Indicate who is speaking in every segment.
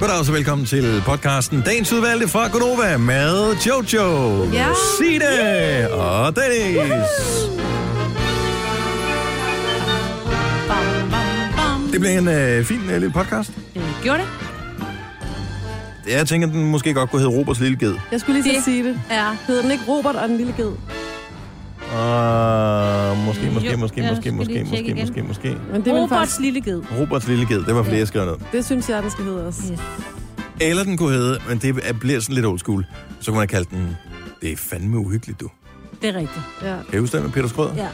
Speaker 1: Goddag og så velkommen til podcasten Dagens Udvalgte fra Gonova med Jojo,
Speaker 2: Ja.
Speaker 1: Sine og Dennis.
Speaker 2: Bam, bam, bam.
Speaker 1: Det bliver en øh, fin øh, lille podcast.
Speaker 2: Det gjorde det.
Speaker 1: Jeg tænker, den måske godt kunne hedde Roberts Lille Ged.
Speaker 3: Jeg skulle lige til
Speaker 2: Det
Speaker 3: at sige det.
Speaker 2: Ja.
Speaker 3: Hedder den ikke Robert og den lille ged?
Speaker 1: Og Ah, måske, måske,
Speaker 2: Jo,
Speaker 1: måske,
Speaker 2: jeg
Speaker 1: måske,
Speaker 2: skal
Speaker 1: måske,
Speaker 2: lige
Speaker 1: måske,
Speaker 2: tjekke
Speaker 1: måske, måske.
Speaker 3: Men det, er min
Speaker 2: Roberts
Speaker 3: faktisk,
Speaker 2: lille ged.
Speaker 1: Roberts Lille Ged, det var flere, jeg skrev ned.
Speaker 3: det synes jeg, den skal hedde også.
Speaker 2: Yes.
Speaker 1: Eller den kunne hedde, men det er- bliver sådan lidt old school. Så kunne man have kaldt den, det er fandme uhyggeligt, du.
Speaker 2: Det er rigtigt.
Speaker 3: Ja,
Speaker 1: Kan I huske den med Peter Skrøder?
Speaker 2: Ja.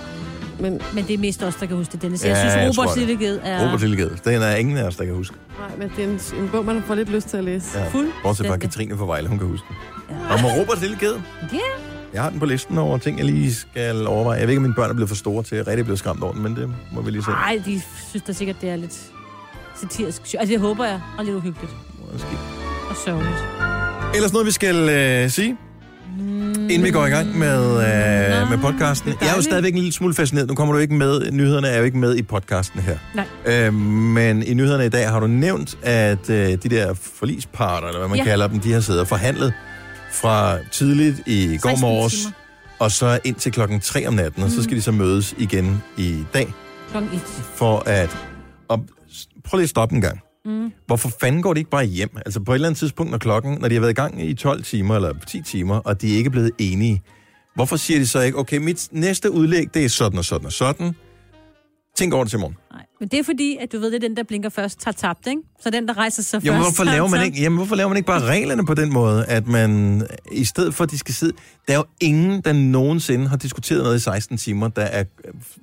Speaker 3: men
Speaker 2: Men det er mest os, der kan huske det, Dennis.
Speaker 1: Ja,
Speaker 2: Jeg synes,
Speaker 1: jeg tror
Speaker 2: Roberts
Speaker 1: det.
Speaker 2: lille ged er...
Speaker 1: Roberts Lille Ged. Den er ingen af os, der kan huske.
Speaker 3: nej, men det er en, en bog, man får lidt lyst til at læse.
Speaker 1: Ja.
Speaker 2: Fuld.
Speaker 1: Bortset fra
Speaker 2: Den-
Speaker 1: Katrine fra Vejle, hun kan huske den.
Speaker 2: Ja.
Speaker 1: Og med Roberts Lille Ged.
Speaker 2: Ja.
Speaker 1: Jeg har den på listen over ting, jeg lige skal overveje. Jeg ved ikke, om mine børn er blevet for store til at rigtig blive skræmt over den, men det må vi lige se.
Speaker 2: Nej, de synes da sikkert, det er lidt satirisk. Altså, det håber jeg. Og lidt uhyggeligt.
Speaker 1: Måske.
Speaker 2: Og sørgeligt.
Speaker 1: Ellers noget, vi skal øh, sige, inden vi går i gang med, øh,
Speaker 2: Nå,
Speaker 1: med podcasten. Jeg er jo
Speaker 3: dejligt.
Speaker 1: stadigvæk en lille smule fascineret. Nu kommer du ikke med. Nyhederne er jo ikke med i podcasten her.
Speaker 2: Nej.
Speaker 1: Øh, men i nyhederne i dag har du nævnt, at øh, de der forlisparter, eller hvad man ja.
Speaker 2: Ja.
Speaker 1: kalder dem, de har siddet og forhandlet fra tidligt i går
Speaker 2: 16
Speaker 1: morges,
Speaker 2: timer. Mm.
Speaker 1: og så ind til klokken 3 om natten, og så skal de så mødes igen i dag
Speaker 2: Klokken et.
Speaker 1: for at... Og s- prøv lige at stoppe en gang.
Speaker 2: Mm.
Speaker 1: Hvorfor fanden går de ikke bare hjem? Altså på et eller andet tidspunkt, når klokken, når de har været i gang i 12 timer eller 10 timer, og de er ikke blevet enige, hvorfor siger de så ikke, okay, mit næste udlæg, det er sådan og sådan og sådan. Tænk over det til morgen.
Speaker 2: Nej. Men det er fordi, at du ved, det er den, der blinker først, tager tabt, ikke? Så den, der rejser sig
Speaker 1: Jamen,
Speaker 2: først... altså-
Speaker 1: hvorfor laver,
Speaker 2: tager
Speaker 1: man
Speaker 2: tabt.
Speaker 1: ikke, jamen, hvorfor laver man ikke bare reglerne på den måde, at man i stedet for, at de skal sidde... Der er jo ingen, der nogensinde har diskuteret noget i 16 timer, der er,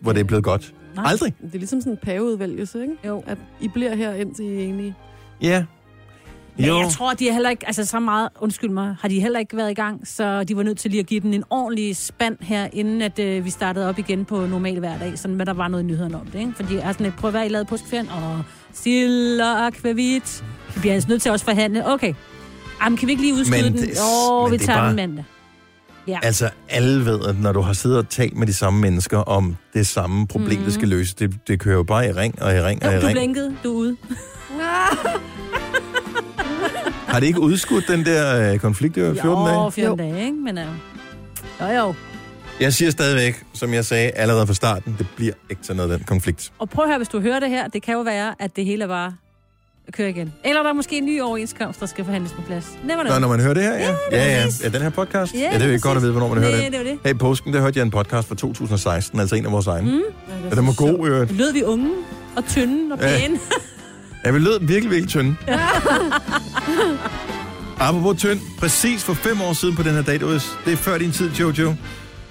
Speaker 1: hvor det er blevet godt.
Speaker 2: Nej.
Speaker 1: Aldrig.
Speaker 3: Det er ligesom sådan en paveudvælgelse, ikke?
Speaker 2: Jo.
Speaker 3: At I bliver her, indtil I er enige.
Speaker 1: Ja.
Speaker 2: Men jeg tror, de er heller ikke, altså så meget, undskyld mig, har de heller ikke været i gang, så de var nødt til lige at give den en ordentlig spand her, inden at øh, vi startede op igen på normal hverdag, sådan at der var noget i nyhederne om det, ikke? Fordi altså, lidt, prøv at være, I lavede påskeferien, og stille og akvavit. Vi bliver altså nødt til at også forhandle. Okay, Jamen, kan vi ikke lige udskyde
Speaker 1: Men
Speaker 2: den?
Speaker 1: det-
Speaker 2: Åh,
Speaker 1: men
Speaker 2: vi
Speaker 1: det er
Speaker 2: tager
Speaker 1: bare-
Speaker 2: den mandag. Ja, altså,
Speaker 1: Altså, alle ved, at når du har siddet og talt med de samme mennesker om det samme problem, mm. det skal løses, det, det kører jo bare i ring og i ring og i
Speaker 2: Mhm. du
Speaker 1: ring.
Speaker 2: blinkede, du er ude.
Speaker 1: Har det ikke udskudt den der øh, konflikt i 14 dage?
Speaker 2: Jo, 14
Speaker 3: Jo.
Speaker 2: dage, ikke? Men øh, jo, jo.
Speaker 1: Jeg siger stadigvæk, som jeg sagde allerede fra starten, det bliver ikke til noget, den konflikt.
Speaker 2: Og prøv at høre, hvis du hører det her, det kan jo være, at det hele er bare at køre igen. Eller der er måske en ny overenskomst, der skal forhandles på plads. Never know.
Speaker 1: Nå, når man hører det her, ja.
Speaker 2: Ja,
Speaker 1: Ja, ja.
Speaker 2: præcis.
Speaker 1: ja den her podcast.
Speaker 2: Ja,
Speaker 1: Ja, det er jo ikke
Speaker 2: præcis.
Speaker 1: godt at vide, hvornår man hører
Speaker 2: Nej,
Speaker 1: den.
Speaker 2: det er jo det.
Speaker 1: Her i påsken, der hørte jeg en podcast fra 2016, altså en af vores egne. Mm.
Speaker 3: Ja, det
Speaker 1: Ja, den var god, øh.
Speaker 2: Lød vi unge og tynde og
Speaker 1: Ja.
Speaker 2: pæne?
Speaker 1: Ja, vi lød virkelig, virkelig tynde. Apropos tynd, præcis for fem år siden på den her dag, det var- det er før din tid, Jojo,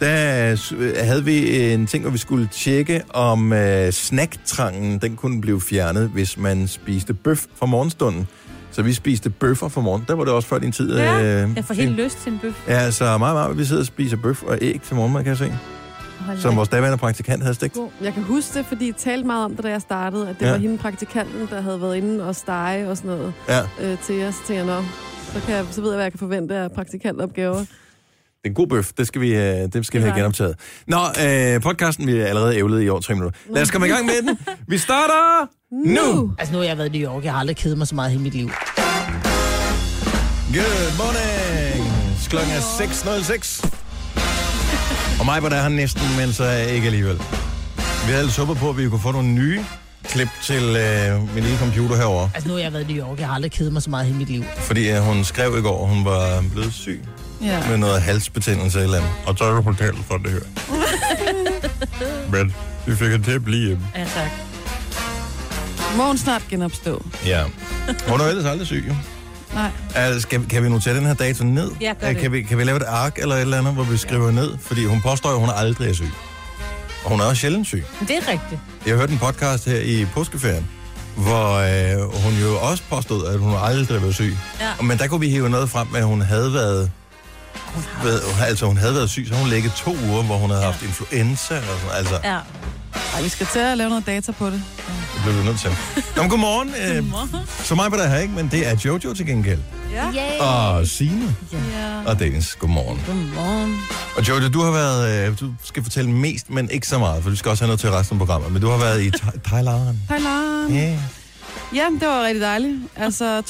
Speaker 1: der øh, havde vi en ting, hvor vi skulle tjekke, om øh, snacktrangen den kunne blive fjernet, hvis man spiste bøf fra morgenstunden. Så vi spiste bøffer fra morgen. Der var det også før din tid.
Speaker 2: Ja,
Speaker 1: øh,
Speaker 2: Jeg får
Speaker 1: Signe.
Speaker 2: helt lyst til en bøf.
Speaker 1: Ja, så meget, meget. Vi sidder og spiser bøf og æg til morgenmad, kan jeg se.
Speaker 2: Hold
Speaker 1: Som
Speaker 2: da.
Speaker 1: vores daværende praktikant havde stegt.
Speaker 3: god. Jeg kan huske det, fordi I talte meget om det, da jeg startede, at det
Speaker 1: Ja.
Speaker 3: ja. var hende praktikanten, der havde været inde og stege og sådan noget
Speaker 1: Ja,
Speaker 3: øh, til os. Så tænkte jeg, nå, så, kan jeg, så ved jeg, hvad jeg kan forvente af praktikantopgaver.
Speaker 1: Det er en god bøf, det skal vi, øh, det skal vi
Speaker 2: Det
Speaker 1: have
Speaker 2: var det.
Speaker 1: genoptaget. Nå, øh, podcasten, vi er allerede ævlet i over tre minutter. Lad os komme i gang med den. Vi starter nu!
Speaker 4: Altså nu har jeg været i New York, jeg har aldrig kedet mig så meget i hele mit liv.
Speaker 1: Good morning! Klokken er 6.06. Og mig var der her næsten, men så ikke alligevel. Vi havde ellers håbet på, at vi kunne få nogle nye klip til øh, min lille computer herover,
Speaker 4: Altså nu har jeg været i New York, jeg har aldrig kedet mig så meget i hele mit liv.
Speaker 1: Fordi øh, hun skrev i går, hun var blevet syg
Speaker 3: Ja.
Speaker 1: med noget halsbetændelse eller andet. Og så er du portalen for det her. men vi fik hende til at blive hjemme.
Speaker 2: Ja, tak.
Speaker 3: Må hun snart genopstå?
Speaker 1: Ja. Hun er jo ellers aldrig syg, jo.
Speaker 3: Nej.
Speaker 1: Altså, skal, kan vi notere den her dato ned?
Speaker 2: Ja, gør
Speaker 1: Øh,
Speaker 2: det.
Speaker 1: Kan vi, kan vi lave et ark eller et eller andet, hvor vi skriver ja. ned? Fordi hun påstår jo, at hun aldrig er syg. Og hun er også sjældent syg.
Speaker 2: Men Det er rigtigt.
Speaker 1: Jeg hørte en podcast her i påskeferien, hvor øh, hun jo også påstod, at hun aldrig var syg.
Speaker 2: Ja.
Speaker 1: Men der kunne vi hive noget frem med, at hun havde været... Ved, altså, hun havde været syg, så hun ligget to uger, hvor hun havde haft influenza. Og sådan, altså,
Speaker 2: Ja.
Speaker 3: Ej, vi skal til at lave noget data på det.
Speaker 1: det blev vi nødt til. Nå, men godmorgen. Øh, så mig på det her, ikke? Men det er Jojo til gengæld.
Speaker 2: Yay.
Speaker 1: Og Signe.
Speaker 3: Ja.
Speaker 1: Og Dennis, godmorgen.
Speaker 2: Godmorgen.
Speaker 1: Og Jojo, du har været, øh, du skal fortælle mest, men ikke så meget, for du skal også have noget til resten af programmet, men du har været i Tha- Thailand.
Speaker 3: Thailand.
Speaker 1: Ja. Yeah.
Speaker 3: Ja, det var rigtig dejligt. Altså,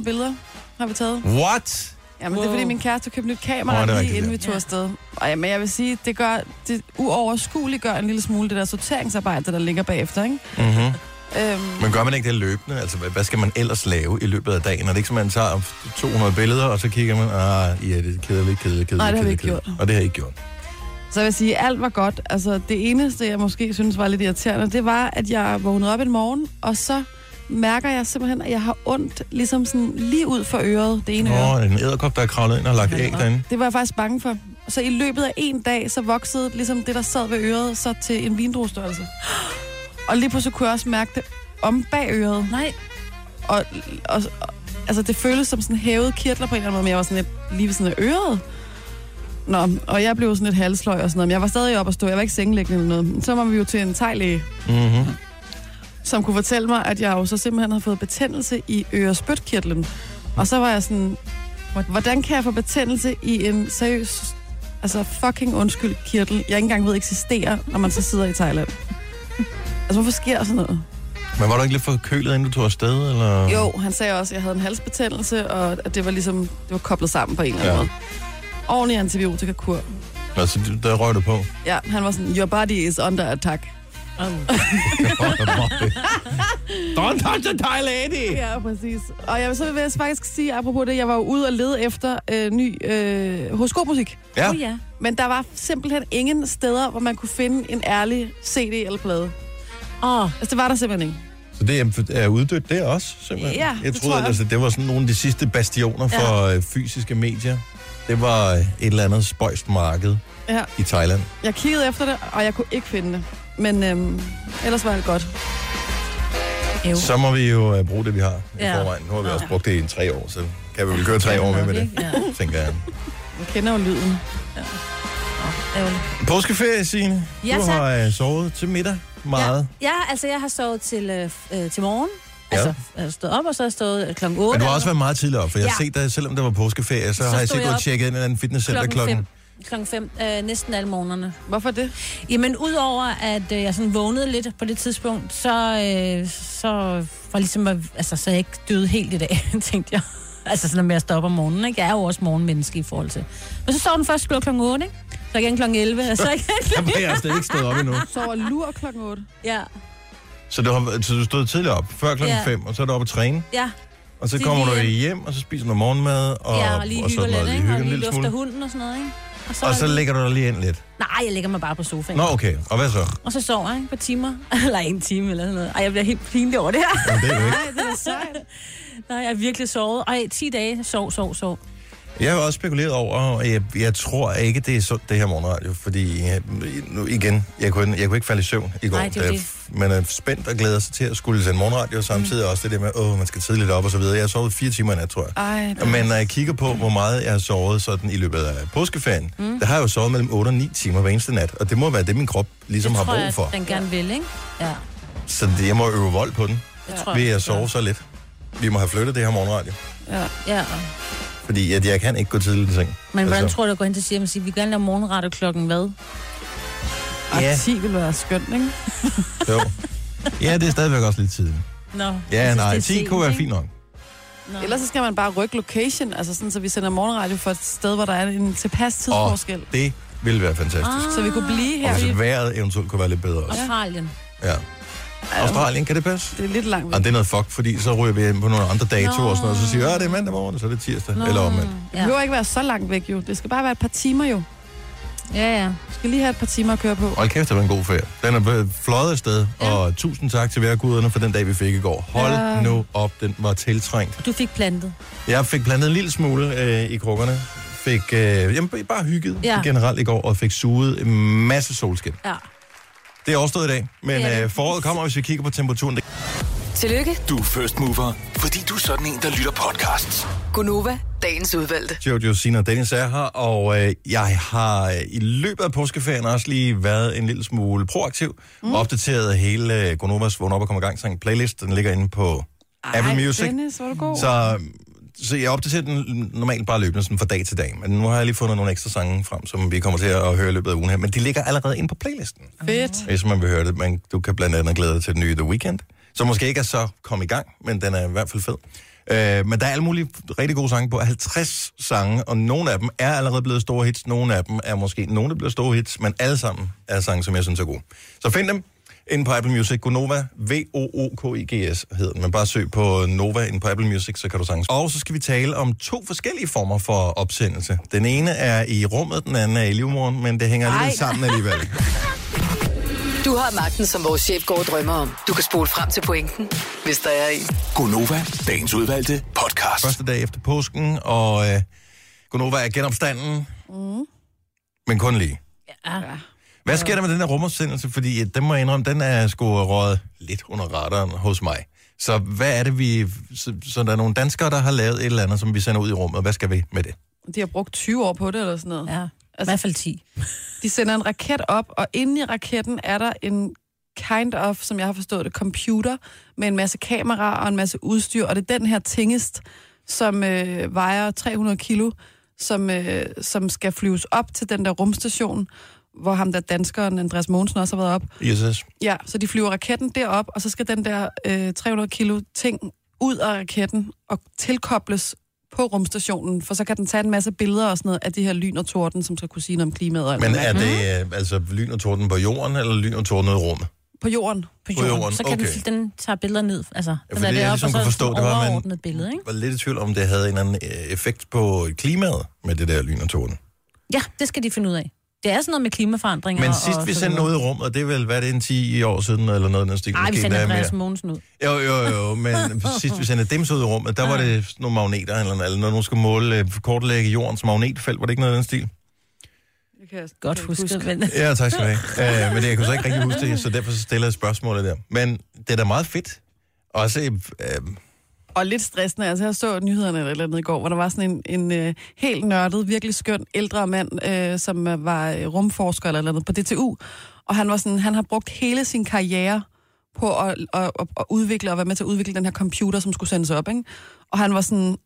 Speaker 3: 2.700 billeder har vi taget.
Speaker 1: What?
Speaker 3: Jamen, wow. det er
Speaker 5: Wow.
Speaker 3: fordi, min kæreste købte nyt
Speaker 1: Nå,
Speaker 3: kamera
Speaker 1: det er
Speaker 3: oh, lige
Speaker 1: rigtigt,
Speaker 3: inden vi
Speaker 1: ja.
Speaker 3: tog afsted. Og jamen, jeg vil sige, det gør, det uoverskueligt gør en lille smule det der sorteringsarbejde, der ligger bagefter, ikke?
Speaker 1: Mm-hmm.
Speaker 3: Øhm,
Speaker 1: Men gør man ikke det løbende? Altså, hvad hvad skal man ellers lave i løbet af dagen? Er det ikke, som man tager 200 billeder, og så kigger man, ah, ja, det er kedeligt, kedeligt, kedeligt.
Speaker 3: Nej, det har vi
Speaker 1: kedeligt,
Speaker 3: ikke
Speaker 1: kedeligt." Og det har I ikke gjort.
Speaker 3: Så jeg vil sige, alt var godt. Altså, det eneste, jeg måske synes var lidt irriterende, det var, at jeg vågnede op en morgen, og så mærker jeg simpelthen, at jeg har ondt ligesom sådan lige ud for øret, det ene
Speaker 1: Nå,
Speaker 3: øre.
Speaker 1: er det en æderkop, der er kravlet ind og lagt æg derinde.
Speaker 3: Det var jeg faktisk bange for. Så i løbet af en dag, så voksede ligesom det, der sad ved øret, så til en vindruestørrelse. Og lige pludselig kunne jeg også mærke det om bag øret.
Speaker 5: Nej,
Speaker 3: Og, og, og altså, det føltes som sådan hævet kirtler på en eller anden måde, men jeg var sådan lidt lige ved sådan af øret. Nå, og jeg blev sådan lidt halsløg og sådan noget, men jeg var stadig oppe at stå, jeg var ikke sengeliggende eller noget. Så var vi jo til en teglæge,
Speaker 1: Mm-hmm.
Speaker 3: som kunne fortælle mig, at jeg jo så simpelthen havde fået betændelse i ørespytkirtlen. Og så var jeg sådan, hvordan kan jeg få betændelse i en seriøs, altså fucking undskyld kirtel, jeg ikke engang ved eksisterer, når man så sidder i Thailand? Altså, hvorfor sker sådan noget?
Speaker 1: Men var du ikke lidt forkølet, inden du tog afsted? Eller?
Speaker 3: Jo, han sagde også, at jeg havde en halsbetændelse, og at det var ligesom, det var koblet sammen på en eller anden
Speaker 1: Ja.
Speaker 3: ja. måde. Ordentlig antibiotikakur.
Speaker 1: Nå, så det- der røg du på.
Speaker 3: Ja, han var sådan, your body is under attack.
Speaker 1: Don't touch the Thai lady!
Speaker 3: Ja, præcis. Og jeg vil så vil jeg faktisk sige, apropos det, jeg var jo ude og lede efter øh, ny øh, horoskopmusik.
Speaker 1: Ja,
Speaker 5: oh, ja.
Speaker 3: Men der var simpelthen ingen steder, hvor man kunne finde en ærlig CD eller plade.
Speaker 5: Åh, oh,
Speaker 3: Altså, det var der simpelthen ikke.
Speaker 1: så det er- er uddødt det også, simpelthen.
Speaker 3: Ja,
Speaker 1: jeg
Speaker 3: det
Speaker 1: troede,
Speaker 3: tror jeg.
Speaker 1: ellers, at det var sådan nogle af de sidste bastioner for øh, fysiske medier. Det var øh, et eller andet spøjst marked
Speaker 3: Ja.
Speaker 1: i Thailand.
Speaker 3: Jeg kiggede efter det, og jeg kunne ikke finde det. Men øhm, ellers var alt godt.
Speaker 5: jo.
Speaker 1: Så må vi jo øh, bruge det, vi har i
Speaker 5: Ja.
Speaker 1: forvejen. Nu har vi også brugt det i en tre år, så kan vi vel køre tre år med med det,
Speaker 5: Ja,
Speaker 1: tænker jeg.
Speaker 3: Jeg kender jo lyden.
Speaker 5: ærgerligt.
Speaker 1: Påskeferie, Signe.
Speaker 5: Ja,
Speaker 1: du
Speaker 5: tak.
Speaker 1: har øh, sovet til middag meget.
Speaker 5: ja, altså jeg har sovet til, øh, f- øh, til morgen.
Speaker 1: Ja.
Speaker 5: Altså, jeg har stået op, og så har jeg stået øh, klokken 8.
Speaker 1: Men du har også været meget tidligere op, for jeg har
Speaker 5: Ja.
Speaker 1: set dig, selvom det var påskeferie, så,
Speaker 5: Så
Speaker 1: har jeg
Speaker 5: stod
Speaker 1: set
Speaker 5: jeg
Speaker 1: dig
Speaker 5: op
Speaker 1: tjekke ind i en eller anden fitnesscenter klokken.
Speaker 5: fem. Klokken 5, øh, næsten alle morgenerne.
Speaker 3: Hvorfor det?
Speaker 5: Jamen, udover at øh, jeg sådan vågnede lidt på det tidspunkt, så, øh, så var ligesom, at- altså, så jeg ikke døde helt i dag, tænkte jeg. Altså sådan med at stoppe om morgenen, ikke? Jeg er jo også morgenmenneske i forhold til. Men så sov den først klokken 8, ikke? Så igen klokken altså, 11, og så igen...
Speaker 1: Der var jeg slet ikke stået op endnu.
Speaker 3: Sover lur klokken 8.
Speaker 5: Ja,
Speaker 1: Så du, har, så du stod tidligere op, før klokken
Speaker 5: Ja.
Speaker 1: 5, og så er du oppe at træne.
Speaker 5: ja,
Speaker 1: Og så
Speaker 5: Det er
Speaker 1: kommer du
Speaker 5: lige-
Speaker 1: hjem, og så spiser du morgenmad, og,
Speaker 5: ja, og lige
Speaker 1: og
Speaker 5: hygger
Speaker 1: sådan noget,
Speaker 5: lidt,
Speaker 1: lige
Speaker 5: ikke?
Speaker 1: hygger
Speaker 5: Og
Speaker 1: en
Speaker 5: lige
Speaker 1: lille smule.
Speaker 5: lufter hunden og sådan noget, ikke?
Speaker 1: Og så lægger du dig lige ind lidt.
Speaker 5: Nej, jeg lægger mig bare på sofaen.
Speaker 1: Nå, okay. Og hvad så?
Speaker 5: Og så sover jeg, ikke? På timer. eller en time eller sådan noget. Ej, jeg bliver helt pinlig over det her.
Speaker 1: Jamen, det er jo ikke.
Speaker 3: Nej, det er sejt.
Speaker 5: Nej, jeg har virkelig sovet. Ej, 10 dage. Sov, sov, sov.
Speaker 1: Jeg har også spekuleret over, og jeg, jeg tror ikke, det er sundt, det her morgenradio, fordi jeg, nu igen, jeg kunne, jeg kunne ikke falde i søvn i går.
Speaker 5: Nej, det er jo
Speaker 1: Da
Speaker 5: det. Mm.
Speaker 1: f- Man er spændt og glæder sig til at skulle sende morgenradio, og samtidig også det der med, åh, man skal tidligt op og så videre. Jeg har sovet fire timer i nat, tror jeg.
Speaker 3: Ej, det er
Speaker 1: Men når jeg kigger på, hvor meget jeg har sovet sådan i løbet af påskeferien, mm. der har jeg jo sovet mellem 8 og 9 timer hver eneste nat, og det må være det, min krop ligesom
Speaker 5: det
Speaker 1: har
Speaker 5: tror
Speaker 1: brug
Speaker 5: jeg,
Speaker 1: for.
Speaker 5: den gerne vil, ikke? Ja.
Speaker 1: Så det, jeg må øve vold på den,
Speaker 5: Jeg tror,
Speaker 1: ved at sove så lidt. Vi må have flyttet det her morgenradio,
Speaker 3: Ja.
Speaker 5: Ja.
Speaker 1: fordi at jeg kan ikke gå tidligt i seng.
Speaker 5: Men hvordan
Speaker 1: Altså.
Speaker 5: tror du, at går hen til Siem og siger, vi vil gerne lave morgenret og klokken hvad?
Speaker 3: Og
Speaker 1: Ja.
Speaker 3: 10 ville være skønt, ikke?
Speaker 1: Jo. Ja, det er stadigvæk også lidt tidligt.
Speaker 5: Nå. jeg
Speaker 1: Ja,
Speaker 3: Altså,
Speaker 5: synes, det
Speaker 1: nej,
Speaker 5: er
Speaker 1: 10
Speaker 5: sent,
Speaker 1: kunne være
Speaker 5: ikke?
Speaker 1: fint nok.
Speaker 5: Nå.
Speaker 3: Ellers så skal man bare rykke location, altså sådan, så vi sender morgenradio for et sted, hvor der er en tilpas tidsforskel. Oh.
Speaker 1: Det ville være fantastisk.
Speaker 3: Så vi kunne blive
Speaker 1: Og
Speaker 3: her.
Speaker 1: hvis vejret eventuelt kunne være lidt bedre også.
Speaker 5: Australien.
Speaker 1: Ja. Australien, kan det passe?
Speaker 3: Det er lidt langt
Speaker 1: Og
Speaker 3: væk.
Speaker 1: det er noget fuck, fordi så ryger vi ind på nogle andre datoer
Speaker 5: Nå.
Speaker 1: og sådan noget, så siger jeg, "Åh, det er mandag morgen, så er det tirsdag,
Speaker 5: Nå.
Speaker 1: eller omvendt.
Speaker 3: Det
Speaker 5: Ja.
Speaker 3: behøver ikke være så langt væk, jo. Det skal bare være et par timer, jo.
Speaker 5: ja, ja.
Speaker 3: Vi skal lige have et par timer at køre på.
Speaker 1: Hold kæft, det var en god ferie. Den er blevet fløjet afsted,
Speaker 5: Ja.
Speaker 1: og tusind tak til værguderne for den dag, vi fik i går. Hold
Speaker 3: Ja.
Speaker 1: nu op, den var tiltrængt.
Speaker 5: Du fik plantet.
Speaker 1: Jeg fik blandet en lille smule øh, i krukkerne. Fik øh, jamen, bare hygget ja.
Speaker 5: Ja.
Speaker 1: generelt i går, og fik suget en masse solskin.
Speaker 5: Ja.
Speaker 1: Det er overstået i dag, men
Speaker 5: Det er
Speaker 1: øh,
Speaker 5: det.
Speaker 1: foråret kommer, hvis vi kigger på temperaturen. Det
Speaker 6: Tillykke,
Speaker 7: Du er first mover, fordi du er sådan en, der lytter podcasts.
Speaker 6: Gunova, dagens udvalgte.
Speaker 1: Jojo, Sina og Dennis er her, og øh, jeg har øh, i løbet af påskeferien også lige været en lille smule proaktiv mm. og opdateret hele øh, Gonovas Vågn op og kom i gang sang playlist. Den ligger inde på Ej, Apple Music.
Speaker 3: Dennis, var du god. Så...
Speaker 1: Så, så jeg opdaterer den normalt bare løbende sådan fra dag til dag, men nu har jeg lige fundet nogle ekstra sange frem, som vi kommer til at høre i løbet af ugen her, men de ligger allerede inde på playlisten, Mm.
Speaker 3: Fedt.
Speaker 1: hvis man vil høre det. Men du kan blandt andet glæde dig til den nye The Weeknd, som måske ikke er så kommet i gang, men den er i hvert fald fed. Øh, men der er alle mulige rigtig gode sange på. 50 sange, og nogle af dem er allerede blevet store hits. Nogle af dem er måske nogle, der bliver store hits, men alle sammen er sange, som jeg synes er gode. Så find dem inde på Apple Music. Gonova, V-O-O-K-I-G-S hedder den. Men bare søg på Nova inde på Apple Music, så kan du sange. Og så skal vi tale om to forskellige former for opsendelse. Den ene er i rummet, den anden er i livmoren, men det hænger
Speaker 5: Ej.
Speaker 1: lidt sammen alligevel.
Speaker 6: Du har magten, som vores chef går og drømmer om. Du kan spole frem til pointen, hvis der er en.
Speaker 7: Gonova, dagens udvalgte podcast.
Speaker 1: Første dag efter påsken, og øh, Gonova er genopstanden. Mm. Men kun lige.
Speaker 5: Ja.
Speaker 1: Hvad sker der med den her rumodsendelse? Fordi øh, den må jeg indrømme, den er sgu øh, røget lidt under radaren hos mig. Så hvad er det, vi... Så, så der er nogle danskere, der har lavet et eller andet, som vi sender ud i rummet. Hvad skal vi med det?
Speaker 3: De har brugt 20 år på det eller sådan noget. Altså,
Speaker 5: ja. I hvert fald 10.
Speaker 3: De sender en raket op, og inde i raketten er der en kind of, som jeg har forstået det, computer med en masse kameraer og en masse udstyr, og det er den her tingest, som øh, vejer 300 kilo, som, øh, som skal flyves op til den der rumstation, hvor ham der danskeren Andreas Mogensen også har været op.
Speaker 1: ISS.
Speaker 3: Ja, så de flyver raketten derop, og så skal den der øh, 300 kilo ting ud af raketten og tilkobles på rumstationen, for så kan den tage en masse billeder og sådan noget af de her lyn og torden, som skal kunne sige noget om klimaet og alt
Speaker 1: Men
Speaker 3: muligt
Speaker 1: er det øh, altså lyn og torden på jorden, eller lyn og torden ude i rummet?
Speaker 2: Mhm.
Speaker 3: på jorden.
Speaker 5: På
Speaker 1: jorden,
Speaker 5: jorden. så kan
Speaker 1: okay.
Speaker 5: den, den tager billeder ned. Altså,
Speaker 1: Ja,
Speaker 5: den
Speaker 1: for
Speaker 5: er
Speaker 1: det, jeg
Speaker 5: deroppe,
Speaker 1: ligesom
Speaker 5: og så
Speaker 1: kunne
Speaker 5: er
Speaker 1: forstå,
Speaker 5: sådan
Speaker 1: det var, at man-
Speaker 5: overordnet billede, ikke?
Speaker 1: Jeg var lidt i tvivl om, det havde en eller anden øh, effekt på klimaet med det der lyn og torden.
Speaker 5: Ja, det skal de finde ud af. Det er sådan noget med klimaforandringer.
Speaker 1: Men
Speaker 5: og-
Speaker 1: sidst
Speaker 5: og
Speaker 1: vi
Speaker 5: så
Speaker 1: sendte
Speaker 5: videre.
Speaker 1: noget i rummet, og det er vel, hvad er det, en 10 år siden, eller noget, den stik,
Speaker 5: Ej, vi
Speaker 1: måske
Speaker 5: sendte
Speaker 1: endda mere.
Speaker 5: Andreas Mogensen ud.
Speaker 1: Jo, jo, jo, men sidst vi sendte dem ud i rummet, der var det sådan nogle magneter, eller noget, eller noget, nogen skulle måle, øh, kortlægge jordens magnetfelt, var det ikke noget af den stil?
Speaker 3: Det kan jeg
Speaker 5: Godt husket, men...
Speaker 1: Ja, tak skal du have. Øh, men det, jeg kunne så ikke rigtig huske det, så derfor så stiller jeg spørgsmålet der. Men det er da meget fedt. Også, øh,
Speaker 3: Og lidt stressende, altså jeg så nyhederne eller et eller andet i går, hvor der var sådan en, en øh, helt nørdet, virkelig skøn ældre mand, øh, som øh, var øh, rumforsker eller et eller andet på DTU, og han var sådan, han har brugt hele sin karriere på at, at, at, at udvikle og være med til at udvikle den her computer, som skulle sendes op, ikke? Og han var sådan,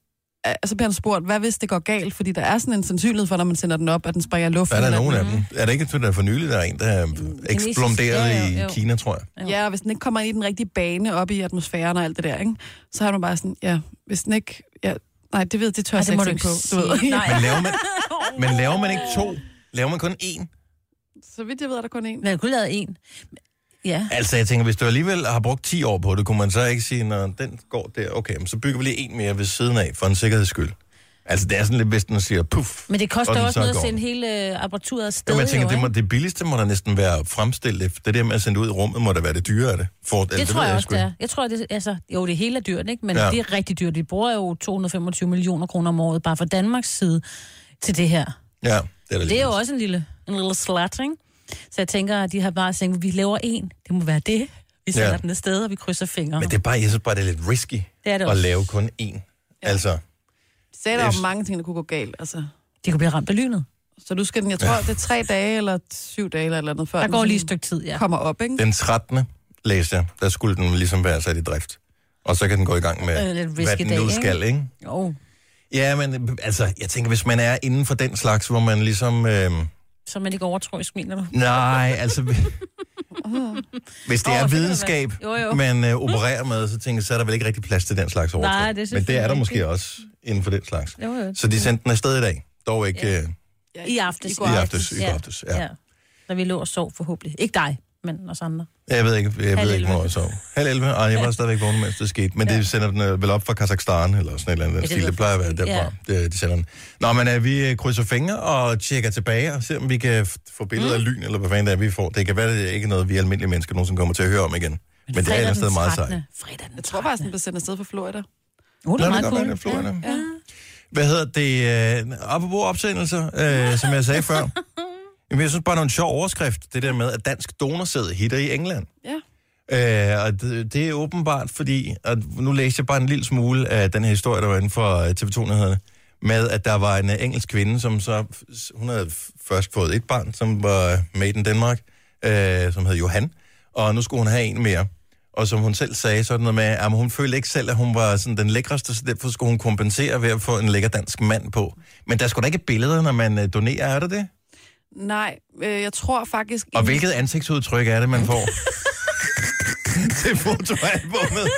Speaker 3: øh, så blev han spurgt, hvad hvis det går galt, fordi der er sådan en sandsynlighed for, når man sender den op, at den springer i luften.
Speaker 1: der er der
Speaker 3: eller-
Speaker 1: nogen af dem. Er det ikke, at der for nylig, der er en, der er eksploderet
Speaker 5: ja, jo,
Speaker 1: i
Speaker 5: jo.
Speaker 1: Kina, tror jeg?
Speaker 3: Ja, og hvis den ikke kommer ind i den rigtige bane op i atmosfæren og alt det der, ikke? så har man bare sådan, ja, hvis den ikke... Ja, nej, det ved jeg, det tør
Speaker 5: Ej,
Speaker 3: jeg
Speaker 5: det
Speaker 3: slet
Speaker 5: må
Speaker 3: ikke
Speaker 5: du
Speaker 3: tænke på.
Speaker 5: ikke
Speaker 3: Du ved.
Speaker 5: sige.
Speaker 1: Men
Speaker 5: Nej.
Speaker 1: laver man, men laver man ikke to? Laver man kun én?
Speaker 3: Så vidt jeg ved, er der kun én.
Speaker 5: Men jeg kunne lave en. Ja.
Speaker 1: Altså, jeg tænker, hvis du alligevel har brugt 10 år på det, kunne man så ikke sige, når den går der, okay, men så bygger vi lige en mere ved siden af, for en sikkerheds skyld. Altså, det er sådan lidt, hvis den siger, puff.
Speaker 5: Men det koster
Speaker 1: og den
Speaker 5: også
Speaker 1: så
Speaker 5: noget at
Speaker 1: går.
Speaker 5: sende hele øh, apparaturet afsted.
Speaker 1: Jo, men jeg tænker,
Speaker 5: jo,
Speaker 1: det, må,
Speaker 5: ikke?
Speaker 1: det billigste må da næsten være at fremstille det. Det der med at sende det ud i rummet, må da være det dyre af det. For, altså,
Speaker 5: det, tror
Speaker 1: ved
Speaker 5: jeg også,
Speaker 1: sgu
Speaker 5: det
Speaker 1: ikke.
Speaker 5: er. Jeg tror, det, altså, jo, det hele er dyrt, ikke? men
Speaker 1: Ja.
Speaker 5: ja. det er rigtig dyrt. Vi bruger jo 225 millioner kroner om året, bare fra Danmarks side, til det her.
Speaker 1: Ja, det er, da
Speaker 5: Det er jo
Speaker 1: lidt.
Speaker 5: også en lille, en lille slat, ikke? Så jeg tænker, at de har bare tænkt, at vi laver en. Det må være det. Vi sender
Speaker 1: Ja.
Speaker 5: ja. den afsted, og vi krydser fingre.
Speaker 1: Men det er bare, jeg synes bare, det er lidt risky
Speaker 5: Det er det
Speaker 1: at
Speaker 5: også.
Speaker 1: lave kun én. Altså,
Speaker 3: De sagde, der var
Speaker 1: Yes.
Speaker 3: mange ting, der kunne gå galt, altså.
Speaker 5: De kunne blive ramt af lynet.
Speaker 3: Så du skal den, jeg tror, det er tre dage eller syv dage eller et eller andet, før
Speaker 5: Der
Speaker 3: den
Speaker 5: går lige et
Speaker 3: sådan
Speaker 5: stykke tid, ja.
Speaker 3: kommer op, ikke?
Speaker 1: den 13. læste jeg, der skulle den ligesom være sat i drift. Og så kan den gå i gang med,
Speaker 5: Øh, lidt risky
Speaker 1: hvad den
Speaker 5: dag,
Speaker 1: nu
Speaker 5: ikke?
Speaker 1: skal, ikke?
Speaker 5: Jo,
Speaker 1: Ja, men øh, altså, jeg tænker, hvis man er inden for den slags, hvor man ligesom... Øh,
Speaker 5: så man ikke overtroisk, mener du?
Speaker 1: nej, altså... hvis det
Speaker 5: Åh,
Speaker 1: er
Speaker 5: det kan
Speaker 1: videnskab,
Speaker 5: være. Jo, jo.
Speaker 1: man øh, opererer med, så tænker jeg, så er der vel ikke rigtig plads til den slags overtræk.
Speaker 5: Nej, det er
Speaker 1: Men det er der
Speaker 5: selvfølgelig
Speaker 1: måske
Speaker 5: rigtigt.
Speaker 1: også inden for den slags.
Speaker 5: Jo, jo.
Speaker 1: Så de sendte den afsted i dag. Dog ikke... Øh,
Speaker 5: I aftes.
Speaker 1: går I aftes, i går aftes, ja.
Speaker 5: Når vi lå og sov forhåbentlig. Ikke dig, men os andre.
Speaker 1: jeg ved ikke, jeg ved ikke
Speaker 5: 11.
Speaker 1: hvornår jeg sov. Halv 11? Ej, jeg var stadigvæk vågen, mens det skete. Men det sender den øh, vel op fra Kazakhstan eller sådan et eller andet. Ja,
Speaker 5: det
Speaker 1: det,
Speaker 5: ved
Speaker 1: det
Speaker 5: jeg
Speaker 1: plejer at være
Speaker 5: faktisk ikke.
Speaker 1: derfra, ja. det, de sender den. Nå, men øh, vi øh, krydser fingre og tjekker tilbage og ser, om vi kan f- få billeder af lyn, eller hvad fanden det er, vi får. Det kan være, det er ikke noget, vi almindelige mennesker nogensinde kommer til at høre om igen. Men det er et
Speaker 5: Fredag
Speaker 1: eller andet sted
Speaker 5: den
Speaker 1: meget sejt.
Speaker 5: 13.. Fredag den
Speaker 3: Jeg tror
Speaker 5: 13.
Speaker 3: faktisk, den blev sendt afsted fra Florida.
Speaker 5: Oh, det
Speaker 1: Nå,
Speaker 5: er
Speaker 1: det
Speaker 5: meget
Speaker 1: kan
Speaker 5: cool.
Speaker 1: godt være, det er Florida.
Speaker 5: Ja.
Speaker 1: Hvad hedder det? Øh, apropos opsendelser, øh, som jeg sagde før. Jamen, jeg synes bare, det er en sjov overskrift, det der med, at dansk donorsæd hitter i England.
Speaker 3: Ja.
Speaker 1: Øh, og det, det er åbenbart, fordi... Og nu læste jeg bare en lille smule af den her historie, der var inde for øh, tv 2 nyhederne med, at der var en øh, engelsk kvinde, som så... Hun havde f- først fået et barn, som var made in Denmark, øh, som hed Johan, og nu skulle hun have en mere. Og som hun selv sagde, sådan noget med, at hun følte ikke selv, at hun var sådan den lækreste, så derfor skulle hun kompensere ved at få en lækker dansk mand på. Men der skulle da ikke billeder, når man øh, donerer, er der det?
Speaker 3: Nej, øh, jeg tror faktisk...
Speaker 1: Og hvilket ansigtsudtryk er det, man får? det foto er på med.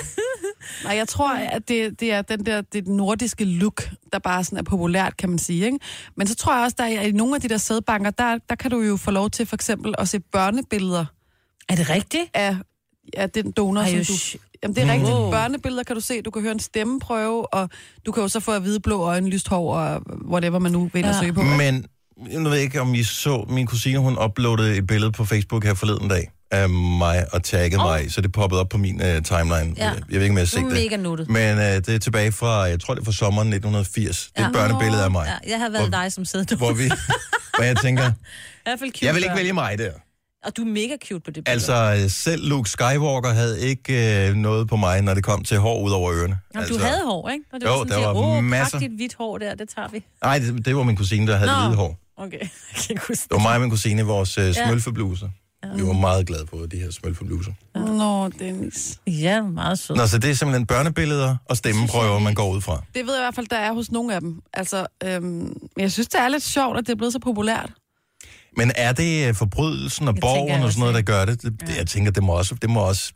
Speaker 3: Nej, jeg tror, at det, det er den der, det nordiske look, der bare sådan er populært, kan man sige. Ikke? Men så tror jeg også, der er i nogle af de der sædbanker, der, der kan du jo få lov til for eksempel at se børnebilleder
Speaker 5: Er det rigtigt?
Speaker 3: af, af den donor,
Speaker 5: Ej,
Speaker 3: Ej,
Speaker 5: jo,
Speaker 3: som
Speaker 5: sh-
Speaker 3: du... Jamen, det er rigtigt. Børnebilleder kan du se, du kan høre en stemmeprøve, og du kan jo så få at vide blå øjne, lyst hår, og whatever man nu vil ja.
Speaker 5: Ja.
Speaker 3: søge på.
Speaker 1: Men jeg ved ikke, om I så, min kusine, hun uploadede et billede på Facebook her forleden dag af mig og taggede oh. mig, så det poppede op på min uh, timeline.
Speaker 5: Ja.
Speaker 1: Ja. Jeg ved ikke, om jeg har set det.
Speaker 5: Mega nuttet.
Speaker 1: Men uh, det er tilbage fra, jeg tror det er fra sommeren 1980. Ja. Det er et børnebillede af mig.
Speaker 5: Ja, jeg har valgt
Speaker 1: Hvor-
Speaker 5: dig som sæddoner.
Speaker 1: Hvor, vi, hvor jeg tænker,
Speaker 5: I hvert fald cute
Speaker 1: jeg vil ikke
Speaker 5: børn.
Speaker 1: vælge mig der.
Speaker 5: Og du er mega cute på det billede.
Speaker 1: Altså, øh, selv Luke Skywalker havde ikke øh, noget på mig, når det kom til hår ud over ørerne.
Speaker 5: Nå,
Speaker 1: altså,
Speaker 5: du havde hår, ikke? Og det
Speaker 1: Jo,
Speaker 5: var sådan,
Speaker 1: der
Speaker 5: der
Speaker 1: var
Speaker 5: var åh,
Speaker 1: masser."
Speaker 5: pragtigt hvidt hår der, det tager vi.
Speaker 1: Nej, det, det var min kusine, der havde
Speaker 5: Nå.
Speaker 1: hvide hår.
Speaker 5: Okay, jeg kan ikke huske
Speaker 1: Det var mig og min kusine i vores øh, smølfebluser. Ja. Vi var meget glade på de her smølfebluser.
Speaker 3: Nå, Dennis.
Speaker 5: det. Ja, meget sød.
Speaker 1: Nå, så det er simpelthen børnebilleder og stemmeprøver, man går ud fra.
Speaker 3: Det ved jeg i hvert fald, der er hos nogle af dem. Altså, øhm, men jeg synes, det er lidt sjovt, at det er blevet så populært.
Speaker 1: Men er det øh, forbrydelsen og
Speaker 5: Det tænker
Speaker 1: borgen
Speaker 5: jeg
Speaker 1: og
Speaker 5: også,
Speaker 1: sådan noget, der gør det? det ja. Jeg tænker, det må også... Det må også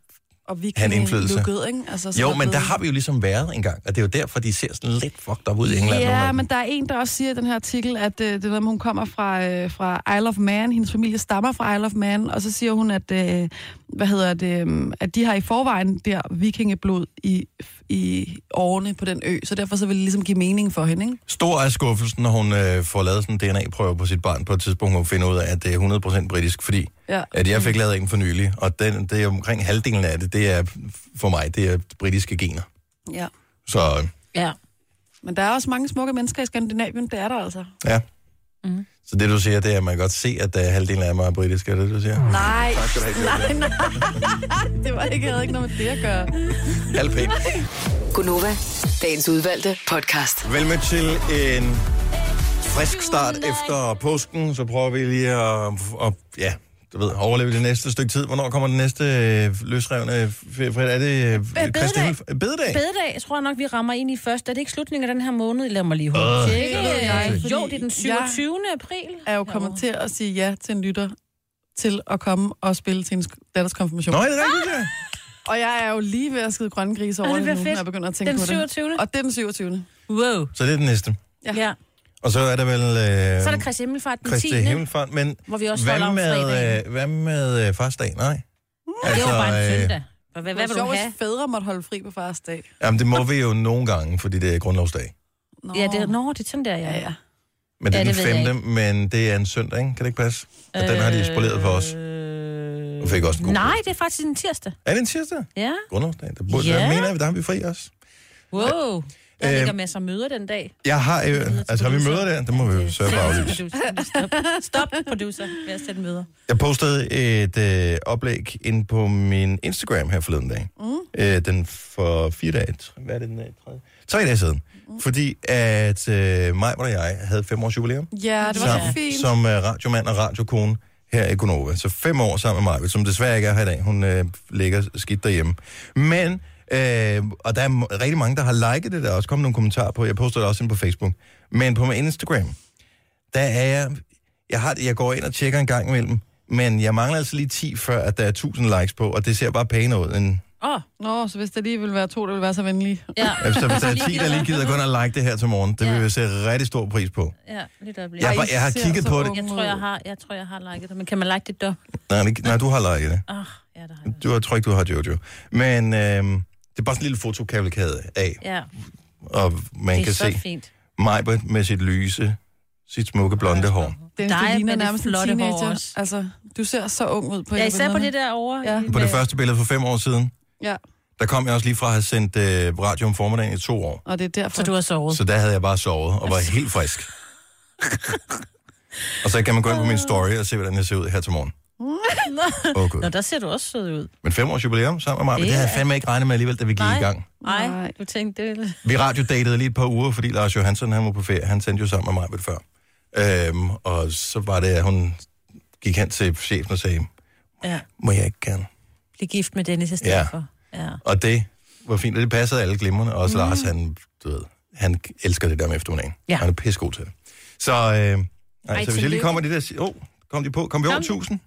Speaker 3: Og
Speaker 1: Han
Speaker 3: vikingen
Speaker 1: indflydelse.
Speaker 3: lukkede, ikke? Altså, sådan
Speaker 1: jo,
Speaker 3: er
Speaker 1: men der
Speaker 3: blevet-
Speaker 1: har vi jo ligesom været engang, og det er jo derfor, de ser sådan lidt fucked up ud i England. nogle af
Speaker 3: Ja,
Speaker 1: dem.
Speaker 3: men der er en, der også siger i den her artikel, at øh, det er noget med, hun kommer fra, øh, fra Isle of Man. Hendes familie stammer fra Isle of Man, og så siger hun, at, øh, hvad hedder det, øh, at de har i forvejen der vikingeblod i, i årene på den ø, så derfor så vil det ligesom give mening for hende, ikke?
Speaker 1: Stor er skuffelsen, når hun øh, får lavet sådan en DNA-prøve på sit barn på et tidspunkt, hvor hun finder ud af, at det er 100% britisk, fordi
Speaker 3: Ja.
Speaker 1: at jeg fik lavet en for nylig, og den, det er omkring halvdelen af det, det er for mig, det er britiske gener.
Speaker 3: Ja.
Speaker 1: Så
Speaker 5: Ja.
Speaker 3: Men der er også mange smukke mennesker i Skandinavien, det er der altså.
Speaker 1: ja. Mm. Så det, du siger, det er, at man kan godt se, at øh, halvdelen af mig er britisk, er det, du siger? Mm.
Speaker 3: Nej, nej, nej. det var ikke, jeg havde ikke noget med det at gøre.
Speaker 1: Halv pænt.
Speaker 6: Gunova, dagens udvalgte podcast.
Speaker 1: Velmødt til en frisk start efter påsken. Så prøver vi lige at, at ja, du ved, overleve det næste stykke tid. Hvornår kommer den næste øh, løsrevne ferie? Er det øh,
Speaker 5: bededag.
Speaker 1: Kristi Himmelf- øh, Bededag?
Speaker 5: Bededag, tror jeg nok, vi rammer ind i først. Er det ikke slutningen af den her måned? Lad mig lige hurtigt
Speaker 1: Øh.
Speaker 5: tjekke.
Speaker 3: Det ved jeg ikke,
Speaker 5: Jo,
Speaker 3: fordi
Speaker 5: det er den
Speaker 3: jeg-
Speaker 5: 27. april.
Speaker 3: Jeg er jo kommet til at sige ja til en lytter til at komme og spille til hendes datters konfirmation.
Speaker 1: Nå, er det rigtigt, ja?
Speaker 3: Og jeg er jo lige ved at skide grønne grise
Speaker 5: Ej,
Speaker 3: over
Speaker 5: det
Speaker 3: det,
Speaker 5: bliver
Speaker 3: nu,
Speaker 5: fedt.
Speaker 3: når jeg begynder at tænke
Speaker 5: Den
Speaker 3: på det.
Speaker 5: 27..
Speaker 3: Og det er den 27.
Speaker 5: Wow.
Speaker 1: Så det er den næste.
Speaker 5: Ja.
Speaker 1: Og så er der vel... Øh,
Speaker 5: Så er der Christi Himmelfart den 10.
Speaker 1: Kristi Himmelfart, men
Speaker 5: Hvor vi også holder
Speaker 1: hvad
Speaker 5: om
Speaker 1: med,
Speaker 5: fredagen.
Speaker 1: øh, hvad med øh, farsdag? Nej.
Speaker 5: Det var bare en
Speaker 1: øh,
Speaker 5: søndag.
Speaker 3: Hvad
Speaker 5: Hvad, hvad, hvad
Speaker 3: det
Speaker 5: vil
Speaker 3: var
Speaker 5: du
Speaker 3: sjovt,
Speaker 5: have?
Speaker 3: hvis fædre måtte holde fri på fars dag.
Speaker 1: Jamen, det må vi jo nogle gange, fordi det er grundlovsdag.
Speaker 3: Nå.
Speaker 5: Ja, det er, nå, det er sådan der, ja.
Speaker 3: Ja, ja.
Speaker 1: Men det er
Speaker 5: Ja,
Speaker 1: den
Speaker 5: det ved jeg Øh,
Speaker 1: femte, men det er en søndag, ikke? Kan det ikke passe? Og den har de spoleret for os. Og fik også en god
Speaker 5: Nej, det er faktisk en tirsdag.
Speaker 1: Er det en tirsdag?
Speaker 5: Ja.
Speaker 1: Grundlovsdag. Der, burde,
Speaker 5: Ja.
Speaker 1: der mener jeg, der har vi fri også.
Speaker 5: Wow. Der
Speaker 1: Øh.
Speaker 5: ligger masser af møder den dag.
Speaker 1: Jeg har... Øh, altså, har vi møder der? Det må vi jo sørge for at aflyse.
Speaker 5: Stop, Stop, producer. Lad os tage den møder.
Speaker 1: Jeg postede et øh, oplæg ind på min Instagram her forleden dag. Mm. Øh, den for fire dage, tr- hvad er det den dag? Tre, tre dage siden. Mm. Fordi at øh, mig og jeg havde fem års jubilæum
Speaker 3: ja det var så
Speaker 1: sammen
Speaker 3: fint. Så...
Speaker 1: som øh, radiomand og radiokone her i Gunova. Så fem år sammen med mig, som desværre ikke er her i dag. Hun øh, ligger skidt derhjemme. Men, øh, og der er m- rigtig mange, der har liket det. Der er også kommet nogle kommentarer på. Jeg poster det også ind på Facebook. Men på min Instagram, der er jeg... Jeg, har, det- jeg går ind og tjekker en gang imellem, men jeg mangler altså lige 10, før at der er 1000 likes på, og det ser bare pænere ud. End,
Speaker 5: Åh,
Speaker 3: Nå, så hvis der lige ville være to, der ville være så venlige.
Speaker 5: ja.
Speaker 1: altså, hvis der er 10, der lige gider gå ind og like det her til morgen, det vil jeg sætte rigtig stor pris på.
Speaker 5: Ja, lidt øjeblik.
Speaker 1: Jeg,
Speaker 5: Jeg,
Speaker 1: har- jeg har
Speaker 3: ser
Speaker 1: kigget
Speaker 3: så
Speaker 1: på det.
Speaker 5: jeg, tror, jeg har, jeg tror, jeg har liket det. Men kan man like det dog?
Speaker 1: Nej, det- nej, du har liket det.
Speaker 5: Ah, ja, det har jeg.
Speaker 1: Du, jeg tror ikke, du har Jojo. Men øhm, det er bare sådan en lille fotokavalkade af,
Speaker 5: Ja,
Speaker 1: og man
Speaker 5: det
Speaker 1: kan
Speaker 5: er så
Speaker 1: se
Speaker 5: fint.
Speaker 1: Majbert med sit lyse, sit smukke blonde hår.
Speaker 3: Det,
Speaker 5: Dig
Speaker 3: det ligner
Speaker 5: med det
Speaker 3: nærmest en
Speaker 5: flotte hår
Speaker 3: teenager.
Speaker 5: også.
Speaker 3: Altså, du ser så ung ud på
Speaker 5: Ja,
Speaker 3: et af
Speaker 5: især på det
Speaker 3: billederne.
Speaker 5: der over.
Speaker 3: Ja.
Speaker 5: i-
Speaker 1: På det første billede for fem år siden,
Speaker 3: Ja,
Speaker 1: der kom jeg også lige fra at have sendt øh, radio om formiddagen i to år.
Speaker 3: og det er derfor.
Speaker 5: Så du har sovet.
Speaker 1: Så der havde jeg bare sovet og var helt frisk. og så kan man gå ind på min story og se, hvordan jeg ser ud her til morgen. Åh,
Speaker 5: Nå,
Speaker 1: gud.
Speaker 5: der ser du også sød ud.
Speaker 1: Men fem års jubilæum sammen med mig, men det
Speaker 5: Det
Speaker 1: havde
Speaker 5: er-
Speaker 1: jeg fandme ikke regnet med alligevel, da vi gik
Speaker 5: Nej.
Speaker 1: i gang.
Speaker 5: Nej,
Speaker 3: Nej.
Speaker 5: du tænkte det.
Speaker 1: Vi radiodatede lige et par uger, fordi Lars Johansson han var på ferie. Han sendte jo sammen med mig ved det før. Øhm, og så var det, at hun gik hen til chefen og sagde,
Speaker 5: Ja,
Speaker 1: må jeg ikke gerne?
Speaker 5: blive gift med Dennis i stedet
Speaker 1: Ja.
Speaker 5: for. Ja.
Speaker 1: Og det var fint, og det passede alle glimrende. Også mm. Lars, han, du ved, han elsker det der med eftermiddagen.
Speaker 5: Ja.
Speaker 1: Han er pissegod til det. Så, øh, nej, så hvis jeg lige
Speaker 5: tillykke.
Speaker 1: kommer det der... Åh, oh, kom de på? Kom vi over
Speaker 5: Kom.
Speaker 1: 1000?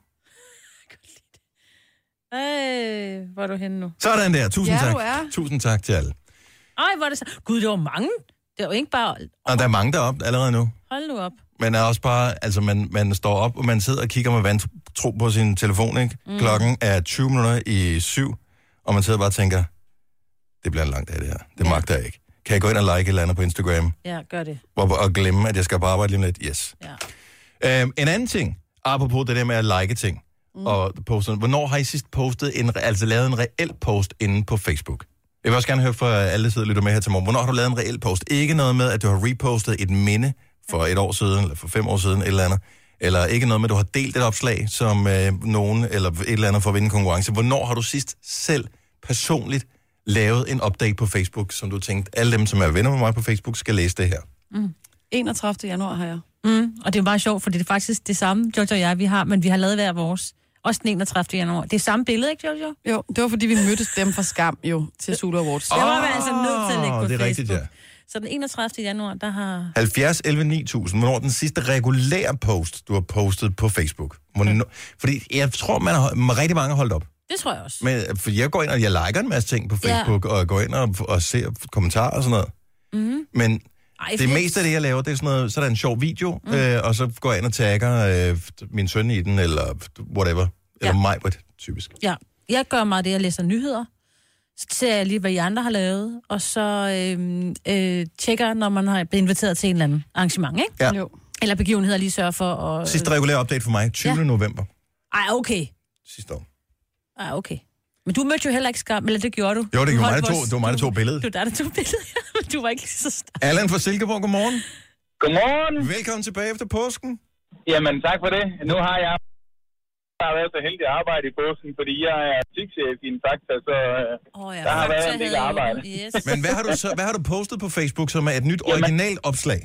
Speaker 2: Øh, hvor er du henne nu?
Speaker 1: Sådan der. Tusind
Speaker 3: Ja,
Speaker 1: tak.
Speaker 3: du er.
Speaker 1: Tusind tak til alle.
Speaker 2: Ej, hvor er det så... Gud, det var mange. Det var ikke bare...
Speaker 1: Og der er mange, der er op allerede nu.
Speaker 2: Hold nu op.
Speaker 1: Man er også bare, altså man, man står op, og man sidder og kigger med vantro på sin telefon, ikke? Mm. Klokken er 20 minutter i syv, og man sidder bare og tænker, det bliver en lang dag det her. Det magter jeg ikke. Kan jeg gå ind og like et eller andet på Instagram?
Speaker 2: Ja, gør det.
Speaker 1: Og, og glemme, at jeg skal på arbejde lige om lidt? Yes.
Speaker 2: Ja.
Speaker 1: Øhm, en anden ting, apropos det der med at like ting, mm. og poste, hvornår har I sidst postet en, re- altså lavet en reel post inde på Facebook? Jeg vil også gerne høre fra alle, der sidder og lytter med her til morgen. Hvornår har du lavet en reel post? Ikke noget med, at du har repostet et minde for et år siden, eller for fem år siden, et eller andet. Eller ikke noget med, at du har delt et opslag som øh, nogen, eller et eller andet for at vinde en konkurrence. Hvornår har du sidst selv personligt lavet en update på Facebook, som du tænkte, alle dem, som er venner med mig på Facebook, skal læse det her?
Speaker 3: 31. januar har jeg.
Speaker 8: Mm, og det er jo meget sjovt, fordi det er faktisk det samme, Jojo og jeg, vi har, men vi har lavet hver vores. Også den 31. januar. Det er samme billede, ikke Jojo?
Speaker 3: Jo, det var fordi, vi mødtes dem fra Skam jo til Sula Awards.
Speaker 8: Der var vi altså nødt til at lægge
Speaker 1: Åh,
Speaker 8: på
Speaker 1: det er rigtigt,
Speaker 8: Facebook.
Speaker 1: ja.
Speaker 8: Så den 31. januar, der har...
Speaker 1: 70 11 9000, hvornår er den sidste regulære post, du har postet på Facebook? Hvornår, Fordi jeg tror, man har man rigtig mange har holdt op.
Speaker 2: Det tror jeg også.
Speaker 1: Men, for jeg går ind, og jeg liker en masse ting på
Speaker 2: Ja.
Speaker 1: Facebook, ja. og jeg går ind og, og ser kommentarer og sådan noget. Mm-hmm. Men
Speaker 2: Mhm. Ej,
Speaker 1: det meste af det, jeg laver, det er sådan noget, så er der en sjov video, mm. øh, og så går jeg ind og tagger øh, min søn i den, eller whatever. Eller
Speaker 2: Ja.
Speaker 1: mig, typisk.
Speaker 2: Ja, jeg gør meget det, jeg læser nyheder. Så ser jeg lige, hvad I andre har lavet, og så øhm, øh, tjekker, når man har blevet inviteret til en eller anden arrangement, ikke?
Speaker 1: Ja.
Speaker 3: Jo.
Speaker 2: Eller begivenheder lige sørger for at...
Speaker 1: Sidste regulære update for mig, 20. Ja.
Speaker 2: øh, Ja.
Speaker 1: november
Speaker 2: Ej, okay.
Speaker 1: sidste år.
Speaker 2: Ej, okay. Men du mødte jo heller ikke skam, eller det gjorde du.
Speaker 1: Jo, det
Speaker 2: Du
Speaker 1: gjorde mig,
Speaker 2: holdt
Speaker 1: der tog-
Speaker 2: vores-
Speaker 1: det var mig, der
Speaker 2: du-
Speaker 1: tog billedet.
Speaker 2: Det var dig, der tog billedet, ja, men du var ikke så stor.
Speaker 1: Allan fra Silkeborg, godmorgen.
Speaker 9: Godmorgen.
Speaker 1: Velkommen tilbage efter påsken.
Speaker 9: Jamen, tak for det. Nu har jeg jeg har været så heldig at arbejde i påsken, fordi jeg er butikschef i en fakta, så øh,
Speaker 2: Åh, ja.
Speaker 9: Der har været en
Speaker 2: Så
Speaker 9: del
Speaker 2: havde jeg-
Speaker 9: arbejde.
Speaker 2: Yes.
Speaker 1: Men hvad har du, så, hvad har du postet på Facebook, som er et nyt originalt opslag?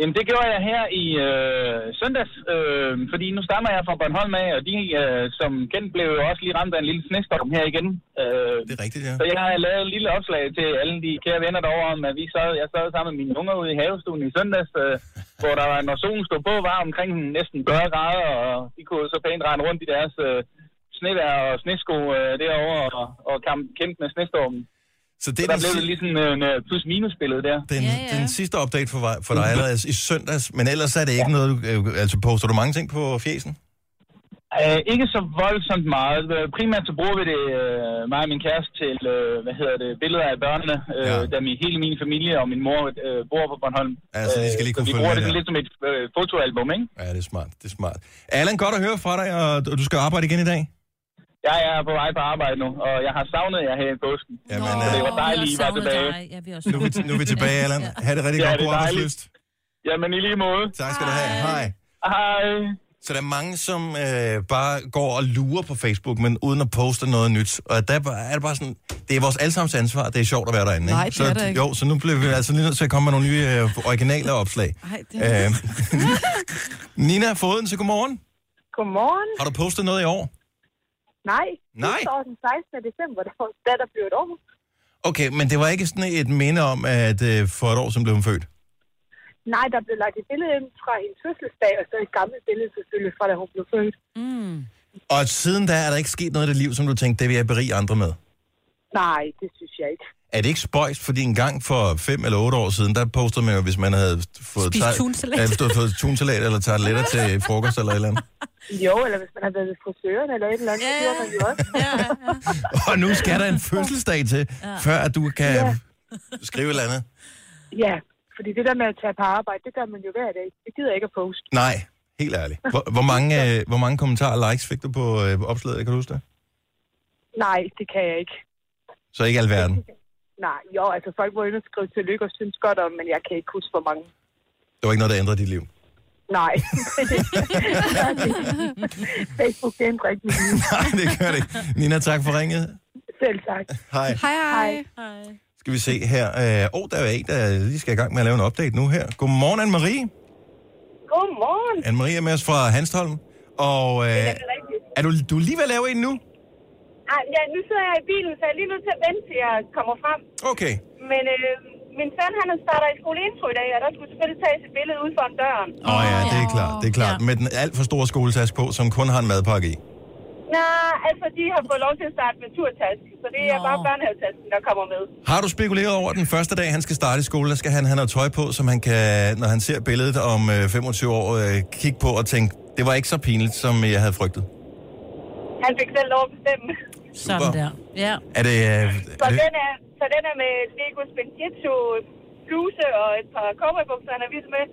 Speaker 9: jamen, det gjorde jeg her i øh, søndags, øh, fordi nu stammer jeg fra Bornholm af, og de, øh, som kendt, blev jo også lige ramt af en lille snestorm her igen. Øh,
Speaker 1: Det er rigtigt, ja.
Speaker 9: så jeg har lavet et lille opslag til alle de kære venner derovre om, at vi sad, jeg sad sammen med mine unger ude i havestuen i søndags, øh, hvor der var, når solen stod på, var omkring næsten 40 grader, og de kunne så pænt rende rundt i deres øh, snevær og snesko øh, derovre og, og kamp, kæmpe med snestormen.
Speaker 1: Så det
Speaker 9: Så
Speaker 1: er
Speaker 9: der
Speaker 1: den,
Speaker 9: blev det
Speaker 1: si-
Speaker 9: lige sådan en øh, plus-minus-billede der.
Speaker 1: den,
Speaker 2: Ja, ja.
Speaker 1: den sidste update for, vej- for dig allerede i søndags, men ellers er det ikke noget, du, øh, altså poster du mange ting på fjesen?
Speaker 9: Øh, ikke så voldsomt meget. Øh, Primært så bruger vi det, øh, mig og min kæreste, til øh, hvad hedder det, billeder af børnene, øh,
Speaker 1: Ja.
Speaker 9: ja. da min, hele min familie og min mor øh, bor på Bornholm.
Speaker 1: Ja, så de skal lige
Speaker 9: Øh,
Speaker 1: kunne
Speaker 9: så vi
Speaker 1: følge
Speaker 9: bruger
Speaker 1: med
Speaker 9: det sådan
Speaker 1: der.
Speaker 9: lidt som et øh, fotoalbum, ikke?
Speaker 1: Ja, det er smart, det er smart. Allan, godt at høre fra dig, og og du skal arbejde igen i dag?
Speaker 9: Jeg er på vej på arbejde nu, og jeg har savnet jer her i påsken.
Speaker 1: Jamen,
Speaker 9: Så det
Speaker 1: øh,
Speaker 9: var dejligt, I var tilbage.
Speaker 2: Dig. Ja, vi er også
Speaker 1: nu, er vi t- nu er vi tilbage, Allan. Ha' det rigtig
Speaker 9: Ja,
Speaker 1: godt,
Speaker 9: det er
Speaker 1: god arbejdslyst.
Speaker 9: Jamen i lige måde.
Speaker 1: Tak skal du have, hej.
Speaker 9: Hej.
Speaker 1: Så der er mange, som øh, bare går og lurer på Facebook, men uden at poste noget nyt. Og der er det bare sådan, det er vores allesammens ansvar, det er sjovt at være derinde. Ikke?
Speaker 3: Nej, det
Speaker 1: så,
Speaker 3: er det ikke.
Speaker 1: Jo, så nu bliver vi altså lige nødt til at komme med nogle nye øh, originale opslag.
Speaker 3: Ej, det er...
Speaker 1: Øh, Nina Foden, så godmorgen.
Speaker 10: Godmorgen.
Speaker 1: Har du postet noget i år?
Speaker 10: Nej.
Speaker 1: Nej.
Speaker 10: Det står den 16. december, der var da der blev et år.
Speaker 1: Okay, men det var ikke sådan et minde om, at øh, for et år siden blev hun født.
Speaker 10: Nej, der blev lagt et billede ind fra hendes fødselsdag, og så et gammelt billede selvfølgelig fra, da hun blev født.
Speaker 1: Og siden da er der ikke sket noget i dit liv, som du tænkte, det vil jeg berige andre med.
Speaker 10: Nej, det synes jeg ikke.
Speaker 1: Er det ikke spøjst, fordi en gang for fem eller otte år siden, der postede man jo, hvis man havde fået,
Speaker 2: Spist
Speaker 1: tar-
Speaker 2: tunsalat.
Speaker 1: Ja, hvis du havde fået tunsalat eller tarteletter til frokost eller et eller andet.
Speaker 10: Jo, eller hvis man har været ved frisøren eller et eller andet, så gjorde man jo også.
Speaker 1: Og nu skal der en fødselsdag til, før at du kan skrive et eller andet.
Speaker 10: Ja, fordi det der med at tage på arbejde, det gør man jo hver dag. Det gider jeg ikke at poste.
Speaker 1: Nej, helt ærligt. Hvor, hvor, mange, øh, hvor mange kommentarer og likes fik du på øh, opslaget, kan du huske det?
Speaker 10: Nej, det kan jeg ikke.
Speaker 1: Så ikke alverden.
Speaker 10: Nej, jo, altså folk var inde og skrive tillykke og synes godt om, men jeg kan ikke huske, hvor mange.
Speaker 1: Det var ikke noget, der ændrede dit liv.
Speaker 10: Nej. Facebook, det ændrer ikke min liv.
Speaker 1: Nej, det gør det ikke. Nina, tak for ringet.
Speaker 10: Selv tak.
Speaker 1: Hej.
Speaker 3: Hej, hej.
Speaker 1: Skal vi se her. Åh, øh, oh, der er en, der lige skal i gang med at lave en update nu her. Godmorgen, Anne-Marie.
Speaker 10: Godmorgen.
Speaker 1: Anne-Marie er med os fra Hanstholm. Og øh,
Speaker 10: Er det rigtigt?
Speaker 1: er du, du er lige ved at lave en nu?
Speaker 10: Ej, ja, nu sidder jeg i bilen, så jeg er lige nødt til at vente, til jeg kommer frem.
Speaker 1: Okay.
Speaker 10: Men øh, min søn, han starter i skoleintro i dag, og der skulle selvfølgelig tages et billede ud foran døren.
Speaker 1: Åh oh, ja, det er klart. Det er klart. Med den alt for store skoletaske på, som kun har en madpakke i.
Speaker 11: Nej, altså de har fået lov til at starte med turtasken, så det er
Speaker 2: Nå.
Speaker 11: bare børnehavetasken, der kommer med.
Speaker 1: Har du spekuleret over den første dag, han skal starte i skole, der skal han have noget tøj på, som han kan, når han ser billedet om øh, 25 år, øh, kigge på og tænke, det var ikke så pinligt, som jeg havde frygtet.
Speaker 11: Han fik selv lov at bestemme.
Speaker 2: Sådan der. Ja.
Speaker 1: Er det... Øh,
Speaker 11: Så,
Speaker 1: er det
Speaker 11: den, er, så den er med Lego Spenditio, bluse og et par cowboybukser, han er vild med.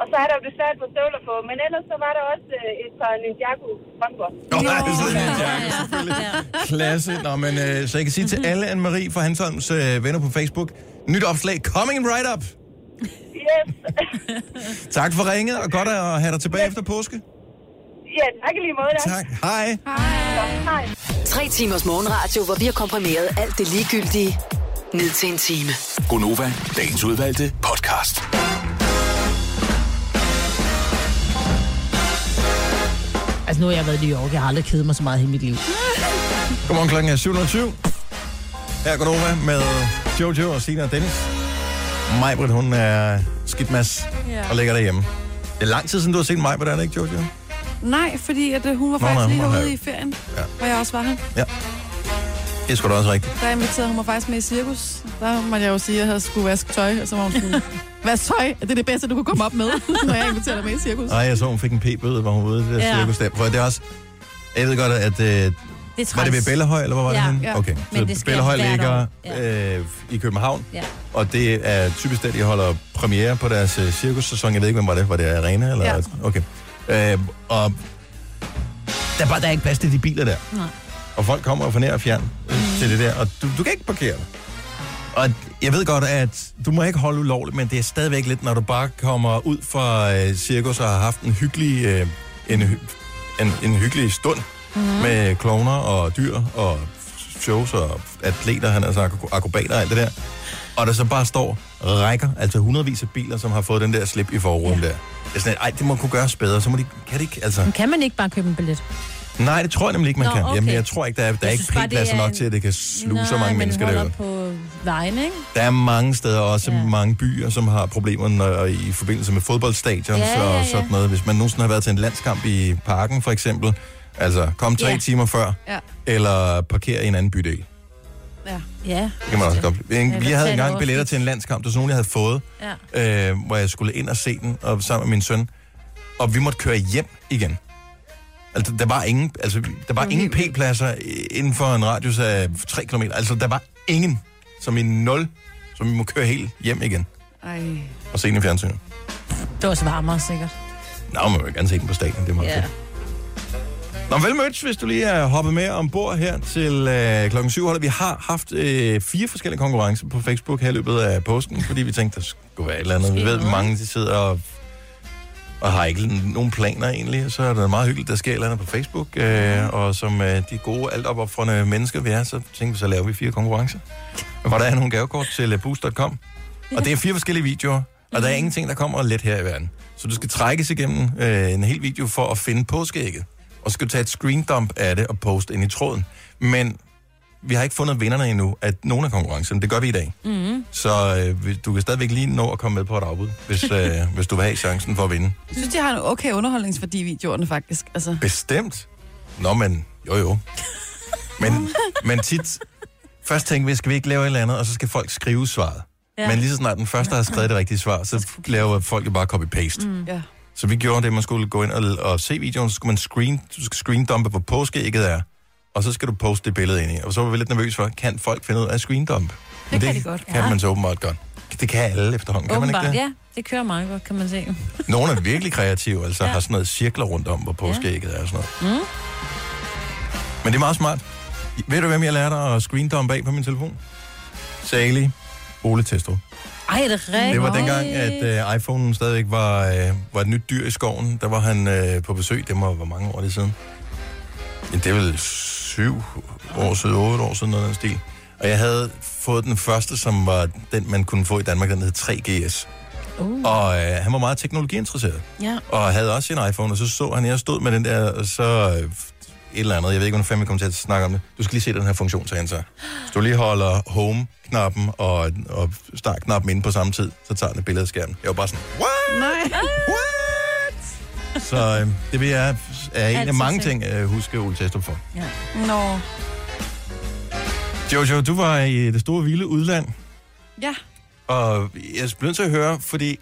Speaker 11: Og så er der jo desværre på støvler på, men ellers så var der også øh, et par Ninjago håndbold.
Speaker 1: Nå, det er sådan en jakke, selvfølgelig. Klasse. Nå, men øh, så jeg kan sige til alle Anne-Marie fra Hansholms øh, venner på Facebook, nyt opslag coming right up.
Speaker 11: Yes.
Speaker 1: Tak for ringet, og godt at have dig tilbage efter påske.
Speaker 11: ja, tak i lige måde. da.
Speaker 1: Tak. Hej.
Speaker 11: Hej.
Speaker 6: Tre timers morgenradio, hvor vi har komprimeret alt det ligegyldige ned til en time.
Speaker 7: Gonova, dagens udvalgte podcast.
Speaker 4: Altså, nu har jeg været i New York. Jeg har aldrig kedet mig så meget i hele mit liv.
Speaker 1: Godmorgen klokken er 7.20. Her er Godova med Jojo og Sina og Dennis. Majbrit, hun er skidt mas
Speaker 3: Ja.
Speaker 1: og ligger derhjemme. Det er lang tid siden, du har set Majbrit, er det ikke, Jojo?
Speaker 3: Nej, fordi at, øh, hun var
Speaker 1: Nå,
Speaker 3: faktisk
Speaker 1: nej,
Speaker 3: lige
Speaker 1: hun var
Speaker 3: herude
Speaker 1: her.
Speaker 3: i ferien,
Speaker 1: Ja.
Speaker 3: hvor jeg også var her.
Speaker 1: Ja. Det er sgu da også rigtigt.
Speaker 3: Der inviterede hun mig faktisk med i cirkus. Der måtte jeg jo sige, at jeg havde skulle vaske tøj, og så var hun sådan, vask tøj, det er det bedste, du kunne komme op med, når jeg inviterer dig med i cirkus.
Speaker 1: Nej, jeg så, hun fik en p-bøde, hvor hun var ude i det der
Speaker 2: Ja.
Speaker 1: cirkus der. For det er også... Jeg ved godt, at... Øh,
Speaker 2: Det er træls.
Speaker 1: var det ved Bellahøj, eller hvor var det
Speaker 2: Ja,
Speaker 1: henne?
Speaker 3: ja.
Speaker 1: Okay,
Speaker 2: Men det
Speaker 1: så
Speaker 2: sker
Speaker 1: Bellahøj
Speaker 2: hvert
Speaker 1: ligger
Speaker 2: år.
Speaker 1: øh, i København.
Speaker 2: Ja.
Speaker 1: Og det er typisk der, de holder premiere på deres øh, cirkussæson. Jeg ved ikke, hvem var det? Var det Arena? Eller?
Speaker 3: Ja.
Speaker 1: Okay. Øh, og der er bare der er ikke plads til de biler der.
Speaker 2: Nej.
Speaker 1: Og folk kommer jo fra nær og fjern øh, til det der. Og du, du kan ikke parkere der. Og jeg ved godt, at du må ikke holde ulovligt, men det er stadigvæk lidt, når du bare kommer ud fra øh, cirkus og har haft en hyggelig, øh, en, hy- en, en hyggelig stund mm. med kloner og dyr og shows og atleter, han altså akrobater og alt det der. Og der så bare står rækker, altså hundredvis af biler, som har fået den der slip i forruden ja. der. Det er sådan, at, ej, det må kunne gøres bedre, så må de, kan det ikke, altså.
Speaker 2: Men kan man ikke bare købe en billet?
Speaker 1: Nej, det tror jeg nemlig ikke, man
Speaker 2: Nå,
Speaker 1: kan.
Speaker 2: okay.
Speaker 1: Jamen, jeg tror ikke, der er, der er
Speaker 2: Jeg
Speaker 1: ikke
Speaker 2: synes bare, det
Speaker 1: p-pladser
Speaker 2: er
Speaker 1: nok
Speaker 2: en-
Speaker 1: til, at det kan sluge så
Speaker 2: Nej,
Speaker 1: mange
Speaker 2: men
Speaker 1: mennesker
Speaker 2: holder
Speaker 1: derude.
Speaker 2: på vejen, ikke?
Speaker 1: Der er mange steder, også ja.
Speaker 2: Ja.
Speaker 1: mange byer, som har problemer når, i forbindelse med fodboldstadions ja,
Speaker 2: Ja,
Speaker 1: ja,
Speaker 2: ja,
Speaker 1: ja.
Speaker 2: ja.
Speaker 1: og sådan noget. Hvis man nogensinde har været til en landskamp i parken, for eksempel, altså kom tre ja.
Speaker 2: Ja.
Speaker 1: timer før,
Speaker 3: Ja.
Speaker 1: eller parker i en anden bydel.
Speaker 3: Ja.
Speaker 2: Ja.
Speaker 1: Det kan man også godt.
Speaker 2: Ja,
Speaker 1: En, vi
Speaker 2: der
Speaker 1: havde
Speaker 2: tager det
Speaker 1: engang
Speaker 2: over.
Speaker 1: billetter til en landskamp, det var sådan nogle, jeg havde fået,
Speaker 2: Ja.
Speaker 1: øh, hvor jeg skulle ind og se den og, sammen med min søn. Og vi måtte køre hjem igen. Altså, der var ingen, altså, der var ingen p-pladser i- inden for en radius af 3 km. Altså, der var ingen, som i nul, som vi må køre helt hjem igen
Speaker 3: Ej.
Speaker 1: og se den i fjernsynet.
Speaker 2: Det er også varmere, sikkert.
Speaker 1: Nå, man vil gerne se den på stadion, det er meget
Speaker 2: Ja.
Speaker 1: yeah. Nå, vel mødt, hvis du lige er hoppet med ombord her til øh, klokken syv. holdet. Vi har haft øh, fire forskellige konkurrencer på Facebook her i løbet af påsken, fordi vi tænkte, der skulle være et eller andet. Vi ved, mange de sidder og, og har ikke nogen planer egentlig, og så er det meget hyggeligt, der sker et eller andet på Facebook. Øh, og som øh, de gode, altopoffrende mennesker vi er, så tænkte vi, så laver vi fire konkurrencer. Og hvor der er nogle gavekort til øh, boost.com. Og det er fire forskellige videoer, og der er ingenting, der kommer let her i verden. Så du skal trækkes igennem øh, en hel video for at finde påskeægget. Og så skal du tage et screendump af det og poste ind i tråden. Men vi har ikke fundet vinderne endnu af nogen af konkurrencerne. Det gør vi i dag. Mm.
Speaker 3: Mm-hmm.
Speaker 1: Så øh, hvis- du kan stadigvæk lige nå at komme med på et afbud, hvis, øh, hvis du vil have chancen for at vinde.
Speaker 3: Jeg synes, de har en okay underholdningsværdi i videoerne, faktisk. Altså,
Speaker 1: Bestemt. Nå, men jo jo. Men, men tit, først tænker vi, skal vi ikke lave et eller andet, og så skal folk skrive svaret. Ja.
Speaker 2: Ja.
Speaker 1: Men lige så snart den første har skrevet det rigtige svar, så laver folk jo bare copy-paste. Mm.
Speaker 3: ja.
Speaker 1: Så vi gjorde det, man skulle gå ind og, og se videoen, så skulle man screen, du skal screendumpe, hvor påskeægget er, og så skal du poste det billede ind i. Og så var vi lidt nervøse for, kan folk finde ud af at screendump? Men
Speaker 3: kan de godt.
Speaker 1: kan ja. man så åbenbart godt. Det kan alle efterhånden, kan man
Speaker 2: Åbenbart.
Speaker 1: ikke det?
Speaker 2: Ja, det kører meget godt, kan man se.
Speaker 1: Ja. Nogle er virkelig kreative, altså ja.
Speaker 2: Ja.
Speaker 1: har sådan noget cirkler rundt om, hvor påskeægget er og sådan noget. Mm. Men det er meget smart. Ved du, hvem jeg lærte at screendumpe af på min telefon? Sally Ole Testrup.
Speaker 2: Ej, er det rigtigt?
Speaker 1: Det var dengang, at øh, iPhonen stadigvæk var, øh, var et nyt dyr i skoven. Der var han øh, på besøg. Det må være mange år lige siden. Men det er vel syv år siden, otte år siden, noget af den stil. Og jeg havde fået den første, som var den, man kunne få i Danmark. Den hed 3GS.
Speaker 9: Mm.
Speaker 1: Uh. Og øh, han var meget teknologiinteresseret.
Speaker 2: Uh. Ja.
Speaker 1: Og havde også sin iPhone, og så så han, jeg stod med den der, og så øh, et eller andet. Jeg ved ikke, hvordan fanden vi kommer til at snakke om det. Du skal lige se den her funktion, sagde han så. Hvis du lige holder home-knappen og, og start-knappen inde på samme tid, så tager den et billede af skærmen. Jeg var bare sådan, what?
Speaker 3: Nej.
Speaker 1: What? Så øh, det vil jeg, er en af
Speaker 2: Altid
Speaker 1: mange
Speaker 2: selv.
Speaker 1: ting, jeg husker Ole Testrup for.
Speaker 3: Nå.
Speaker 1: Jojo, du var i det store vilde udland,
Speaker 3: Ja,
Speaker 1: og jeg blev nødt til at høre, fordi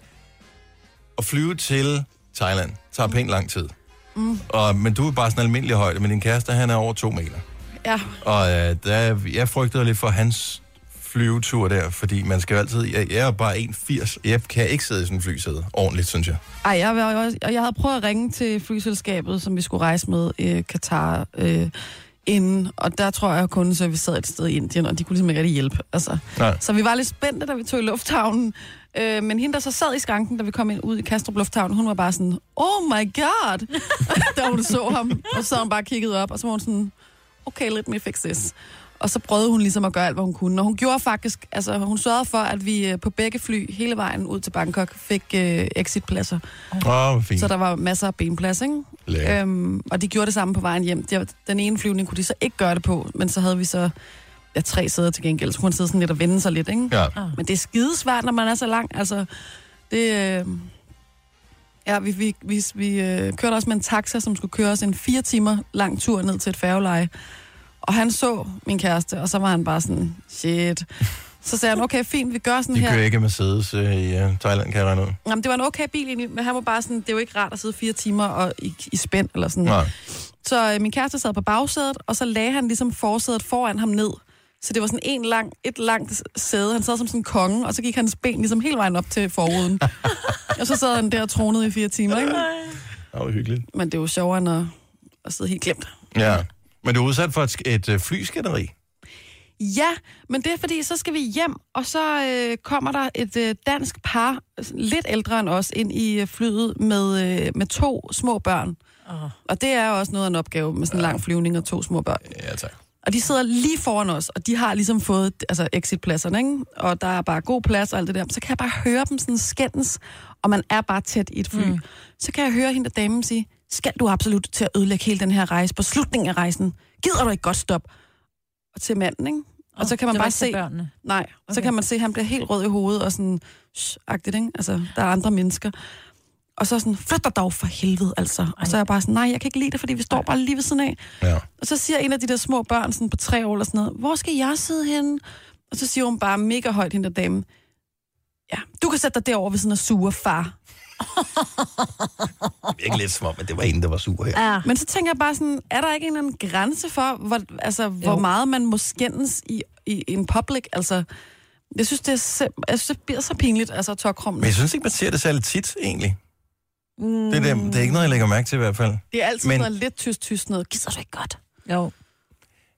Speaker 1: at flyve til Thailand tager pænt lang tid. Mm. Og, men du er bare sådan en almindelig højde, men din kæreste, han er over to meter.
Speaker 3: ja.
Speaker 1: Og øh, der, jeg frygtede lidt for hans flyvetur der, fordi man skal jo altid... Jeg, jeg er bare 1,80. Jeg kan ikke sidde i sådan en flysæde ordentligt, synes jeg.
Speaker 3: Ej, jeg, var jo også, og jeg havde prøvet at ringe til flyselskabet, som vi skulle rejse med øh, Katar øh, inden, og der tror jeg kun, så vi sad et sted i Indien, og de kunne ligesom ikke rigtig hjælpe. Altså.
Speaker 1: Nej.
Speaker 3: Så vi var lidt spændte, da vi tog i lufthavnen. Øh, men hende, der så sad i skranken, da vi kom ind ud i Kastrup Lufthavn, hun var bare sådan, oh my god, da hun så ham. Og så havde hun bare kigget op, og så var hun sådan, okay, let me fix this. Og så prøvede hun ligesom at gøre alt, hvad hun kunne. Og hun gjorde faktisk, altså hun sørgede for, at vi øh, på begge fly hele vejen ud til Bangkok fik øh, exitpladser.
Speaker 1: Åh, oh, fint.
Speaker 3: Så der var masser af benplads, ikke?
Speaker 1: Lækkert.
Speaker 3: Øhm, og de gjorde det samme på vejen hjem. De, den ene flyvning kunne de så ikke gøre det på, men så havde vi så ja, tre sæder til gengæld. Så kunne man sidde sådan lidt og vende sig lidt, ikke?
Speaker 1: Ja.
Speaker 3: Men det er skidesvært, når man er så lang. Altså, det... Øh... Ja, vi, vi, vi, vi øh, kørte også med en taxa, som skulle køre os en fire timer lang tur ned til et færgeleje. Og han så min kæreste, og så var han bare sådan, shit. Så sagde han, okay, fint, vi gør sådan
Speaker 1: De
Speaker 3: her.
Speaker 1: kører ikke Mercedes øh, i øh, Thailand, kan jeg regne ud.
Speaker 3: Jamen, det var en okay bil egentlig, men han var bare sådan, det er jo ikke rart at sidde fire timer og i, i spænd eller sådan.
Speaker 1: Nej.
Speaker 3: Så øh, min kæreste sad på bagsædet, og så lagde han ligesom forsædet foran ham ned. Så det var sådan en lang, et langt sæde. Han sad som sådan en konge, og så gik hans ben ligesom hele vejen op til forruden. og så sad han der og tronede i fire timer, ikke?
Speaker 1: Det var hyggeligt.
Speaker 3: Men det er jo sjovere end at, at sidde helt glemt.
Speaker 1: Ja. Men du er udsat for et, sk- et øh, flyskænderi.
Speaker 3: Ja, men det er fordi, så skal vi hjem, og så øh, kommer der et øh, dansk par, lidt ældre end os, ind i øh, flyet med, øh, med to små børn.
Speaker 1: Ah.
Speaker 3: Oh. Og det er jo også noget af en opgave med sådan en lang flyvning og to små børn.
Speaker 1: Ja, tak.
Speaker 3: Og de sidder lige foran os, og de har ligesom fået altså exitpladserne, ikke? Og der er bare god plads og alt det der. Men Så kan jeg bare høre dem sådan skændes, og man er bare tæt i et fly. Mm. Så kan jeg høre hende og damen sige, skal du absolut til at ødelægge hele den her rejse på slutningen af rejsen? Gider du ikke godt stoppe? Og til manden, ikke? Og så kan man
Speaker 2: det var
Speaker 3: bare
Speaker 2: ikke til
Speaker 3: se...
Speaker 2: børnene.
Speaker 3: Nej, okay. så kan man se, at han bliver helt rød i hovedet og sådan... "Shh," Agtigt, ikke? Altså, der er andre mennesker. Og så sådan, flyt dig dog for helvede, altså. Ej. Og så er jeg bare sådan, nej, jeg kan ikke lide det, fordi vi står bare lige ved siden af.
Speaker 1: Ja.
Speaker 3: Og så siger en af de der små børn sådan på tre år eller sådan noget, hvor skal jeg sidde henne? Og så siger hun bare mega højt hende der dame, ja, du kan sætte dig derovre ved sådan en sure far.
Speaker 1: Ikke lidt som om, at det var en, der var sur her.
Speaker 5: Ja.
Speaker 3: Men så tænker jeg bare sådan, er der ikke en eller anden grænse for, hvor, altså, hvor meget man må skændes i, i, i en public? Altså, jeg synes, det, er sim- jeg synes, det bliver så pinligt, altså at tørkrummen.
Speaker 1: Men jeg synes ikke, man ser det særlig tit, egentlig. Mm. Det, er det, det er ikke noget, jeg lægger mærke til i hvert fald.
Speaker 3: Det er altid
Speaker 1: men-
Speaker 3: men... noget lidt tyst, tyst noget. Gider du ikke godt?
Speaker 2: Jo.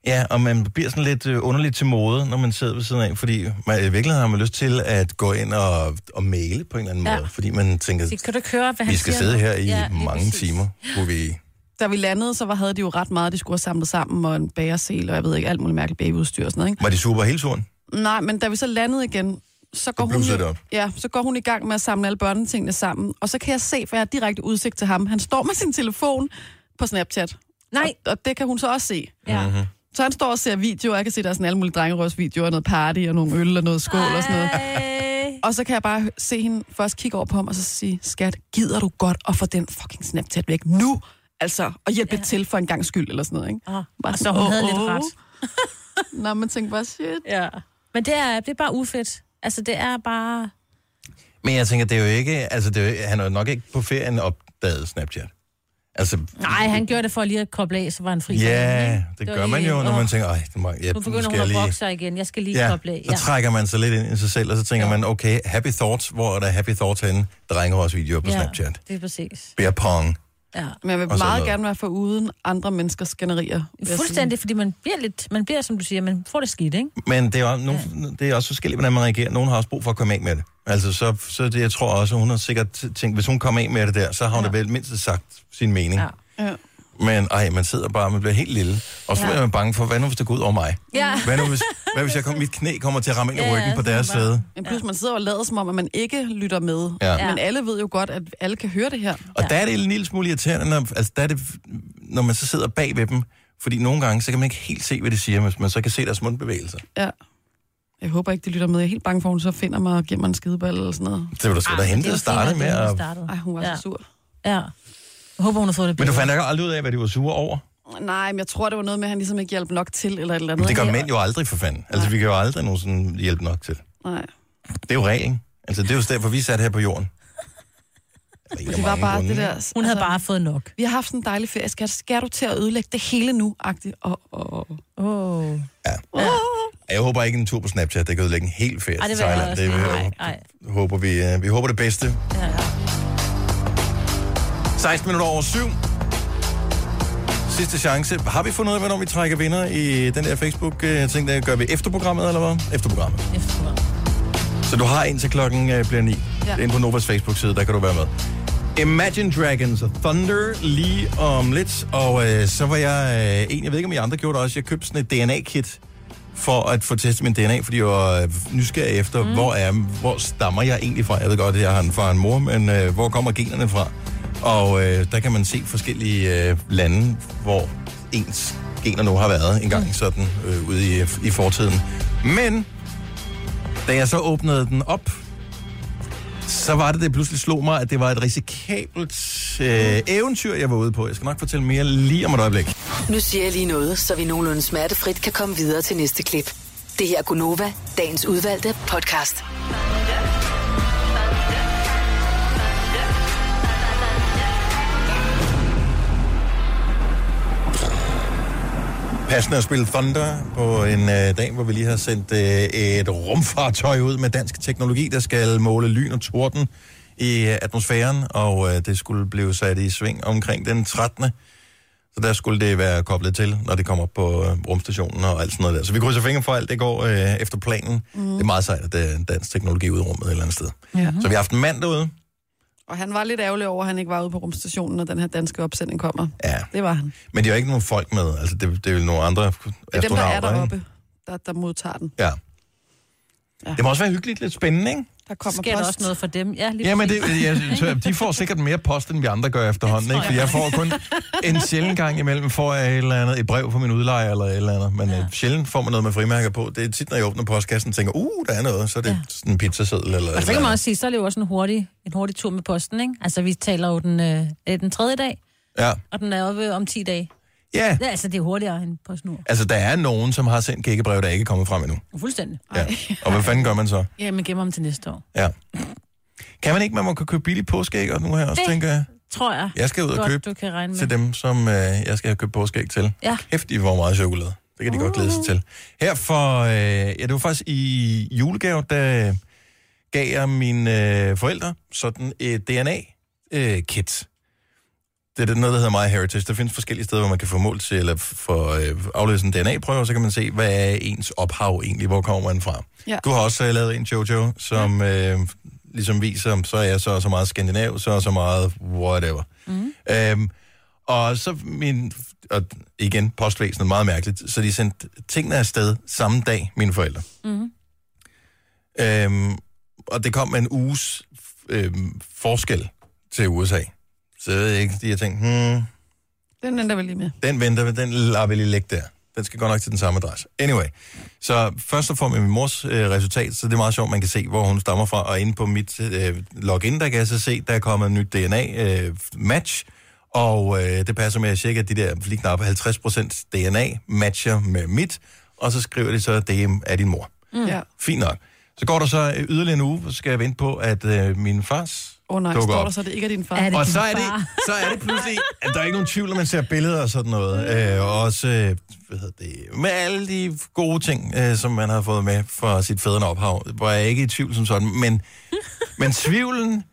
Speaker 1: Ja, og man bliver sådan lidt øh, underligt til mode, når man sidder ved siden af, fordi man, i virkeligheden har man lyst til at gå ind og, og male på en eller anden ja.
Speaker 2: Ja.
Speaker 1: måde, fordi man tænker,
Speaker 2: Det kan du ikke høre, hvad han
Speaker 1: vi skal
Speaker 2: siger.
Speaker 1: sidde her i ja,
Speaker 2: Ja, lige
Speaker 1: mange
Speaker 2: præcis.
Speaker 1: timer, hvor vi...
Speaker 3: Da vi landede, så var, havde de jo ret meget, de skulle have samlet sammen, og en bagersel, og jeg ved ikke, alt muligt mærkeligt babyudstyr og sådan noget, ikke?
Speaker 1: Var de super hele turen?
Speaker 3: Nej, men da vi så landede igen, så går, hun,
Speaker 1: blussede
Speaker 3: i-
Speaker 1: det op.
Speaker 3: ja, så går hun i gang med at samle alle børnetingene sammen. Og så kan jeg se, for jeg har direkte udsigt til ham. Han står med sin telefon på Snapchat.
Speaker 2: Nej.
Speaker 3: Og, og det kan hun så også se.
Speaker 2: Ja. Mm-hmm.
Speaker 1: Mhm.
Speaker 3: Så han står og ser videoer. Jeg kan se, der er sådan alle mulige drengerøvsvideoer, og noget party, og nogle øl, og noget skål og sådan noget. Og så kan jeg bare hø- se hende først kigge over på ham, og så sige, skat, gider du godt at få den fucking Snapchat væk nu? Altså, og hjælpe lidt til for en gang skyld, eller sådan noget, ikke?
Speaker 2: Ah,
Speaker 3: Bare
Speaker 2: og så
Speaker 3: sådan,
Speaker 2: hun
Speaker 3: åh,
Speaker 2: havde lidt
Speaker 3: åh.
Speaker 2: ret.
Speaker 3: Nå, man tænker bare, shit.
Speaker 2: Ja. Men det er, det er bare ufedt. Altså, det er bare...
Speaker 1: Men jeg tænker, det er jo ikke... Altså, det er jo, ikke- han er jo nok ikke på ferien opdaget Snapchat. Altså,
Speaker 2: Nej, han gjorde det for lige at koble af, så var han fri.
Speaker 1: ja, det
Speaker 2: var
Speaker 1: gør man
Speaker 2: lige-
Speaker 1: jo, når man
Speaker 2: Åh.
Speaker 1: tænker, ej, det må, ja,
Speaker 2: Nu
Speaker 1: nu
Speaker 2: begynder
Speaker 1: skal
Speaker 2: hun
Speaker 1: jeg
Speaker 2: at
Speaker 1: lige...
Speaker 2: brokke sig igen. Jeg skal lige
Speaker 1: Ja,
Speaker 2: koble af.
Speaker 1: så trækker man sig lidt ind i sig selv, og så tænker ja. man, okay, happy thoughts, hvor er der happy thoughts henne? Drenger også videoer på ja. Snapchat.
Speaker 2: det er præcis.
Speaker 1: Beer pong.
Speaker 2: Ja.
Speaker 3: Men jeg vil
Speaker 1: Og sådan
Speaker 3: meget
Speaker 1: noget.
Speaker 3: gerne være for uden andre menneskers skænderier. vil jeg
Speaker 2: Fuldstændig, fordi man bliver lidt... Man bliver, som du siger, man får det skidt, ikke?
Speaker 1: Men det er, jo, nu, det er også forskelligt, hvordan man reagerer. Nogen har også brug for at komme af med det. Altså, så, så det, jeg tror også, hun har sikkert tænkt, hvis hun kommer af med det der, så har hun ja. da vel mindst sagt sin mening. Ja.
Speaker 2: Ja.
Speaker 3: sige. Ja.
Speaker 1: Men ej, man sidder bare, man bliver helt lille. Og så ja.
Speaker 2: Ja.
Speaker 1: er man bange for, hvad nu hvis det går ud over mig?
Speaker 2: Ja.
Speaker 1: Hvad nu hvis, hvad hvis jeg kom, mit knæ kommer til at ramme ind i
Speaker 2: Ja,
Speaker 1: ryggen
Speaker 2: ja,
Speaker 1: på
Speaker 2: så er
Speaker 1: deres
Speaker 2: man bare-
Speaker 1: sæde?
Speaker 3: Men plus, man sidder og lader som om, at man ikke lytter med.
Speaker 1: Ja.
Speaker 3: Men alle ved jo godt, at alle kan høre det her.
Speaker 1: Og ja. der er det en lille smule irriterende, når, altså der er det, når man så sidder bag ved dem, fordi nogle gange, så kan man ikke helt se, hvad de siger, men man så kan se deres mundbevægelser.
Speaker 3: Ja. Jeg håber ikke, de lytter med. Jeg er helt bange for, at hun så finder mig og giver mig en skideball eller sådan noget.
Speaker 1: Det var da sgu da hente at starte med.
Speaker 2: at...
Speaker 1: Og,
Speaker 2: Startede.
Speaker 3: Ej, hun var ja.
Speaker 2: ja.
Speaker 3: så sur.
Speaker 2: Ja. Jeg håber, hun har fået det
Speaker 1: Men du
Speaker 2: bedre.
Speaker 1: fandt ikke aldrig ud af, hvad de var sure over?
Speaker 3: Nej, men jeg tror, det var noget med, at han ligesom ikke hjalp nok til, eller et eller
Speaker 1: Men
Speaker 3: andet.
Speaker 1: det gør mænd jo aldrig for fanden. Altså, vi kan jo aldrig nogensinde hjælpe nok til.
Speaker 3: Nej.
Speaker 1: Det er jo reglen. Altså, det er jo derfor, vi er sat her på jorden. Eller en af
Speaker 3: Det var
Speaker 1: mange
Speaker 3: bare
Speaker 1: grunde,
Speaker 3: det der... altså,
Speaker 1: ikke?
Speaker 2: Hun havde bare fået nok.
Speaker 3: Vi har haft sådan en dejlig ferie. Skal, skal du til at ødelægge det hele nu? Agtigt. Og, og, og.
Speaker 2: Åh.
Speaker 1: Jeg håber ikke en tur på Snapchat, der kan ødelægge en hel ferie
Speaker 2: Ej,
Speaker 1: til
Speaker 2: det vil jeg
Speaker 1: Thailand.
Speaker 2: også.
Speaker 1: Det
Speaker 2: Nej,
Speaker 1: vi,
Speaker 2: nej.
Speaker 1: håber vi, øh, vi håber det bedste.
Speaker 2: Ja, ja.
Speaker 1: 16 minutter over syv. Sidste chance. Har vi fundet ud af, hvornår vi trækker vinder i den der Facebook-ting? Der gør vi efterprogrammet, eller hvad? Efterprogrammet. Så du har indtil klokken øh, bliver 9. Ja. Inde på Novas Facebook-side, der kan du være med. Imagine Dragons og Thunder lige om lidt. Og øh, så var jeg øh, en, jeg ved ikke om I andre gjorde det også, jeg købte sådan et DNA-kit for at få testet min DNA, fordi jeg var øh, nysgerrig efter, mm. hvor, er, hvor stammer jeg egentlig fra? Jeg ved godt, at jeg har en far og en mor, men øh, hvor kommer generne fra? Og øh, der kan man se forskellige øh, lande, hvor ens gener nu har været engang mm. sådan øh, ude i, i fortiden. Men da jeg så åbnede den op, så var det, det pludselig slog mig, at det var et risikabelt øh, eventyr, jeg var ude på. Jeg skal nok fortælle mere lige om et øjeblik.
Speaker 6: Nu siger jeg lige noget, så vi nogenlunde smertefrit kan komme videre til næste klip. Det her er Gunova, dagens udvalgte podcast.
Speaker 1: Passende at spille Thunder på en øh, dag, hvor vi lige har sendt øh, et rumfartøj ud med dansk teknologi, der skal måle lyn og torden i øh, atmosfæren, og øh, det skulle blive sat i sving omkring den 13. Så der skulle det være koblet til, når det kommer op på øh, rumstationen og alt sådan noget der. Så vi krydser fingre for alt, det går øh, efter planen. Mm. Det er meget sejt, at øh, dansk teknologi er ude i rummet et eller andet sted.
Speaker 3: Ja.
Speaker 1: Så vi har haft en mand derude.
Speaker 3: og han var lidt ærgerlig over, at han ikke var ude på rumstationen, når den her danske opsending kommer.
Speaker 1: Ja,
Speaker 3: Det var han. Det
Speaker 1: men de har ikke nogen folk med. Altså, det, det er jo nogle andre
Speaker 3: er dem, der er
Speaker 1: astronauter, ikke?
Speaker 3: deroppe, der, der modtager den.
Speaker 1: Ja.
Speaker 3: Ja.
Speaker 1: Det må også være hyggeligt, lidt spændende, ikke?
Speaker 3: Der kommer
Speaker 2: Sker der
Speaker 3: post.
Speaker 2: også noget for dem? Ja, lige
Speaker 1: Jamen, det,
Speaker 2: præcis.
Speaker 1: jeg, tør- de får sikkert mere post, end vi andre gør efterhånden, ikke? For jeg får kun en sjældent gang imellem, får jeg et eller andet, et brev fra min udlejer eller et eller andet, men ja. sjældent får man noget med frimærker på. Det er tit, når jeg åbner postkassen og tænker, uh, der er noget, så er det ja. sådan en pizzaseddel eller
Speaker 2: Og
Speaker 1: et
Speaker 2: Altså, så kan
Speaker 1: eller
Speaker 2: man
Speaker 1: andet.
Speaker 2: også sige, så er det jo også en hurtig, en hurtig tur med posten, ikke? Altså, vi taler jo den, øh, øh, den tredje dag,
Speaker 1: Ja.
Speaker 2: og den er oppe om 10 dage.
Speaker 1: ja.
Speaker 2: Ja, altså, det er hurtigere end på snor.
Speaker 1: Altså, der er nogen, som har sendt gækkebrev, der ikke er kommet frem endnu.
Speaker 2: Fuldstændig.
Speaker 1: Ja. Og hvad fanden gør man så?
Speaker 2: Ja, men gemmer dem til næste år.
Speaker 1: Ja. Kan man ikke, man må kunne købe billige påskeæg, og nu her også
Speaker 2: Det-
Speaker 1: tænker jeg,
Speaker 2: Tror jeg.
Speaker 1: jeg skal ud og
Speaker 2: Godt,
Speaker 1: købe
Speaker 2: du kan regne med.
Speaker 1: til dem, som øh, jeg skal have købt påskæg til.
Speaker 2: Ja.
Speaker 1: Kæft, de var meget chokolade. Det kan de godt glæde sig til. Her for, øh, ja, det var faktisk i julegave, der gav jeg mine øh, forældre sådan et DNA-kit. øh, Det er noget, der hedder My Heritage. Der findes forskellige steder, hvor man kan få målt til, eller få øh, afløse en DNA-prøve, og så kan man se, hvad er ens ophav egentlig, hvor kommer man fra.
Speaker 3: Ja.
Speaker 1: Du har også øh, lavet en, Jojo, som øh, ligesom viser, så er jeg så og så meget skandinav, så og så meget whatever. Mm. Øhm, og så min, og igen, postvæsenet, meget mærkeligt, så de sendte tingene afsted samme dag, mine forældre.
Speaker 2: mhm.
Speaker 1: Mm. Øhm, og det kom med en uges øhm, forskel til USA. Så jeg ved ikke, de har tænkt, hmm,
Speaker 3: Den ender vi lige med.
Speaker 1: den venter vi, den lader vi lige ligge der. Den skal godt nok til den samme adresse. Anyway, så først og fremmest min mors øh, resultat, så det er meget sjovt, man kan se, hvor hun stammer fra, og inde på mit øh, login, der kan jeg så se, der er kommet en ny DNA-match, øh, og øh, det passer med at tjekke, at de der lige knap 50% DNA matcher med mit, og så skriver de så, at det er din mor.
Speaker 3: Mm. Ja.
Speaker 1: Fint nok. Så går der så øh, yderligere en uge, så skal jeg vente på, at øh, min fars
Speaker 3: Åh oh, nej,
Speaker 1: dukker
Speaker 3: står
Speaker 1: op.
Speaker 3: der så, det ikke er din far.
Speaker 2: Er det
Speaker 1: Og
Speaker 2: din
Speaker 1: så er,
Speaker 2: far?
Speaker 1: det, så er det pludselig, at der er ikke nogen tvivl, når man ser billeder og sådan noget. Øh, og også, øh, hvad hedder det, med alle de gode ting, øh, som man har fået med fra sit fædrene ophav, var jeg ikke i tvivl som sådan. Men, men tvivlen,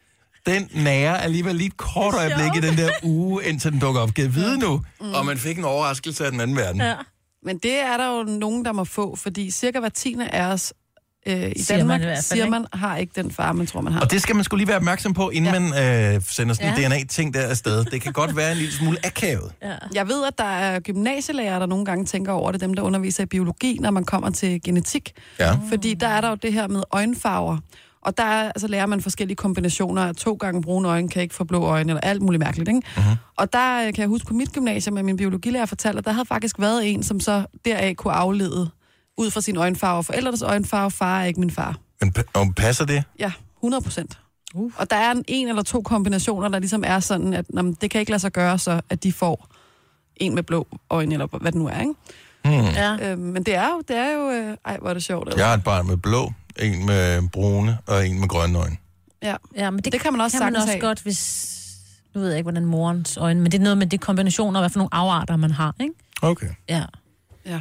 Speaker 1: den nærer alligevel lige et kort øjeblik i den der uge, indtil den dukker op. Giv vide nu, og man fik en overraskelse af den anden verden. Mm. Ja.
Speaker 3: Men det er der jo nogen, der må få, fordi cirka hver tiende af os øh, i
Speaker 2: Siger man
Speaker 3: Danmark,
Speaker 2: i hvert fald,
Speaker 3: siger man, har ikke den far, man tror, man har.
Speaker 1: Og det skal man skulle lige være opmærksom på, inden ja. man øh, sender sådan en ja. DNA-ting der afsted. Det kan godt være en lille smule akavet.
Speaker 3: Jeg ved, at der er gymnasielærer, der nogle gange tænker over det, dem der underviser i biologi, når man kommer til genetik.
Speaker 1: Ja.
Speaker 3: Fordi der er der jo det her med øjenfarver. Og der er, altså, lærer man forskellige kombinationer af to gange brune øjne, kan ikke få blå øjne, eller alt muligt mærkeligt. Ikke? Uh-huh. Og der øh, kan jeg huske på mit gymnasium, at min biologilærer fortalte, at der havde faktisk været en, som så deraf kunne aflede ud fra sin øjenfarve. Forældrenes øjenfarve, far er ikke min far.
Speaker 1: Men pa- og passer det?
Speaker 3: Ja, 100 procent. Uh. Og der er en, en eller to kombinationer, der ligesom er sådan, at jamen, det kan ikke lade sig gøre så, at de får en med blå øjne, eller hvad det nu er, ikke?
Speaker 1: Hmm. Mm.
Speaker 2: Ja.
Speaker 3: Øh, men det er jo, det er jo øh, ej, hvor er det sjovt. eller?
Speaker 1: Jeg har et barn med blå, en med brune og en med grønne øjne.
Speaker 3: ja.
Speaker 2: ja, men det,
Speaker 3: Det kan man også
Speaker 2: kan man
Speaker 3: sagtens
Speaker 2: også
Speaker 3: have.
Speaker 2: godt, hvis... Nu ved jeg ikke, hvordan morens øjne... Men det er noget med de kombinationer, hvad for nogle afarter man har, ikke?
Speaker 1: Okay.
Speaker 2: Ja.
Speaker 3: ja.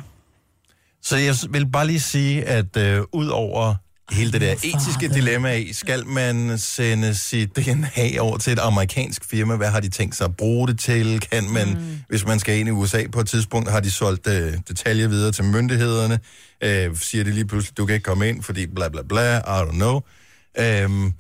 Speaker 1: Så jeg vil bare lige sige, at øh, ud over hele det der etiske dilemma i, skal man sende sit DNA over til et amerikansk firma? Hvad har de tænkt sig at bruge det til? Kan man, mm. hvis man skal ind i USA på et tidspunkt, har de solgt øh, detaljer videre til myndighederne? Øh, siger de lige pludselig, du kan ikke komme ind, fordi bla bla bla, I don't know. Øhm,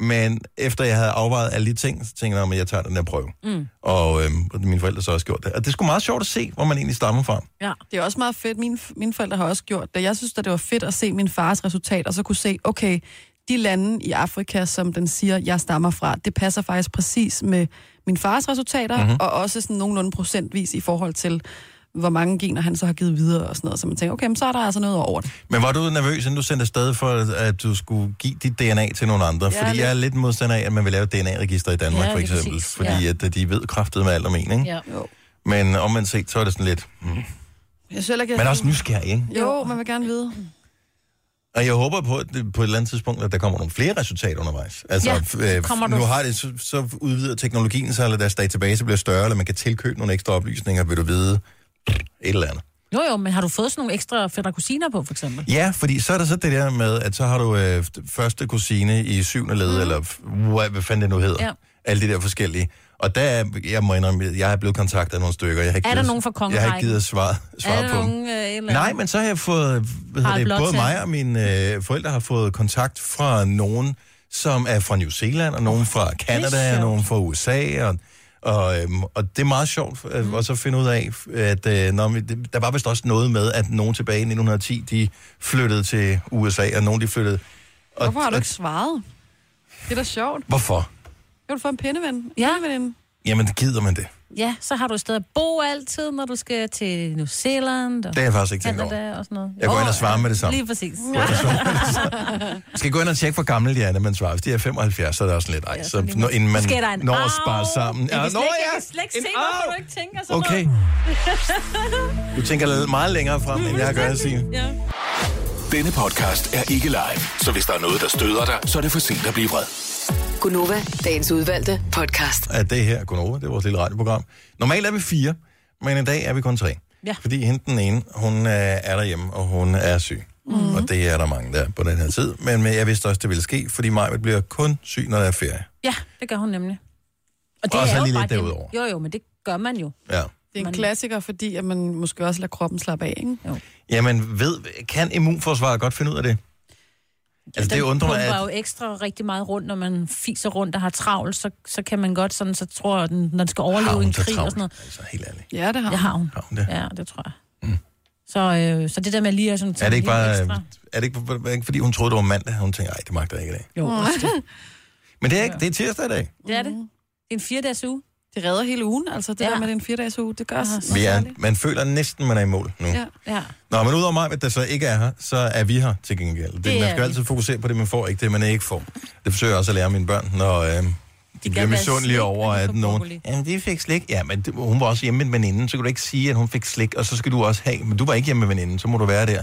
Speaker 1: men efter jeg havde afvejet alle de ting, så tænkte jeg, at jeg tager den der prøve. Mm. Og øhm, mine forældre så også gjort det. Og det er sgu meget sjovt at se, hvor man egentlig stammer fra.
Speaker 2: Ja.
Speaker 3: Det er også meget fedt. Mine, mine forældre har også gjort det. Jeg synes, at det var fedt at se min fars resultat, og så kunne se, okay, de lande i Afrika, som den siger, jeg stammer fra, det passer faktisk præcis med min fars resultater,
Speaker 1: Mhm.
Speaker 3: mm-hmm. og også sådan nogenlunde procentvis i forhold til, hvor mange gener han så har givet videre og sådan noget. Så man tænker, okay, men så er der altså noget over det.
Speaker 1: Men var du nervøs, inden du sendte afsted for, at du skulle give dit DNA til nogle andre? Ja,
Speaker 3: Ja,
Speaker 1: fordi
Speaker 3: lidt.
Speaker 1: jeg er lidt modstander af, at man vil lave DNA-register i Danmark,
Speaker 2: Ja,
Speaker 1: for
Speaker 2: lige
Speaker 1: eksempel.
Speaker 2: præcis,
Speaker 1: Fordi ja. at øh, de ved kraftet med alt om en, ikke? Ja.
Speaker 2: ja.
Speaker 3: Jo.
Speaker 1: Men omvendt set, så er det sådan lidt... Mm.
Speaker 3: Jeg synes ikke,
Speaker 1: Man er også nysgerrig, ikke?
Speaker 3: Jo, man vil gerne vide.
Speaker 1: Og jeg håber på, at det- på et eller andet tidspunkt, at der kommer nogle flere resultater undervejs. Altså,
Speaker 2: Ja,
Speaker 1: f- øh,
Speaker 2: kommer
Speaker 1: f-
Speaker 2: du-
Speaker 1: nu har det, så, så udvider teknologien sig, eller deres database bliver større, eller man kan tilkøbe nogle ekstra oplysninger, vil du vide et eller andet.
Speaker 2: Jo, jo, men har du fået sådan nogle ekstra fætter kusiner på, for eksempel?
Speaker 1: Ja, fordi så er der så det der med, at så har du øh, f- første kusine i syvende led, mm. eller f- hvad, hvad fanden det nu hedder. Ja.
Speaker 2: Mhm. Ja.
Speaker 1: Alle de der forskellige. Og der er, jeg må indrømme, jeg er blevet kontaktet af nogle stykker. Jeg har ikke
Speaker 2: Er der
Speaker 1: givet-
Speaker 2: nogen fra
Speaker 1: Jeg har
Speaker 2: kongerækken?
Speaker 1: ikke givet svar, svar
Speaker 2: er der
Speaker 1: på dem.
Speaker 2: nogen, øh, et eller
Speaker 1: Nej,
Speaker 2: andet?
Speaker 1: men så har jeg fået, hvad hedder
Speaker 2: Harald
Speaker 1: det, både
Speaker 2: Blåtand.
Speaker 1: mig og mine øh, forældre har fået kontakt fra nogen, som er fra New Zealand, og nogen fra Canada, og
Speaker 2: sjovt.
Speaker 1: nogen fra USA, og, og, øhm, og det er meget sjovt øh, mm. at så finde ud af, at øh, når, vi- det- der var vist også noget med, at nogen tilbage i 1910, de flyttede til USA, og nogen de flyttede... Og,
Speaker 3: Hvorfor har du
Speaker 1: og-
Speaker 3: ikke svaret? Det er da sjovt.
Speaker 1: Hvorfor?
Speaker 3: Jeg vil få en pindeven.
Speaker 2: Ja.
Speaker 3: Pindeveninde.
Speaker 1: Jamen, gider man det?
Speaker 2: Ja, så har du et sted at bo altid, når du skal til New Zealand og
Speaker 1: Det har jeg faktisk ikke tænkt over.
Speaker 2: Canada og sådan noget.
Speaker 1: Jeg går ind og
Speaker 2: Åh,
Speaker 1: svarer med det samme.
Speaker 2: Lige præcis.
Speaker 1: Jeg skal gå ind og tjekke, hvor gammel de er, når man svarer. Hvis de er 75, så er det også lidt ej. Så når, inden man
Speaker 2: Måske er der en
Speaker 1: når
Speaker 2: arv.
Speaker 1: at spare sammen.
Speaker 2: Jeg kan
Speaker 1: nå
Speaker 2: slet, ikke- jeg kan slet ikke
Speaker 1: en
Speaker 2: se,
Speaker 1: arv.
Speaker 2: hvorfor du ikke tænker sådan
Speaker 1: Okay. Du tænker lidt meget længere frem, end jeg gør, sige.
Speaker 7: Denne podcast er ikke live, så hvis der er noget, der støder dig, så er det for sent at blive vred.
Speaker 6: Gunova, dagens udvalgte podcast.
Speaker 1: At det her er Gunova, det er vores lille radioprogram. Normalt er vi fire, men i dag er vi kun tre.
Speaker 2: Ja.
Speaker 1: Fordi hende den ene, hun øh, er derhjemme, og hun er syg.
Speaker 2: Mhm.
Speaker 1: Mm. Og det er der mange, der er på den her tid. Men men jeg vidste også, det ville ske, fordi Maja bliver kun syg, når der er ferie.
Speaker 2: Ja, det gør hun nemlig. Og
Speaker 1: Og så
Speaker 2: jo
Speaker 1: lige
Speaker 2: bare
Speaker 1: lidt
Speaker 2: det-
Speaker 1: derudover.
Speaker 2: Jo, jo, men det gør man jo.
Speaker 1: Ja.
Speaker 3: Det er en
Speaker 2: Man-
Speaker 3: klassiker, fordi at man måske også lader kroppen slappe af, ikke?
Speaker 1: Jamen, ved, kan immunforsvaret godt finde ud af det? Altså, det
Speaker 2: Den
Speaker 1: undrer mig,
Speaker 2: pumper
Speaker 1: at
Speaker 2: jo ekstra rigtig meget rundt, når man fiser rundt og har travlt, så, så kan man godt sådan, så tror jeg, den, når den skal
Speaker 1: har
Speaker 2: overleve
Speaker 1: hun
Speaker 2: en
Speaker 1: så
Speaker 2: krig og
Speaker 1: travlt?
Speaker 2: sådan noget.
Speaker 1: Altså, helt ærligt.
Speaker 3: Ja, det har
Speaker 2: Jeg har hun.
Speaker 1: Har hun det? Mm.
Speaker 2: Ja, det tror jeg. Så, øh, så det der med lige at sådan...
Speaker 1: Er det ikke bare... øh,
Speaker 2: Ekstra.
Speaker 1: Er det ikke, var det ikke, fordi hun troede, det var mandag? Hun tænkte, nej, det magter jeg ikke i dag.
Speaker 2: Jo, også det.
Speaker 1: Men det er, ikke, det er tirsdag i dag.
Speaker 2: det er
Speaker 3: Mhm.
Speaker 2: det. Det er en fire-dages uge.
Speaker 3: Det redder hele ugen, altså det ja.
Speaker 2: Ja.
Speaker 3: der med den fire-dages uge, det gør os.
Speaker 1: Vi er,
Speaker 3: særligt.
Speaker 1: man føler næsten, man er i mål nu. Ja.
Speaker 3: Ja.
Speaker 2: Ja.
Speaker 1: Nå, men udover mig, at der så ikke er her, så er vi her til gengæld. Det, det
Speaker 2: Det
Speaker 1: man
Speaker 2: er
Speaker 1: skal
Speaker 2: vi.
Speaker 1: altid fokusere på det, man får, ikke det, man ikke får. Det forsøger jeg også at lære mine børn, når øh, de, de bliver
Speaker 2: gerne vil have slik,
Speaker 1: misundelige over,
Speaker 2: og de
Speaker 1: at
Speaker 2: får
Speaker 1: nogen...
Speaker 2: broccoli.
Speaker 1: Jamen, de fik slik. Ja, men det, hun var også hjemme med en veninde, så kunne du ikke sige, at hun fik slik, og så skal du også have... Men du var ikke hjemme med veninden, så må du være der.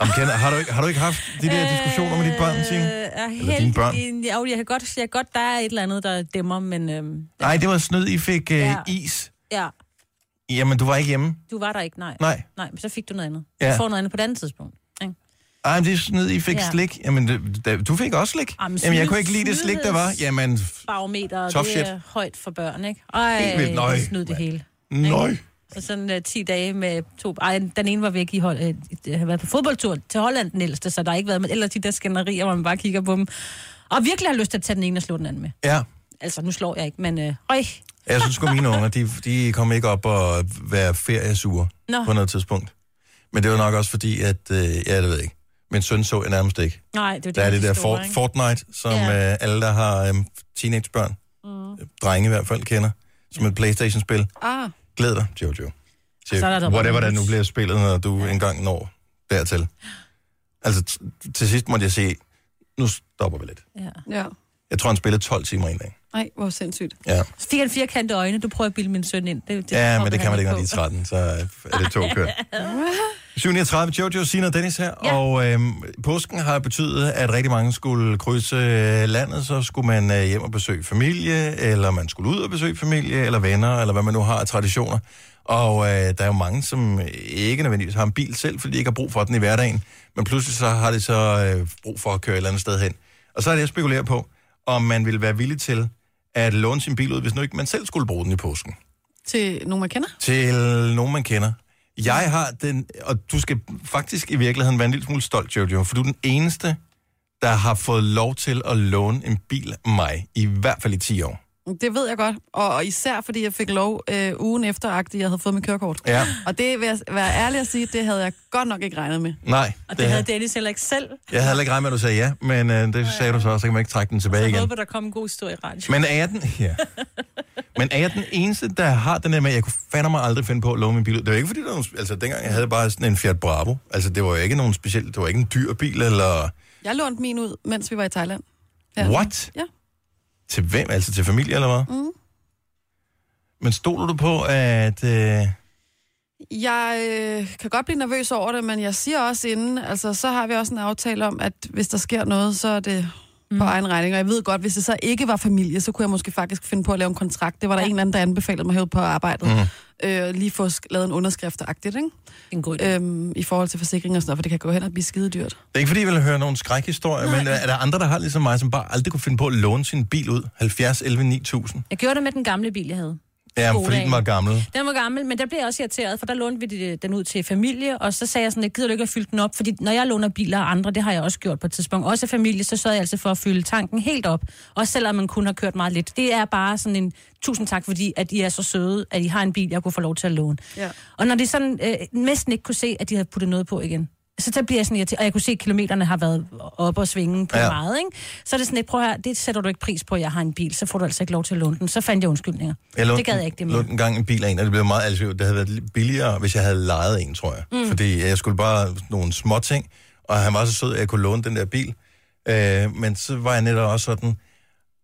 Speaker 1: Om, kender, har, du ikke, har du ikke haft de
Speaker 2: Øh,
Speaker 1: der diskussioner med dit børn, Signe?
Speaker 2: er
Speaker 1: Eller dine børn?
Speaker 2: Jo, jeg kan godt, jeg kan godt, der er et eller andet, der dæmmer, men øhm,
Speaker 1: Nej, det var snyd, I fik øh,
Speaker 2: Ja.
Speaker 1: is.
Speaker 2: ja,
Speaker 1: Jamen, du var ikke hjemme.
Speaker 2: du var der ikke, nej.
Speaker 1: Nej.
Speaker 2: Nej, men så fik du noget andet.
Speaker 1: Ja.
Speaker 2: Ja. Du får noget andet på et andet tidspunkt. Ikke?
Speaker 1: Ej, men det er snyd, I fik ja.
Speaker 2: Ja.
Speaker 1: slik. Jamen, det- da- du fik også slik.
Speaker 2: Ej, men
Speaker 1: Jamen, jeg
Speaker 2: snyd-
Speaker 1: kunne ikke lide det slik, der var.
Speaker 2: snydheds-
Speaker 1: Jamen,
Speaker 2: Barometer,
Speaker 1: Tough
Speaker 2: Tough det
Speaker 1: shit.
Speaker 2: er højt for børn, ikke? Ej,
Speaker 1: Helt vildt. Nøj,
Speaker 2: det snød det
Speaker 1: mand.
Speaker 2: hele.
Speaker 1: nøj.
Speaker 2: Så sådan uh, 10 dage med to... Ej, den ene var væk i hold, øh, øh, har været på fodboldtur til Holland, den ældste, så der har ikke været med. Ellers de der skænderier, hvor man bare kigger på dem. Og virkelig har lyst til at tage den ene og slå den anden med.
Speaker 1: Ja.
Speaker 2: Altså, nu slår jeg ikke, men... Øh, øj,
Speaker 1: Jeg synes sgu, mine unger, de, de kom ikke op og være feriesure
Speaker 2: Nå.
Speaker 1: på noget tidspunkt. Men det var nok også fordi, at... Øh, ja, det ved jeg ikke. Min søn så jeg nærmest ikke.
Speaker 2: nej, det er det,
Speaker 1: Der er det
Speaker 2: de
Speaker 1: der
Speaker 2: store,
Speaker 1: for,
Speaker 2: ikke?
Speaker 1: Fortnite, som ja.
Speaker 2: Ja.
Speaker 1: øh, alle, der har øh, teenagebørn, mm. drenge i hvert fald, kender, som et Playstation-spil.
Speaker 3: Ah,
Speaker 1: Glæd dig, Jojo. Til
Speaker 2: Så er der da
Speaker 1: whatever der
Speaker 2: Robin
Speaker 1: nu
Speaker 2: Hood.
Speaker 1: bliver spillet, når du ja. engang når dertil. Altså, t- til sidst måtte jeg sige, nu stopper vi lidt.
Speaker 2: Ja.
Speaker 3: Ja.
Speaker 1: Jeg tror, han spillede 12 timer en dag.
Speaker 3: Nej, hvor sindssygt.
Speaker 1: Ja,
Speaker 2: Så fik han firkantede øjne, du prøver at bilde min søn ind. Det, det
Speaker 1: ja
Speaker 2: hopper
Speaker 1: men det kan
Speaker 2: han
Speaker 1: man ikke, når de
Speaker 2: på.
Speaker 1: er 13, så er det to kørt. 37, Jojo, Sina og Dennis her, ja.
Speaker 2: Ja.
Speaker 1: og øhm, påsken har betydet, at rigtig mange skulle krydse øh, landet, så skulle man øh, hjem og besøge familie, eller man skulle ud og besøge familie, eller venner, eller hvad man nu har af traditioner. Og øh, der er jo mange, som ikke nødvendigvis har en bil selv, fordi de ikke har brug for den i hverdagen, men pludselig så har de så øh, brug for at køre et eller andet sted hen. Og så er det, jeg spekulerer på, om man ville være villig til at låne sin bil ud, hvis nu ikke man selv skulle bruge den i påsken
Speaker 3: Til nogen, man kender?
Speaker 1: til nogen, man kender. Jeg har den, og du skal faktisk i virkeligheden være en lille smule stolt, Jojo, for du er den eneste, der har fået lov til at låne en bil af mig, i hvert fald i 10 år.
Speaker 3: Det ved jeg godt. Og, og især fordi jeg fik lov øh, ugen efter, at jeg havde fået mit kørekort.
Speaker 1: Ja,
Speaker 3: Og det vil jeg s- være ærlig at sige, det havde jeg godt nok ikke regnet med.
Speaker 1: nej.
Speaker 2: Og det havde Dennis heller ikke selv.
Speaker 1: Jeg havde heller ikke regnet med, at du sagde ja, men øh, det sagde du så, og så kan man ikke trække den tilbage
Speaker 2: Jeg
Speaker 1: igen.
Speaker 2: håber, der kom en god historie i radio.
Speaker 1: Men er jeg den... Ja. Men er jeg den eneste, der har den der med, at jeg kunne fandme aldrig finde på at låne min bil ud? Det var ikke fordi, der var nogen, altså dengang jeg havde bare sådan en Fiat Bravo. Altså det var jo ikke nogen speciel, det var ikke en dyr bil, eller...
Speaker 3: Jeg lånte min ud, mens vi var i Thailand.
Speaker 1: Ja.
Speaker 3: Ja.
Speaker 1: What?
Speaker 3: Ja.
Speaker 1: Til hvem? Altså til familie eller hvad?
Speaker 3: Mm.
Speaker 1: Men stoler du på, at... Øh...
Speaker 3: Jeg øh, kan godt blive nervøs over det, men jeg siger også inden, altså så har vi også en aftale om, at hvis der sker noget, så er det mm. på egen regning. Og jeg ved godt, hvis det så ikke var familie, så kunne jeg måske faktisk finde på at lave en kontrakt. Det var der ja. en eller anden, der anbefalede mig herude på arbejdet. Mm. Øh, lige få sk- lavet en underskrift og agtigt, ikke?
Speaker 2: En god idé.
Speaker 3: Øhm, I forhold til forsikring og sådan noget, for det kan gå hen og blive skide dyrt.
Speaker 1: Det er ikke fordi, jeg vil høre nogen skrækhistorie, men øh, er der andre, der har ligesom mig, som bare aldrig kunne finde på at låne sin bil ud? 70, 11, 9000.
Speaker 2: Jeg gjorde det med den gamle bil, jeg havde.
Speaker 1: Ja,
Speaker 2: Skodaen.
Speaker 1: fordi den var gammel.
Speaker 2: Den var gammel, men der blev jeg også irriteret, for der lånte vi det- den ud til familie, og så sagde jeg sådan, jeg gider du ikke at fylde den op, fordi når jeg låner biler af andre, det har jeg også gjort på et tidspunkt, også af familie, så sørger jeg altså for at fylde tanken helt op, også selvom man kun har kørt meget lidt. Det er bare sådan en tusind tak, fordi at I er så søde, at I har en bil, jeg kunne få lov til at låne.
Speaker 3: Ja.
Speaker 2: Og når de sådan øh, næsten ikke kunne se, at de havde puttet noget på igen, så der bliver jeg sådan irriteret, og jeg kunne se, at kilometerne har været op og svinge på
Speaker 1: Ja.
Speaker 2: ja. meget, ikke? Så er det sådan lidt, prøv her, det sætter du ikke pris på, at jeg har en bil, så får du altså ikke lov til at låne den. Så fandt jeg undskyldninger.
Speaker 1: Jeg lånte,
Speaker 2: det gad jeg ikke det med.
Speaker 1: lånte en gang en bil af en, og det blev meget altså, Det havde været lidt billigere, hvis jeg havde lejet en, tror jeg. Mm. Fordi jeg skulle bare sådan nogle små ting, og han var så sød, at jeg kunne låne den der bil. Øh, men så var jeg netop også sådan,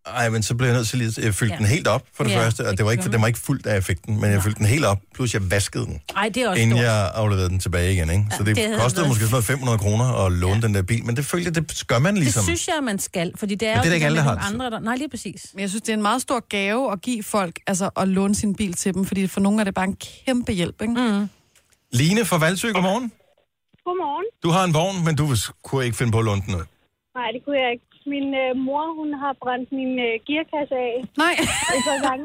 Speaker 1: ej, men så blev jeg nødt til lige at øh, fylde ja.
Speaker 2: Ja.
Speaker 1: den helt op, for det ja,
Speaker 2: Ja,
Speaker 1: første. Og
Speaker 2: det
Speaker 1: det var ikke,
Speaker 2: gjorde
Speaker 1: for den var ikke fuldt, da jeg fik den, men jeg fyldte den helt op, plus jeg vaskede den,
Speaker 2: Nej, det er også
Speaker 1: inden
Speaker 2: stort.
Speaker 1: jeg afleverede den tilbage igen. Ikke? Så
Speaker 2: Ja,
Speaker 1: det,
Speaker 2: det havde
Speaker 1: kostede
Speaker 2: været-
Speaker 1: måske sådan noget 500 kroner at låne ja. den der bil, men det følte jeg, det gør man
Speaker 2: Det
Speaker 1: ligesom.
Speaker 2: synes jeg, man skal, fordi det er,
Speaker 1: Men det er
Speaker 2: jo
Speaker 1: der ikke
Speaker 2: der
Speaker 1: alle,
Speaker 2: med
Speaker 1: der
Speaker 2: nogle
Speaker 1: har det.
Speaker 2: andre, der... Nej, lige præcis.
Speaker 3: Men jeg synes, det er en meget stor gave at give folk, altså at låne sin bil til dem, fordi for nogle er det bare en kæmpe hjælp, ikke? Mm.
Speaker 1: Line fra Valsø, godmorgen.
Speaker 11: Godmorgen.
Speaker 1: Du har en vogn, men du kunne ikke finde på at låne den ud.
Speaker 11: Nej, det kunne jeg ikke. Min øh, mor, hun har brændt min øh, gearkasse af
Speaker 3: Nej,
Speaker 11: et par gange.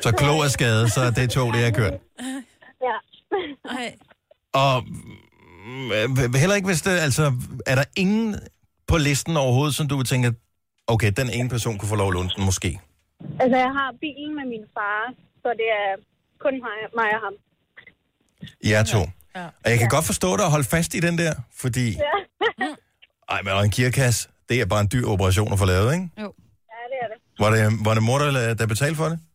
Speaker 1: Så klog er skadet, så er det tog, det jeg kørt.
Speaker 11: ja.
Speaker 2: Ej,
Speaker 1: Og mm, øh, heller ikke, hvis det... Altså, er der ingen på listen overhovedet, som du vil tænke, okay, den ene person kunne få lov at låne den, måske?
Speaker 11: Altså, jeg har bilen med min far, så det er kun mig, mig og ham.
Speaker 1: Jeg to. Ja. Og jeg kan godt forstå dig at holde fast i den der, fordi... Ja. Ej, men og en gearkasse, det er bare en dyr operation at få lavet, ikke?
Speaker 11: Ja, det er det.
Speaker 1: Var det, var det mor, der, der betalte for det?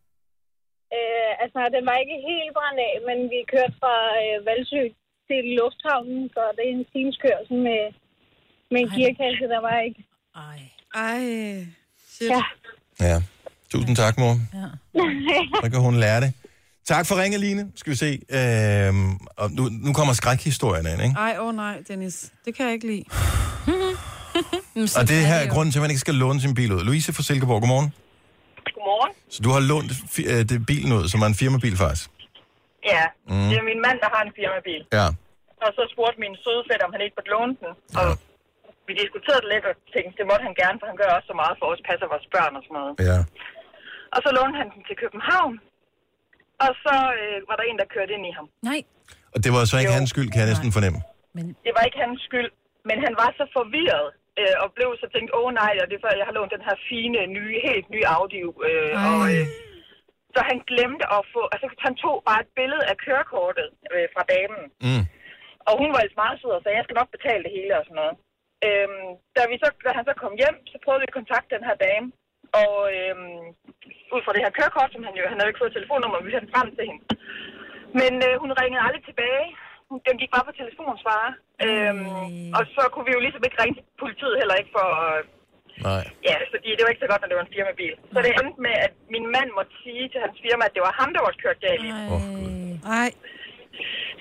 Speaker 11: Øh, altså, den var ikke helt brændt af, men vi kørte fra øh, Valsø til lufthavnen, så det er en times kørsel med, med en gearkasse, der var ikke.
Speaker 2: ej.
Speaker 3: Ej, shit.
Speaker 11: Ja.
Speaker 1: Ja. Tusind tak, mor. Ja. Så kan hun lære det. Tak for ringe, Line. Skal vi se. Øhm, og nu, nu kommer skrækhistorien ind, ikke?
Speaker 3: Ej, åh oh nej, Dennis. Det kan jeg ikke lide.
Speaker 1: Og det her er grunden til, at man ikke skal låne sin bil ud. Louise fra Silkeborg, godmorgen.
Speaker 11: Godmorgen.
Speaker 1: Så du har lånt fi- øh, det bilen ud, som er en firmabil faktisk?
Speaker 11: Ja, mm. det er min mand, der har en firmabil.
Speaker 1: Ja.
Speaker 11: Og så spurgte min søde fætter, om han ikke måtte låne den. Og vi diskuterede det lidt og tænkte, det måtte han gerne, for han gør også så meget for os, passer vores børn og sådan noget.
Speaker 1: Ja.
Speaker 11: Og så lånte han den til København. Og så øh, var der en, der kørte ind i ham.
Speaker 2: Nej,
Speaker 1: Og det var så ikke
Speaker 11: Jo.
Speaker 1: hans skyld, kan jeg næsten fornemme.
Speaker 11: Det var ikke hans skyld, men han var så forvirret øh, og blev så tænkt, åh oh, nej, og det er før, jeg har lånt den her fine, nye, helt nye Audi. Øh,
Speaker 3: Ej.
Speaker 11: og, øh, så han glemte at få, altså han tog bare et billede af kørekortet øh, fra damen.
Speaker 1: Mm.
Speaker 11: Og hun var altså meget sød og sagde, jeg skal nok betale det hele og sådan noget. Øhm, da, vi så, da han så kom hjem, så prøvede vi at kontakte den her dame. Og øhm, ud fra det her kørekort, som han jo, han havde jo ikke fået telefonnummer, vi sendte frem til hende. Men øh, hun ringede aldrig tilbage. hun- den gik bare på telefonsvarer. Øhm, og så kunne vi jo ligesom ikke ringe til politiet heller ikke for... at-
Speaker 1: Nej.
Speaker 11: Ja, fordi det var ikke så godt, når det var en firmabil. Så det endte med, at min mand måtte sige til hans firma, at det var ham, der var kørt galt i.
Speaker 1: Åh, oh, Gud.
Speaker 3: Nej,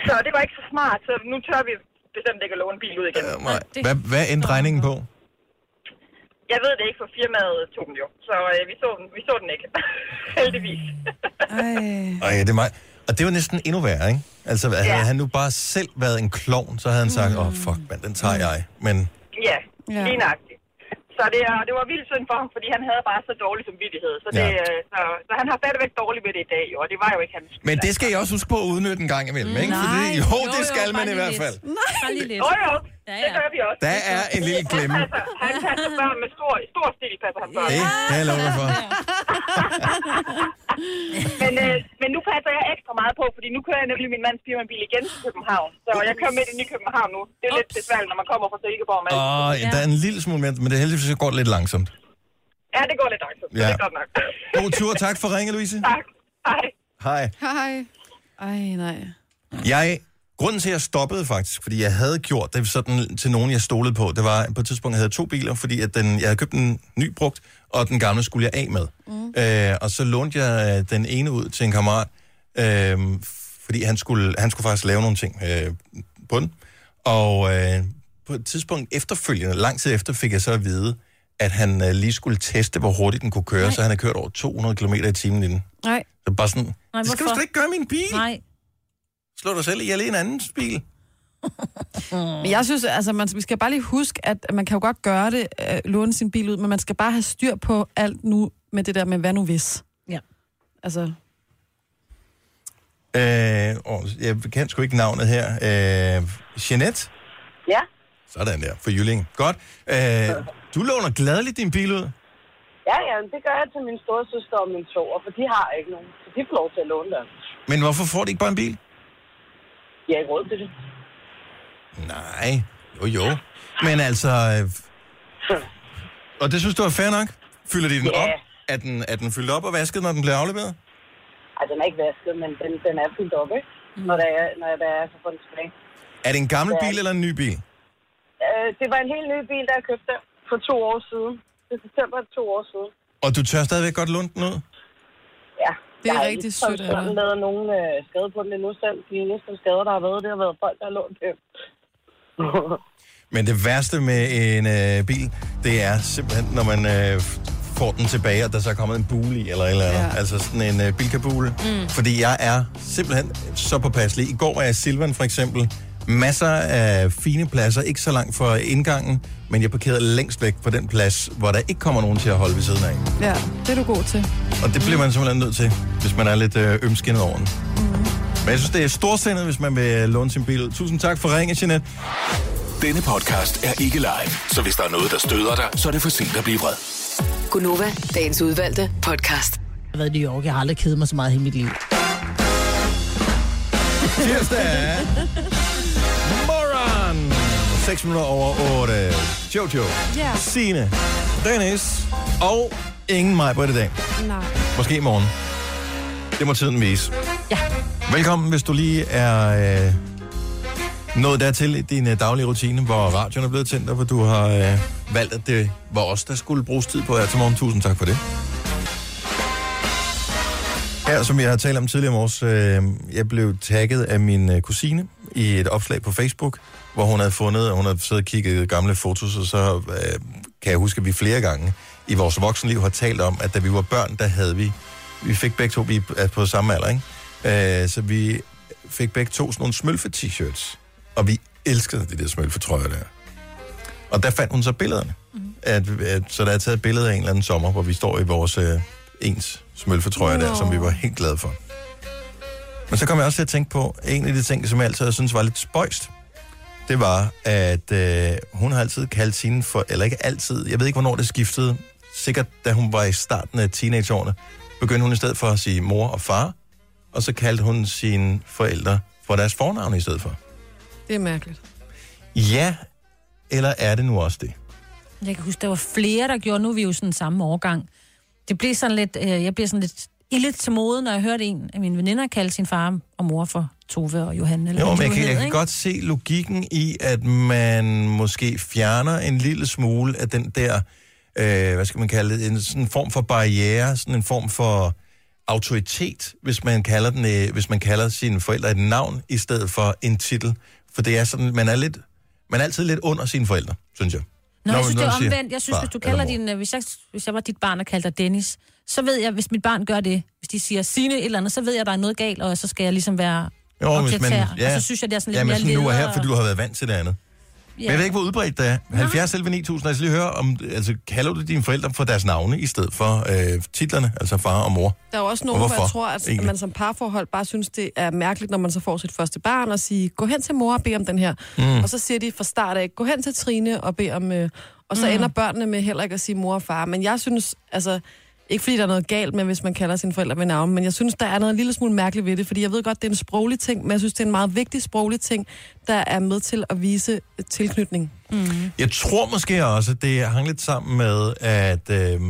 Speaker 11: Så det var ikke så smart, så nu tør vi bestemt ikke at låne en bil ud igen.
Speaker 1: Øh, nej. Hvad, hvad endte regningen på?
Speaker 11: Jeg ved det ikke, for firmaet tog den jo. Så øh, vi, så den, vi så den ikke. Heldigvis.
Speaker 3: ej.
Speaker 1: Ej, det er mig. Og det var næsten endnu værre, ikke? Altså, havde han nu bare selv været en klovn, så havde han sagt, åh, oh, fuck, mand, den tager jeg. Men
Speaker 11: ja,
Speaker 3: Ja.
Speaker 11: ja. lige nøjagtigt. Så det, er, det var vildt synd for ham, fordi han havde bare så dårlig samvittighed. Så, det,
Speaker 1: Ja.
Speaker 11: ja. så, så han har stadigvæk dårligt ved det i dag, jo, og det var jo ikke hans skyld.
Speaker 1: Men det skal jeg også huske på at udnytte en gang imellem, ikke?
Speaker 5: Nej.
Speaker 1: Fordi, jo,
Speaker 5: Jo,
Speaker 1: det
Speaker 5: jo,
Speaker 1: skal
Speaker 5: bare
Speaker 1: man i
Speaker 5: lige
Speaker 1: hvert
Speaker 5: lidt.
Speaker 1: fald.
Speaker 5: Bare lige lidt.
Speaker 11: Jo, jo,
Speaker 5: Ja,
Speaker 11: det
Speaker 5: ja.
Speaker 11: gør vi også.
Speaker 1: Der er en lille klemme.
Speaker 11: Altså, han passer børn med stor, stor stil, passer han børn.
Speaker 1: Det kan jeg love dig for.
Speaker 11: Men, øh, men nu passer jeg ekstra meget på, fordi nu kører jeg nemlig min mands firmabil igen til København. Så jeg kører midt ind i København nu. Det er lidt besværligt, når man kommer fra Silkeborg. Men,
Speaker 1: Og der er en lille smule mere, men det er heldigvis, at det går lidt langsomt.
Speaker 11: Ja, det går lidt langsomt, så
Speaker 1: Ja.
Speaker 11: det er godt nok.
Speaker 1: God tur, tak for ringe, Louise.
Speaker 11: tak. Hej.
Speaker 1: Hej.
Speaker 3: Hej. Ej, nej.
Speaker 1: Jeg, grunden til, at jeg stoppede faktisk, fordi jeg havde gjort det sådan til nogen, jeg stolede på, det var på et tidspunkt, jeg havde to biler, fordi at den, jeg havde købt en ny brugt, og den gamle skulle jeg af med. Mm. Øh, og så lånte jeg øh, den ene ud til en kammerat, øh, fordi han skulle, han skulle faktisk lave nogle ting øh, på den. Og øh, på et tidspunkt efterfølgende, lang tid efter, fik jeg så at vide, at han øh, lige skulle teste, hvor hurtigt den kunne køre, Nej. så han havde kørt over 200 km i timen inden.
Speaker 3: Nej.
Speaker 1: Så bare sådan,
Speaker 2: Nej,
Speaker 1: det skal du
Speaker 2: hvorfor?
Speaker 1: slet ikke gøre i min bil.
Speaker 2: Nej.
Speaker 1: Slå dig selv ihjel i en andens bil. Mm.
Speaker 3: Men jeg synes, altså, man vi skal bare lige huske, at man kan jo godt gøre det, øh, låne sin bil ud, men man skal bare have styr på alt nu med det der med, hvad nu hvis.
Speaker 2: Ja.
Speaker 3: Altså,
Speaker 1: Øh, og jeg kan sgu ikke navnet her. Øh, Jeanette?
Speaker 11: Ja.
Speaker 1: Sådan der, for Jylling. Godt. Øh, du låner gladeligt din bil ud.
Speaker 11: Ja, ja, det gør jeg til min store søster og min sover, for de har ikke nogen. Så de får lov til at låne dem.
Speaker 1: Men hvorfor får de ikke bare en bil?
Speaker 11: De har ikke råd til det.
Speaker 1: Nej. Jo, jo. Men altså... øh, Og det synes du er fair nok? Fylder de den
Speaker 11: Ja.
Speaker 1: op? Er den, er den fyldt op og vasket, når den bliver afleveret?
Speaker 11: Ej, den er ikke vasket, men den, den er fyldt op, ikke? Når, der er, når der er så får den tilbage.
Speaker 1: Er det en gammel
Speaker 11: Ja.
Speaker 1: bil eller en ny bil?
Speaker 11: Øh, det var en helt ny bil, der jeg købte for to år siden. Det er september to år siden.
Speaker 1: Og du tør stadigvæk godt låne den ud?
Speaker 11: Ja.
Speaker 3: Det er
Speaker 11: Jeg har
Speaker 3: rigtig
Speaker 11: ikke sådan-
Speaker 3: sødt af dig.
Speaker 11: sådan lavet nogen øh, skade på den endnu selv. De eneste skader, der har været, det har været folk, der har lånt dem.
Speaker 1: Men det værste med en øh, bil, det er simpelthen, når man øh, får den tilbage, og der så er kommet en bule i, eller et eller andet. Ja.
Speaker 3: Ja.
Speaker 1: Altså sådan en øh, bilkabule. Mm. Fordi jeg er simpelthen så påpasselig. I går var jeg i Silvan for eksempel. Masser af fine pladser, ikke så langt fra indgangen, men jeg parkerede længst væk på den plads, hvor der ikke kommer nogen til at holde ved siden af.
Speaker 3: ja, det er du god til.
Speaker 1: Og det bliver man simpelthen nødt til, hvis man er lidt øh, ømskinnet over den. Men jeg synes, det er storsindet, hvis man vil låne sin bil ud. Tusind tak for ringen, Jeanette.
Speaker 7: Denne podcast er ikke live, så hvis der er noget, der støder dig, så er det for sent at blive vred.
Speaker 6: Gunova, dagens udvalgte podcast.
Speaker 4: Jeg har været i New York. Jeg har aldrig kedet mig så meget i hele mit liv.
Speaker 1: Tirsdag er morgen. 6 minutter over 8. Jojo,
Speaker 3: Ja.
Speaker 1: Sine, Dennis og ingen mig på i dag.
Speaker 3: Nej.
Speaker 1: Måske i morgen. Det må tiden vise. Ja. Velkommen, hvis du lige er øh, nået dertil i din øh, daglige rutine, hvor radioen er blevet tændt, og hvor du har øh, valgt, at det var os, der skulle bruges tid på her til morgen. Tusind tak for det. Her, som jeg har talt om tidligere i morges, øh, jeg blev tagget af min øh, kusine i et opslag på Facebook, hvor hun havde fundet, hun havde siddet og kigget gamle fotos, og så øh, kan jeg huske, at vi flere gange i vores voksenliv har talt om, at da vi var børn, der havde vi, vi fik begge to, vi er på samme alder, ikke? Øh, så vi fik begge to sådan nogle smølfe-t-shirts, og vi elskede de der smølfe-trøjer der. Og der fandt hun så billederne. Mm. At, at, så der er taget et billede af en eller anden sommer, hvor vi står i vores øh, ens smølfetrøjer der, som vi var helt glade for. Men så kom jeg også til at tænke på, en af de ting, som jeg altid synes var lidt spøjst, det var, at øh, hun har altid kaldt sine for, eller ikke altid, jeg ved ikke, hvornår det skiftede, sikkert da hun var i starten af teenageårene, begyndte hun i stedet for at sige mor og far, og så kaldte hun sine forældre for deres fornavne i stedet for.
Speaker 3: Det er mærkeligt.
Speaker 1: Ja, eller er det nu også det?
Speaker 2: Jeg kan huske, der var flere, der gjorde, nu er vi jo sådan samme årgang. Det blev sådan lidt, øh, jeg blev sådan lidt ildet til mode, når jeg hørte en af mine veninder kalde sin far og mor for Tove og Johan. Eller
Speaker 1: Jo,
Speaker 2: hvad
Speaker 1: men jeg
Speaker 2: du
Speaker 1: kan, jeg
Speaker 2: hedder,
Speaker 1: kan
Speaker 2: ikke?
Speaker 1: godt se logikken i, at man måske fjerner en lille smule af den der, øh, hvad skal man kalde det, en sådan en form for barriere, sådan en form for autoritet, hvis man kalder, den, øh, hvis man kalder sine forældre et navn i stedet for en titel. For det er sådan, man er lidt, man er altid lidt under sine forældre, synes jeg.
Speaker 2: Nå, jeg synes, det er
Speaker 1: man siger
Speaker 2: omvendt. Jeg synes,
Speaker 1: far
Speaker 2: hvis du
Speaker 1: eller
Speaker 2: kalder
Speaker 1: mor.
Speaker 2: din, øh, hvis, jeg, hvis jeg var dit barn og kaldte dig Dennis, så ved jeg, hvis mit barn gør det, hvis de siger Signe et eller andet, så ved jeg, der er noget galt, og så skal jeg ligesom være
Speaker 1: Jo, hvis man,
Speaker 2: objektær. Og så synes jeg, det er sådan lidt
Speaker 1: ja, men
Speaker 2: mere
Speaker 1: sådan nu og
Speaker 2: leder
Speaker 1: her,
Speaker 2: og-
Speaker 1: fordi du har været vant til det andet. Ja. Men jeg ved ikke, hvor udbredt det er. 70 11 9000, altså lige høre, om, altså, kalder du dine forældre for deres navne i stedet for øh, titlerne, altså far og mor?
Speaker 3: Der er jo også
Speaker 1: Og
Speaker 3: nogen, hvor
Speaker 1: hvorfor
Speaker 3: jeg tror, at
Speaker 1: egentlig?
Speaker 3: Egentlig. man som parforhold bare synes, det er mærkeligt, når man så får sit første barn og siger, gå hen til mor og bed om den her. Mm. Og så siger de fra start af, gå hen til Trine og bed om... Øh, og så mm. ender børnene med heller ikke at sige mor og far. Men jeg synes, altså... Ikke fordi der er noget galt med, hvis man kalder sine forældre ved navn, men jeg synes, der er noget en lille smule mærkeligt ved det, fordi jeg ved godt, det er en sproglig ting, men jeg synes, det er en meget vigtig sproglig ting, der er med til at vise tilknytning.
Speaker 1: Jeg tror måske også, at det hang lidt sammen med, at øh,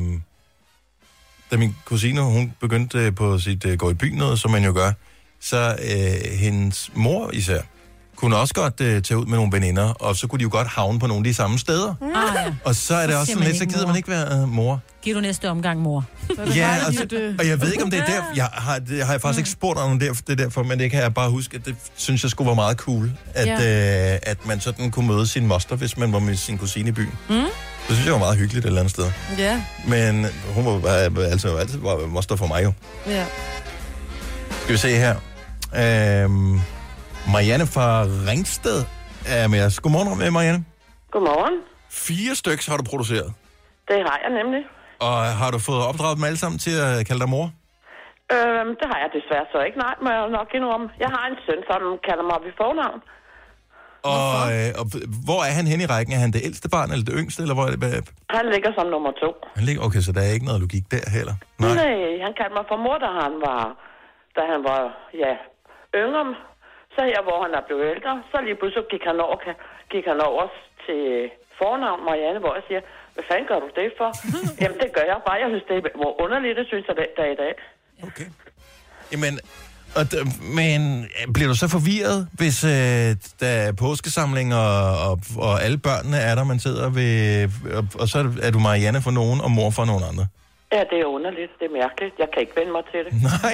Speaker 1: da min kusine hun begyndte øh, på sit øh, gå i byen noget, som man jo gør, så øh, hendes mor især kunne også godt øh, tage ud med nogle veninder, og så kunne de jo godt havne på nogle af de samme steder. Mm.
Speaker 2: Ah, ja.
Speaker 1: Og så er det
Speaker 2: Så
Speaker 1: også
Speaker 2: siger
Speaker 1: sådan
Speaker 2: man
Speaker 1: lidt, så
Speaker 2: ikke
Speaker 1: gider
Speaker 2: mor.
Speaker 1: man ikke være øh, mor.
Speaker 2: Giv du næste omgang, mor.
Speaker 3: Så er det
Speaker 1: Ja,
Speaker 3: bare
Speaker 1: og,
Speaker 3: lige øh,
Speaker 1: så,
Speaker 3: det-
Speaker 1: og jeg ved ikke, om det er der... Jeg har, det har jeg faktisk ikke spurgt om det, det er derfor, men det kan jeg bare huske, at det synes jeg skulle være meget cool, at, ja. øh, at man sådan kunne møde sin moster, hvis man var med sin kusine i byen. Mm. Det synes jeg var meget hyggeligt et eller andet sted.
Speaker 3: Ja,
Speaker 1: Men hun var bare- altså altid var moster for mig jo.
Speaker 3: ja.
Speaker 1: Skal vi se her. Øhm, Marianne fra Ringsted er med os. Godmorgen med Marianne.
Speaker 5: Godmorgen.
Speaker 1: Fire styks har du produceret,
Speaker 5: Det har jeg nemlig.
Speaker 1: og har du fået opdraget dem alle sammen til at kalde dig mor?
Speaker 5: Øhm, det har jeg desværre så ikke. Nej, må jeg nok indrømme. Jeg har en søn, som kalder mig ved fornavn.
Speaker 1: Og, øh, og hvor er han henne i rækken? Er han det ældste barn, eller det yngste, eller hvor er det? hvad-
Speaker 5: Han ligger som nummer to.
Speaker 1: Han ligger, okay, så der er ikke noget logik der heller.
Speaker 5: Nej.
Speaker 1: Nej.
Speaker 5: Nej, han kaldte mig for mor, da han var, da han var ja, yngre. Så her, hvor han er blevet ældre, så lige pludselig gik han over, gik han over til fornavn Marianne, hvor jeg siger, hvad fanden gør du det for? Jamen, det gør jeg bare. Jeg synes, det er hvor underligt, det synes jeg den dag i dag.
Speaker 1: Okay. Jamen, og d- men øh, bliver du så forvirret, hvis øh, der er påskesamling, og, og, og alle børnene er der, man sidder ved, og, og så er du Marianne for nogen, og mor for nogen andre?
Speaker 5: Ja, det er underligt. Det er mærkeligt. Jeg kan ikke vende mig til det.
Speaker 1: Nej.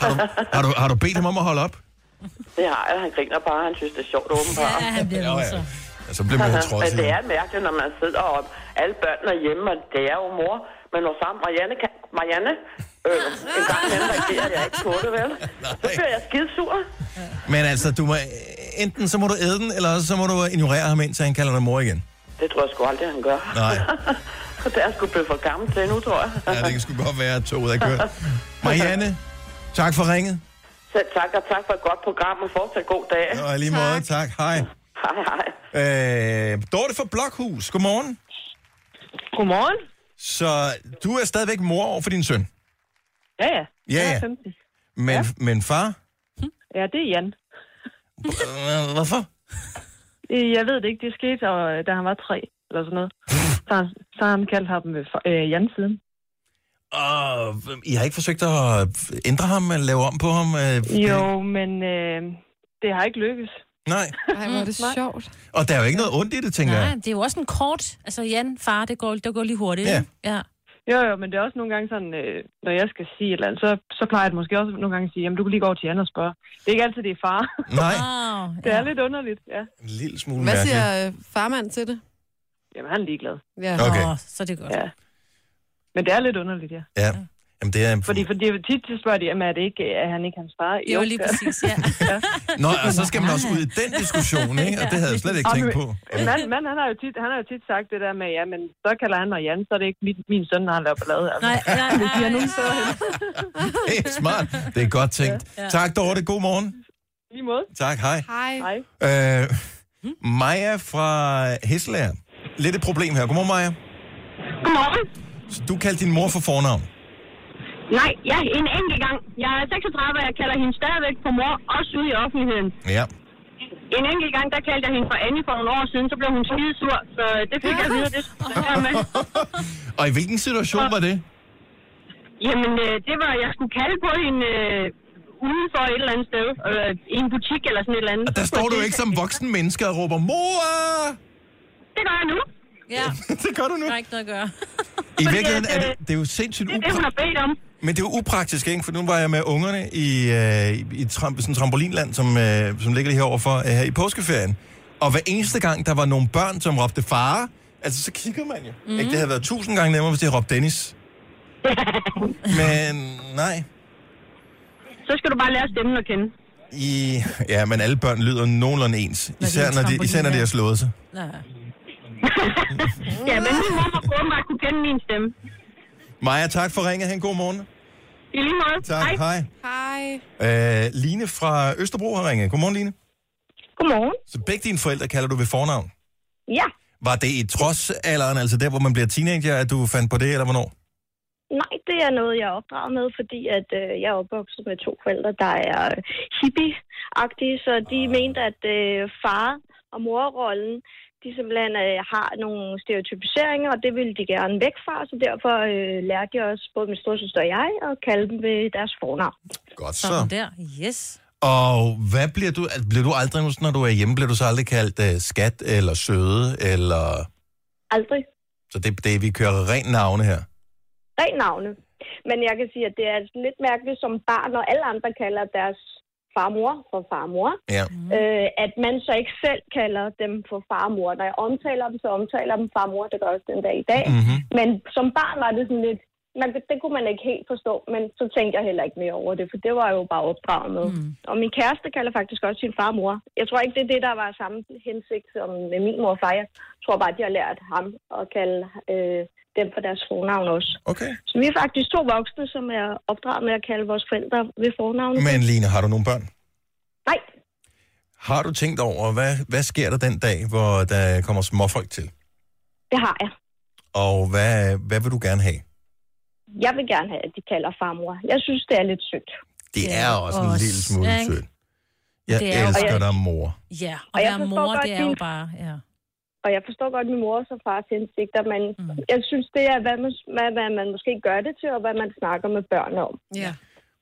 Speaker 1: Har du, har du, har du bedt ham om at holde op?
Speaker 5: Det har jeg. Han griner bare. Han synes, det er sjovt åbenbart. Altså,
Speaker 2: Ja, han bliver ja, ja.
Speaker 1: Ja, så bliver man jo
Speaker 5: Men
Speaker 1: trådsig.
Speaker 5: det er mærkeligt, når man sidder og alle børnene er hjemme, og det er jo mor. Men når sammen Marianne kan... Marianne? Øh, en gang imellem reagerer jeg ikke på det, vel? Så bliver jeg skidsur.
Speaker 1: Men altså, du må, enten så må du æde den, eller også så må du ignorere ham, indtil han kalder dig mor igen.
Speaker 5: Det tror jeg sgu aldrig, han gør.
Speaker 1: Nej.
Speaker 5: Så det er jeg sgu blevet for gammel til nu, tror jeg.
Speaker 1: Ja, det kan sgu godt være, at toget er kørt. Marianne, tak for ringet.
Speaker 5: Selv tak, og tak for et godt program, og fortsat god dag.
Speaker 1: Og i lige måde, tak. Hej.
Speaker 5: Hej, hej.
Speaker 1: Øh, Dorte fra Blokhus, godmorgen.
Speaker 5: Godmorgen.
Speaker 1: Så du er stadigvæk mor over for din søn.
Speaker 5: Ja, ja.
Speaker 1: Ja, ja. Men, ja. men far?
Speaker 3: Hm?
Speaker 5: Ja, det er Jan.
Speaker 1: Øh, Hvorfor?
Speaker 5: Jeg ved det ikke. Det skete, og, øh, da han var tre, eller sådan noget. Så, så har han kaldt ham øh, Jan siden.
Speaker 1: Og I har ikke forsøgt at ændre ham, eller lave om på ham? øh,
Speaker 5: Jo, men øh, det har ikke lykkes.
Speaker 1: Nej.
Speaker 3: Ej, hvor er det sjovt.
Speaker 1: Og der er jo ikke noget ondt i det, tænker
Speaker 2: Nej,
Speaker 1: jeg.
Speaker 2: det er jo også en kort. Altså, Jan, far, det går, det går lige hurtigt.
Speaker 1: Ja.
Speaker 2: ikke? ja.
Speaker 5: Jo, jo, men det er også nogle gange sådan, øh, når jeg skal sige et eller andet, så, så plejer jeg det måske også nogle gange at sige, jamen du kan lige gå over til Jan og spørge. Det er ikke altid, det er far.
Speaker 1: Nej.
Speaker 2: Wow,
Speaker 5: Det
Speaker 2: ja.
Speaker 5: er lidt underligt, ja.
Speaker 1: En lille smule
Speaker 3: Hvad
Speaker 1: mærkeligt.
Speaker 3: siger øh, farmand til det?
Speaker 5: Jamen han er ligeglad.
Speaker 3: Ja.
Speaker 1: Okay.
Speaker 2: Nå, så er det godt.
Speaker 5: Ja. Men det er lidt underligt, ja.
Speaker 1: Ja. Jamen, det er...
Speaker 5: Fordi, fordi tit så spørger de, jamen er det ikke, øh, er han ikke hans far?
Speaker 2: Jo, lige præcis, ja.
Speaker 1: Nå, og så skal man også ud i den diskussion, ikke? Og det havde jeg slet ikke tænkt på.
Speaker 5: En mand, mand han, har jo tit, han har jo tit sagt det der med, ja, men så kalder han mig Jan, så er det ikke min, min søn, der har lavet ballade. Altså.
Speaker 2: Nej, nej, nej.
Speaker 1: Det er smart. Det er godt tænkt. Tak, Dorte. God morgen.
Speaker 5: I lige måde.
Speaker 1: Tak, hej.
Speaker 3: Hej.
Speaker 5: Hej.
Speaker 1: Øh, Maja fra Hesselager. Lidt et problem her. Godmorgen, Maja.
Speaker 5: Godmorgen.
Speaker 1: Så du kaldte din mor for fornavn.
Speaker 5: Nej, ja, en enkelt gang. Jeg er 36, og jeg kalder hende stadigvæk for mor, også ude i offentligheden.
Speaker 1: Ja.
Speaker 5: En enkelt gang, der kaldte jeg hende for Annie for nogle år siden, så blev hun skidesur, så øh, det fik jeg videre, det skulle jeg lade være med.
Speaker 1: Og i hvilken situation var det?
Speaker 5: Jamen, øh, det var, jeg skulle kalde på hende øh,
Speaker 12: udenfor et eller andet sted, øh, i en butik eller sådan et eller andet.
Speaker 1: Og der står du ikke som voksen menneske og råber, mor!
Speaker 12: Det gør jeg nu.
Speaker 2: Ja,
Speaker 1: det gør du nu.
Speaker 2: der er ikke noget at gøre.
Speaker 1: I
Speaker 12: Fordi
Speaker 1: virkeligheden
Speaker 12: at,
Speaker 1: er
Speaker 12: øh,
Speaker 1: det, det er jo sindssygt
Speaker 12: Det er det, hun
Speaker 1: upraktisk.
Speaker 12: har bedt om.
Speaker 1: Men det er jo upraktisk, ikke? For nu var jeg med ungerne i, øh, i- i tram, sådan trampolinland, som, øh, som ligger lige herovre for, øh, her i påskeferien. Og hver eneste gang, der var nogle børn, som råbte far, altså så kigger man jo. Mm.
Speaker 12: Mhm.
Speaker 1: Ikke? Det havde været tusind gange nemmere, hvis de havde råbt Dennis. Men nej.
Speaker 12: Så skal du bare lære stemmen at kende.
Speaker 1: I, ja, men alle børn lyder nogenlunde ens. Især når, de, især når de har slået sig.
Speaker 2: Nej.
Speaker 12: Ja, men min mor har åbenbart kunne kende min stemme.
Speaker 1: Maja, tak for ringet. Han god morgen.
Speaker 12: I lige måde.
Speaker 1: Tak. Hej.
Speaker 3: Hej.
Speaker 1: Hej. Øh, Line fra Østerbro har ringet. Godmorgen, Line.
Speaker 12: Godmorgen.
Speaker 1: Så begge dine forældre kalder du ved fornavn.
Speaker 12: Ja.
Speaker 1: Var det i trodsalderen, altså der, hvor man bliver teenager, at du fandt på det, eller hvornår?
Speaker 12: Nej, det er noget, jeg er opdraget med, fordi at, øh, jeg er opvokset med to forældre, der er øh, hippie-agtige, så de
Speaker 2: Ah.
Speaker 12: mente, at øh, far- og morrollen, de simpelthen øh, har nogle stereotypiseringer, og det ville de gerne væk fra, så derfor øh, lærte jeg også, både min storsøster og jeg, at kalde dem ved deres fornavn.
Speaker 1: Godt så.
Speaker 2: Sådan der. Yes.
Speaker 1: Og hvad bliver du, altså, bliver du aldrig, nu, sådan, når du er hjemme, bliver du så aldrig kaldt uh, skat eller søde, eller...
Speaker 12: Aldrig.
Speaker 1: Så det, det vi kører ren navne her.
Speaker 12: Ren navne. Men jeg kan sige, at det er altså lidt mærkeligt som barn, når alle andre kalder deres farmor for farmor.
Speaker 1: Ja.
Speaker 12: øh, at man så ikke selv kalder dem for farmor. Når jeg omtaler dem, så omtaler jeg dem farmor, det gør jeg også den dag i dag. Mm.
Speaker 1: Mm-hmm.
Speaker 12: Men som barn var det sådan lidt, man, det kunne man ikke helt forstå, men så tænkte jeg heller ikke mere over det, for det var jeg jo bare opdraget med. Mm. Og min kæreste kalder faktisk også sin farmor. Jeg tror ikke, det er det, der var samme hensigt som med min mor og far. Jeg tror bare, de har lært ham at kalde øh, dem for deres fornavn også.
Speaker 1: Okay.
Speaker 12: Så vi er faktisk to voksne, som er opdraget med at kalde vores forældre ved fornavn.
Speaker 1: Men Line, har du nogle børn?
Speaker 12: Nej,
Speaker 1: Har du tænkt over, hvad, hvad sker der den dag, hvor der kommer småfolk til?
Speaker 12: det har jeg.
Speaker 1: Og hvad, hvad vil du gerne have?
Speaker 12: Jeg vil gerne have, at de kalder farmor. Jeg synes, det er lidt sødt.
Speaker 1: Det
Speaker 2: Ja,
Speaker 1: er også en
Speaker 2: os,
Speaker 1: lille smule
Speaker 2: ikke?
Speaker 1: sødt. Jeg
Speaker 2: Det er jo-
Speaker 12: Og
Speaker 1: elsker
Speaker 12: jeg-
Speaker 1: dig, mor.
Speaker 2: Ja, og,
Speaker 12: Og
Speaker 2: og
Speaker 12: jeg
Speaker 2: være
Speaker 12: forstår
Speaker 2: mor,
Speaker 12: godt
Speaker 2: det er jo
Speaker 12: din-
Speaker 2: bare... Ja.
Speaker 12: Og jeg forstår godt min mor og fars hensigter, men mm. jeg synes, det er, hvad man, hvad, hvad man måske gør det til, og hvad man snakker med børn om.
Speaker 3: Ja.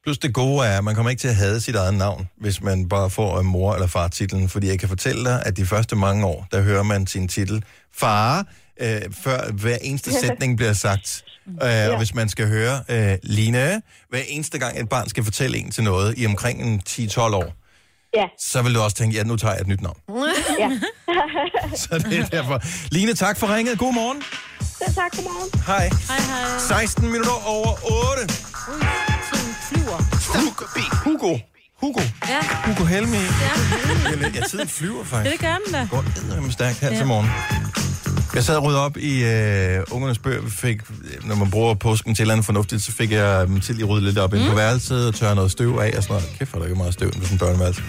Speaker 1: Plus det gode er, at man kommer ikke til at have sit eget navn, hvis man bare får øh, mor- eller far-titlen. Fordi jeg kan fortælle dig, at de første mange år, der hører man sin titel far, øh, før hver eneste sætning bliver sagt. Øh, og hvis man skal høre øh, Line, hver eneste gang et barn skal fortælle en til noget i omkring en 10-12 år,
Speaker 12: Ja,
Speaker 1: så vil du også tænke, ja, nu tager jeg et nyt navn.
Speaker 12: ja.
Speaker 1: Så det er derfor. Line, tak for ringet. God morgen.
Speaker 12: Så tak, godmorgen.
Speaker 1: Hej. Hej, hej. 16 minutter over 8.
Speaker 2: Tiden flyver.
Speaker 1: Hugo. Hugo. Hugo.
Speaker 2: Ja.
Speaker 1: Hugo Helmi. Ja. ja, tiden flyver faktisk.
Speaker 2: Det gør den da.
Speaker 1: går eddermame stærkt her ja. til morgen. Jeg sad og rydde op i øh, ungernes bøger. Vi fik, øh, når man bruger påsken til et eller andet fornuftigt, så fik jeg dem til at rydde lidt op mm. ind på værelset og tørre noget støv af. Og sådan noget. Kæft, hvor er der ikke meget støv på sådan en børneværelse.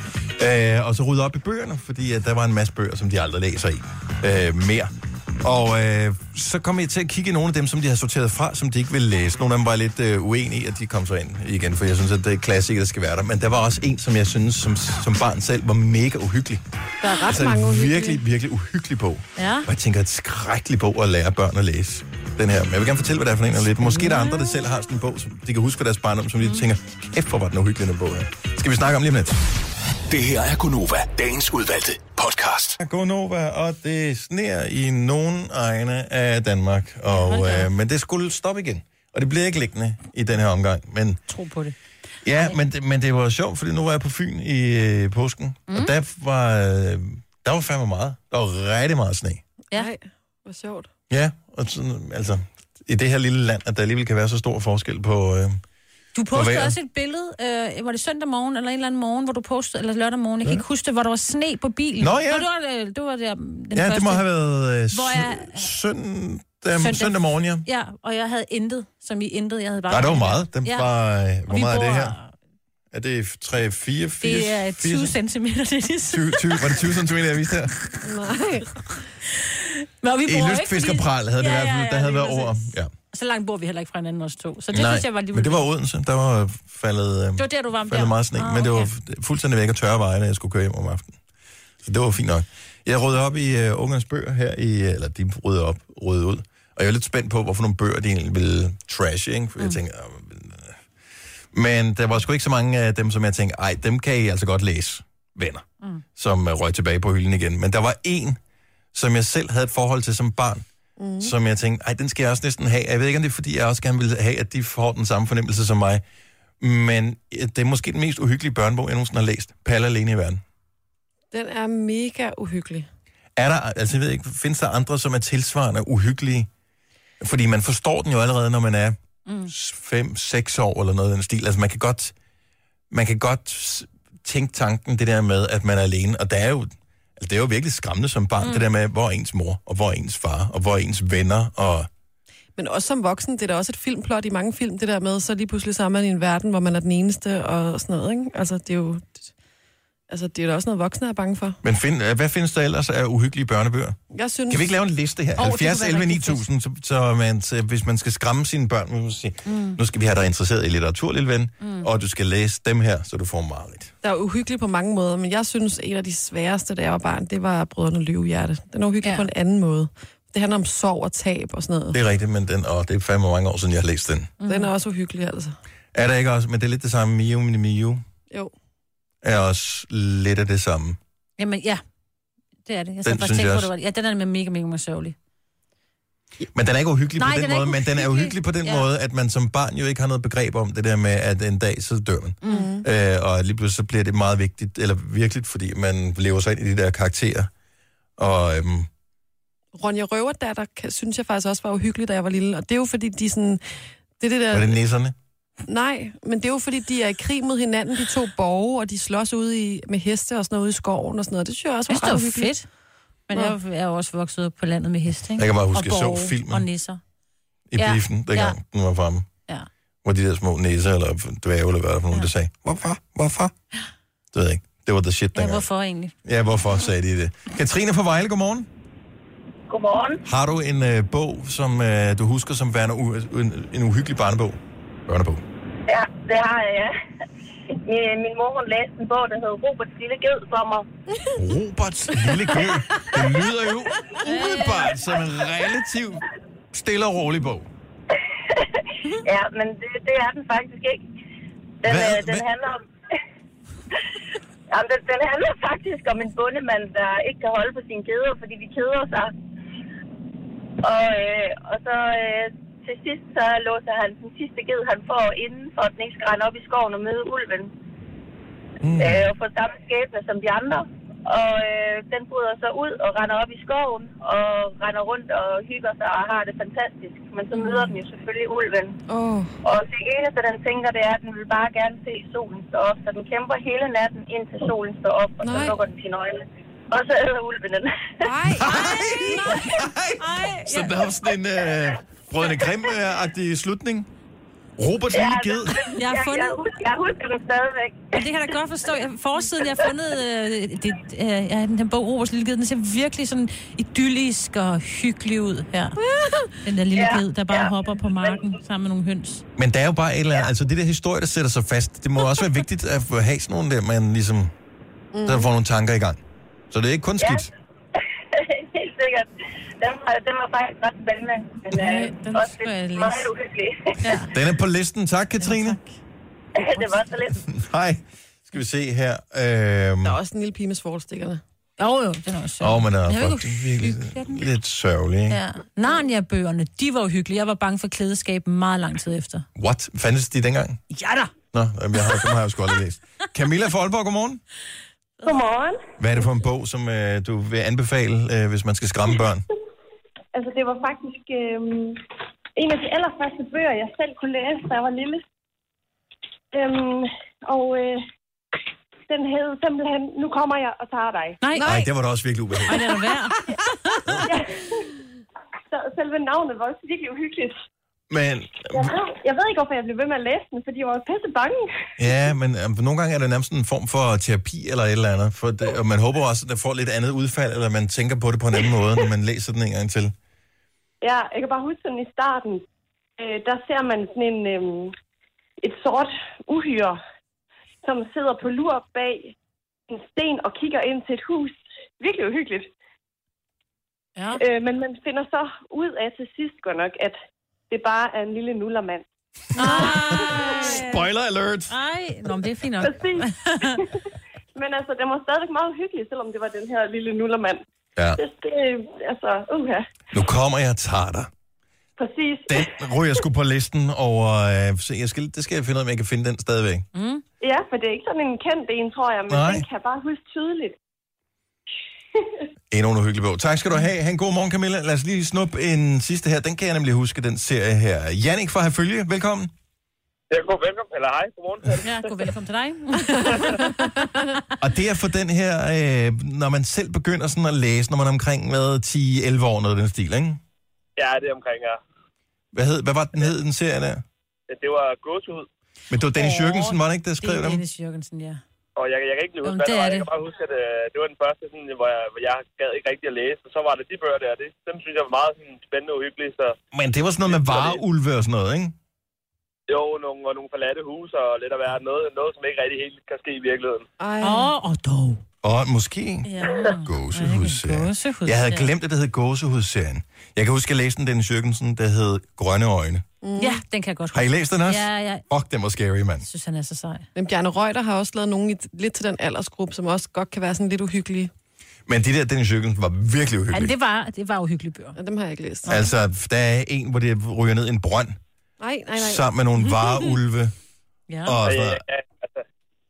Speaker 1: Øh, og så rydde op i bøgerne, fordi at der var en masse bøger, som de aldrig læser i øh, mere. Og øh, så kom jeg til at kigge i nogle af dem, som de havde sorteret fra, som de ikke ville læse. Nogle af dem var jeg lidt øh, uenige i, at de kom så ind igen, for jeg synes, at det er klassikere, der skal være der. Men der var også en, som jeg synes, som, som barn selv, var mega uhyggelig
Speaker 3: Der er ret
Speaker 1: altså,
Speaker 3: mange
Speaker 1: en
Speaker 3: uhyggelige.
Speaker 1: virkelig, virkelig uhyggelig bog.
Speaker 2: Ja.
Speaker 1: Og jeg tænker, et skrækkeligt bog at lære børn at læse. Den her. Men jeg vil gerne fortælle, hvad det er for en, og lidt. Måske der er andre, der selv har sådan en bog, som de kan huske fra deres barndom, som de
Speaker 2: Mm.
Speaker 1: tænker, kæft, hvor var den uhyggelig, den bog her. Skal vi snakke om lige om lidt?
Speaker 7: Det her er Gunova, dagens udvalgte podcast.
Speaker 1: Gonova, og det sneer i nogle egne af Danmark. Og, øh, men det skulle stoppe igen. Og det bliver ikke liggende i den her omgang. Men
Speaker 2: Tro på det.
Speaker 1: Ja, men det, men det var sjovt, fordi nu var jeg på Fyn i øh, påsken, mm. og der var, øh, der var fandme meget. Der var rigtig meget sne.
Speaker 2: Ja.
Speaker 3: Nej, hvor sjovt.
Speaker 1: Ja, og sådan, altså, i det her lille land, at der alligevel kan være så stor forskel på... Øh,
Speaker 2: Du postede
Speaker 1: vejret.
Speaker 2: også et billede, øh, var det søndag morgen eller en eller anden morgen, hvor du postede, eller lørdag morgen, jeg kan ikke huske det, hvor der var sne på bilen.
Speaker 1: Nå, ja.
Speaker 2: Nå, det var, øh, det var der, den
Speaker 1: ja,
Speaker 2: første.
Speaker 1: det må have været øh,
Speaker 2: Hvor jeg-
Speaker 1: sø- søndag, søndag.
Speaker 2: Søndag.
Speaker 1: søndag morgen, ja.
Speaker 2: Ja, og jeg havde intet, som i intet, jeg havde bare...
Speaker 1: Nej, det var meget. Den
Speaker 2: Ja.
Speaker 1: var, øh, hvor
Speaker 2: vi
Speaker 1: meget er
Speaker 2: bor-
Speaker 1: det her? Er det 3, 4, 80?
Speaker 2: Det er 20 centimeter, det er det.
Speaker 1: 20, 20, var det 20 cm, jeg viste her?
Speaker 3: Nej.
Speaker 2: Men
Speaker 1: I
Speaker 2: vi bor jo ikke, fordi-
Speaker 1: lystfiskerpral havde det i
Speaker 2: Ja,
Speaker 1: hvert
Speaker 2: ja,
Speaker 1: fald,
Speaker 2: ja,
Speaker 1: der havde
Speaker 2: lige
Speaker 1: været over.
Speaker 2: præcis.
Speaker 1: Ja.
Speaker 2: Så langt bor vi heller ikke fra hinanden os to. Så det
Speaker 1: Nej,
Speaker 2: synes jeg var lige...
Speaker 1: men det var Odense. Der var faldet, øh, det
Speaker 2: var der, du var om
Speaker 1: faldet
Speaker 2: der.
Speaker 1: meget sne, ah,
Speaker 2: Ah,
Speaker 1: men det var
Speaker 2: okay.
Speaker 1: f- fuldstændig væk og tørre veje, når jeg skulle køre hjem om aftenen. Så det var fint nok. Jeg rydder op i øh, ungernes bøger her, i, øh, eller de rydder op, rydder ud. Og jeg er lidt spændt på, hvorfor nogle bøger de egentlig ville trash, ikke? For mm. jeg tænker, øh, Men der var sgu ikke så mange af dem, som jeg tænkte, ej, dem kan I altså godt læse, venner, mm. som øh, røg tilbage på hylden igen. Men der var en, som jeg selv havde et forhold til som barn, mm. som jeg tænkte, ej, den skal jeg også næsten have. Jeg ved ikke, om det er, fordi jeg også gerne ville have, at de får den samme fornemmelse som mig. Men øh, det er måske den mest uhyggelige børnebog, jeg nogensinde har læst. Palle alene i verden.
Speaker 3: Den er mega uhyggelig.
Speaker 1: Er der, altså jeg ved ikke, findes der andre, som er tilsvarende uhyggelige? Fordi man forstår den jo allerede, når man er 5-6 år eller noget i den stil. Altså man kan godt, man kan godt s- tænke tanken, det der med, at man er alene. Og der er jo, altså, det er jo virkelig skræmmende som barn, mm. det der med, hvor er ens mor, og hvor er ens far, og hvor er ens venner, og...
Speaker 3: Men også som voksen, det er da også et filmplot i mange film, det der med, så lige pludselig så er man i en verden, hvor man er den eneste og sådan noget, ikke? Altså, det er jo... Altså, det er da også noget, voksne er bange for.
Speaker 1: Men find, øh, hvad findes der ellers af uhyggelige børnebøger?
Speaker 3: Jeg synes...
Speaker 1: Kan vi ikke lave en liste her?
Speaker 3: Åh,
Speaker 1: Oh,
Speaker 3: det
Speaker 1: 70,
Speaker 3: kunne være
Speaker 1: 11,
Speaker 3: rigtig fedt.
Speaker 1: 9000, så, så, man, så hvis man skal skræmme sine børn, må man sige, mm. nu skal vi have dig interesseret i litteratur, lille ven, mm. og du skal læse dem her, så du får meget.
Speaker 3: Der er uhyggelig på mange måder, men jeg synes, en af de sværeste, da jeg var barn, det var Brødrene Løvehjerte. Den er uhyggelig ja. på en anden måde. Det handler om sorg og tab og sådan noget.
Speaker 1: Det er rigtigt, men den, og det er fandme mange år siden, jeg har læst den.
Speaker 3: Mm. Den er også uhyggelig, altså.
Speaker 1: Er der ikke også, men det er lidt det samme, Mio, Mini Mio,
Speaker 3: Jo.
Speaker 1: er også lidt af det samme.
Speaker 2: Jamen, ja. Det er det. Jeg
Speaker 1: Den
Speaker 2: den bare
Speaker 1: synes
Speaker 2: tænke
Speaker 1: jeg
Speaker 2: på,
Speaker 1: også.
Speaker 2: det var det. Ja, den er nemlig mega, mega, mega sørgelig.
Speaker 1: Men den er ikke uhyggelig
Speaker 2: Nej,
Speaker 1: på den,
Speaker 2: den er
Speaker 1: måde,
Speaker 2: ikke
Speaker 1: men den er
Speaker 2: uhyggelig.
Speaker 1: uhyggelig på den ja.
Speaker 2: Ja.
Speaker 1: måde, at man som barn jo ikke har noget begreb om det der med, at en dag så dør man.
Speaker 2: Mm.
Speaker 1: Øh, og lige pludselig så bliver det meget vigtigt, eller virkelig, fordi man lever sig ind i de der karakterer. Og øhm,
Speaker 3: Ronja Røverdatter, kan, synes jeg faktisk også var uhyggelig, da jeg var lille. Og det er jo fordi, de sådan... Det er det der...
Speaker 1: var det næserne?
Speaker 3: Nej, men det er jo fordi, de er i krig mod hinanden, de to borge, og de slås ude i, med heste og sådan noget ude i skoven og sådan noget. Det synes jeg også
Speaker 2: Jeg synes,
Speaker 3: var
Speaker 2: det
Speaker 3: ret
Speaker 2: var
Speaker 3: uhyggeligt.
Speaker 2: fedt. Men jeg, jeg er jo også vokset op på landet med heste, ikke?
Speaker 1: Jeg kan bare huske,
Speaker 2: og
Speaker 1: jeg så
Speaker 2: borge
Speaker 1: filmen.
Speaker 2: Og nisser.
Speaker 1: i ja.
Speaker 2: Ja.
Speaker 1: biffen, dengang ja. den var fremme.
Speaker 2: Ja.
Speaker 1: Hvor de der små næser, eller dværge, eller hvad der for nogen, ja. der sagde, hvorfor, hvorfor? Det ved jeg ikke. Det var the shit
Speaker 2: Ja,
Speaker 1: dengang.
Speaker 2: hvorfor egentlig?
Speaker 1: Ja, hvorfor sagde de det? Katrine fra Vejle, godmorgen.
Speaker 10: Godmorgen.
Speaker 1: Har du en øh, bog, som øh, du husker som værende u- en, en uhyggelig barnebog? Børnebog.
Speaker 10: Ja, det har jeg, ja. Min, min mor, hun læste en bog, der hed Roberts Lille Ged Sommer.
Speaker 1: Roberts Lille Ged. Det lyder jo umiddelbart som en relativt stille og rolig bog.
Speaker 10: ja, men det, det er den faktisk ikke. Den,
Speaker 1: Hvad?
Speaker 10: øh, den
Speaker 1: Hvad?
Speaker 10: handler om... Jamen, den, den handler faktisk om en bondemand, der ikke kan holde på sine kæder, fordi de keder sig. Og, øh, og så øh, til sidst, så låser han den sidste ged, han får inden, for at den ikke skal rende op i skoven og møde ulven. Mm. Øh, og får samme skæbne som de andre. Og øh, den bryder sig ud og render op i skoven, og render rundt og hygger sig og har det fantastisk. Men så møder den jo selvfølgelig ulven.
Speaker 3: Åh, oh,
Speaker 10: Og det eneste, den tænker, det er, at den vil bare gerne se solen stå op. Så den kæmper hele natten, indtil solen står op, og så
Speaker 3: Nej.
Speaker 10: lukker den sine øjne. Og så æder ulven den.
Speaker 1: Så der er sådan en øh, Brødrene Grimm-agtig slutning. Roberts Lille Ged.
Speaker 2: Jeg har fundet...
Speaker 10: altså, Jeg, jeg, jeg husker den stadigvæk.
Speaker 2: Men det kan jeg da godt forstå. Jeg, forsiden, jeg har fundet øh, det, øh, ja, den bog, Roberts Lille Ged, den ser virkelig sådan idyllisk og hyggelig ud her. Den der lille
Speaker 10: Ja,
Speaker 2: ged, der bare
Speaker 10: ja.
Speaker 2: hopper på marken sammen med nogle høns.
Speaker 1: Men der er jo bare et eller andet, altså det der historie, der sætter sig fast, det må også være vigtigt at få- have sådan nogle der, man ligesom, mm. der får nogle tanker i gang. Så det er ikke kun
Speaker 10: Ja.
Speaker 1: skidt.
Speaker 10: Helt sikkert. Den var, den var faktisk ret spændende. Men
Speaker 2: Nej,
Speaker 10: øh,
Speaker 2: den
Speaker 10: også
Speaker 2: skal jeg
Speaker 10: lidt
Speaker 2: læse.
Speaker 10: meget uhyggelig.
Speaker 2: Ja.
Speaker 1: Den er på listen. Tak, Katrine.
Speaker 10: det var så lidt.
Speaker 1: Hej. Skal vi se her. Øhm,
Speaker 3: der er også en lille pige med svolstikkerne.
Speaker 2: Jo, jo, den er også sjov.
Speaker 1: Åh, oh, men den
Speaker 2: Den
Speaker 1: er
Speaker 2: jo
Speaker 1: faktisk virkelig
Speaker 2: uhyggelig, er den?
Speaker 1: lidt sørgelig, ikke?
Speaker 2: Ja. Narnia-bøgerne, de var uhyggelige. Jeg var bange for klædeskab meget lang tid efter.
Speaker 1: What? Fandtes de dengang?
Speaker 2: Ja da!
Speaker 1: Nå, jamen, jeg har, dem har jeg jo sgu aldrig læst. Camilla fra Aalborg, godmorgen.
Speaker 10: Godmorgen.
Speaker 1: Hvad er det for en bog, som øh, du vil anbefale, øh, hvis man skal skræmme børn?
Speaker 10: Altså, det var faktisk øh, en af de allerførste bøger, jeg selv kunne læse, da jeg var lille. Øhm, og øh, den hed simpelthen, nu kommer jeg og tager dig.
Speaker 2: Nej,
Speaker 1: Nej, det var da også virkelig ubehageligt.
Speaker 2: Ej, den er værd.
Speaker 10: Så selve navnet var også virkelig uhyggeligt.
Speaker 1: Men,
Speaker 10: Jeg ved, jeg ved ikke, hvorfor jeg blev ved med at læse den, fordi jeg var pisse bange.
Speaker 1: ja, men øh, nogle gange er det nærmest en form for terapi eller et eller andet. For det, og man håber også, at der får lidt andet udfald, eller man tænker på det på en anden måde, når man læser den en gang til.
Speaker 10: Ja, jeg kan bare huske sådan i starten, øh, der ser man sådan en, øh, et sort uhyre, som sidder på lur bag en sten og kigger ind til et hus. Virkelig uhyggeligt.
Speaker 2: Ja.
Speaker 10: Øh, men man finder så ud af til sidst godt nok, at det bare er en lille nullermand.
Speaker 1: Spoiler alert!
Speaker 5: Nej, nå, men det er fint nok.
Speaker 10: Præcis. men altså, den var stadigvæk meget hyggelig, selvom det var den her lille nullermand.
Speaker 1: Ja.
Speaker 10: Det, det, altså, uha.
Speaker 1: Nu kommer jeg og tager dig.
Speaker 10: Præcis.
Speaker 1: Den ryger jeg sgu på listen over... Øh, så jeg skal, det skal jeg finde ud af, om jeg kan finde den stadigvæk.
Speaker 10: Mm. Ja, for det er ikke sådan en kendt en, tror jeg, men
Speaker 1: Nej.
Speaker 10: Nej. den kan jeg bare huske tydeligt.
Speaker 1: Endnu en uhyggelig bog. Tak skal du have. Ha' en god morgen, Camilla. Lad os lige snuppe en sidste her. Den kan jeg nemlig huske, den serie her. Jannik fra Herfølge, velkommen.
Speaker 13: Ja, god velkommen. Eller hej, godmorgen.
Speaker 5: Ja, god velkommen til dig.
Speaker 1: Og det er for den her, øh, når man selv begynder sådan at læse, når man er omkring med 10-11 år, noget af den stil, ikke?
Speaker 13: Ja, det er omkring her.
Speaker 1: Hvad, hed, hvad var den hed, den serie der?
Speaker 13: Ja, det var gåsehud,
Speaker 1: Men det var Dennis Jørgensen, var det ikke, der skrev
Speaker 5: det er
Speaker 1: dem?
Speaker 5: Dennis Jørgensen, ja.
Speaker 13: og jeg, jeg kan ikke lige huske, hvad
Speaker 5: Jamen, det
Speaker 13: det var.
Speaker 5: er
Speaker 13: Jeg
Speaker 5: det.
Speaker 13: kan bare huske, at øh, det var den første, sådan, hvor, jeg, hvor jeg gad ikke rigtig at læse. Og så var det de bøger der, det, dem synes jeg var meget sådan, spændende og hyggelige. Så
Speaker 1: Men det var sådan noget med vareulve og sådan noget, ikke?
Speaker 13: jo, nogle, og nogle forladte huse og lidt af hvert. Noget, noget, som ikke rigtig helt kan ske i virkeligheden.
Speaker 5: Ah, Åh, og dog.
Speaker 1: Og måske
Speaker 5: Ja.
Speaker 1: gåsehudsserien. Jeg havde glemt, at det hed gåsehudsserien. Jeg kan huske, at jeg læste den Dennis Jørgensen, der hed Grønne Øjne.
Speaker 3: Mm.
Speaker 5: Ja, den kan jeg godt
Speaker 1: Har I læst den også?
Speaker 5: Ja, ja.
Speaker 1: Fuck, den var scary, mand.
Speaker 5: Jeg synes, han er så sej.
Speaker 3: Men Bjarne Reuter har også lavet nogen i, lidt til den aldersgruppe, som også godt kan være sådan lidt uhyggelige.
Speaker 1: Men de der Dennis Jørgensen var virkelig uhyggelige.
Speaker 5: det var, det var uhyggelige bøger.
Speaker 3: Ja, dem har jeg ikke læst.
Speaker 1: Altså, der er en, hvor det ryger ned i en brønd,
Speaker 3: Nej, nej, nej.
Speaker 1: sammen med nogle vareulve.
Speaker 5: Ja.
Speaker 1: Og
Speaker 13: Så
Speaker 1: sådan
Speaker 13: jeg,
Speaker 1: noget.
Speaker 13: jeg, altså,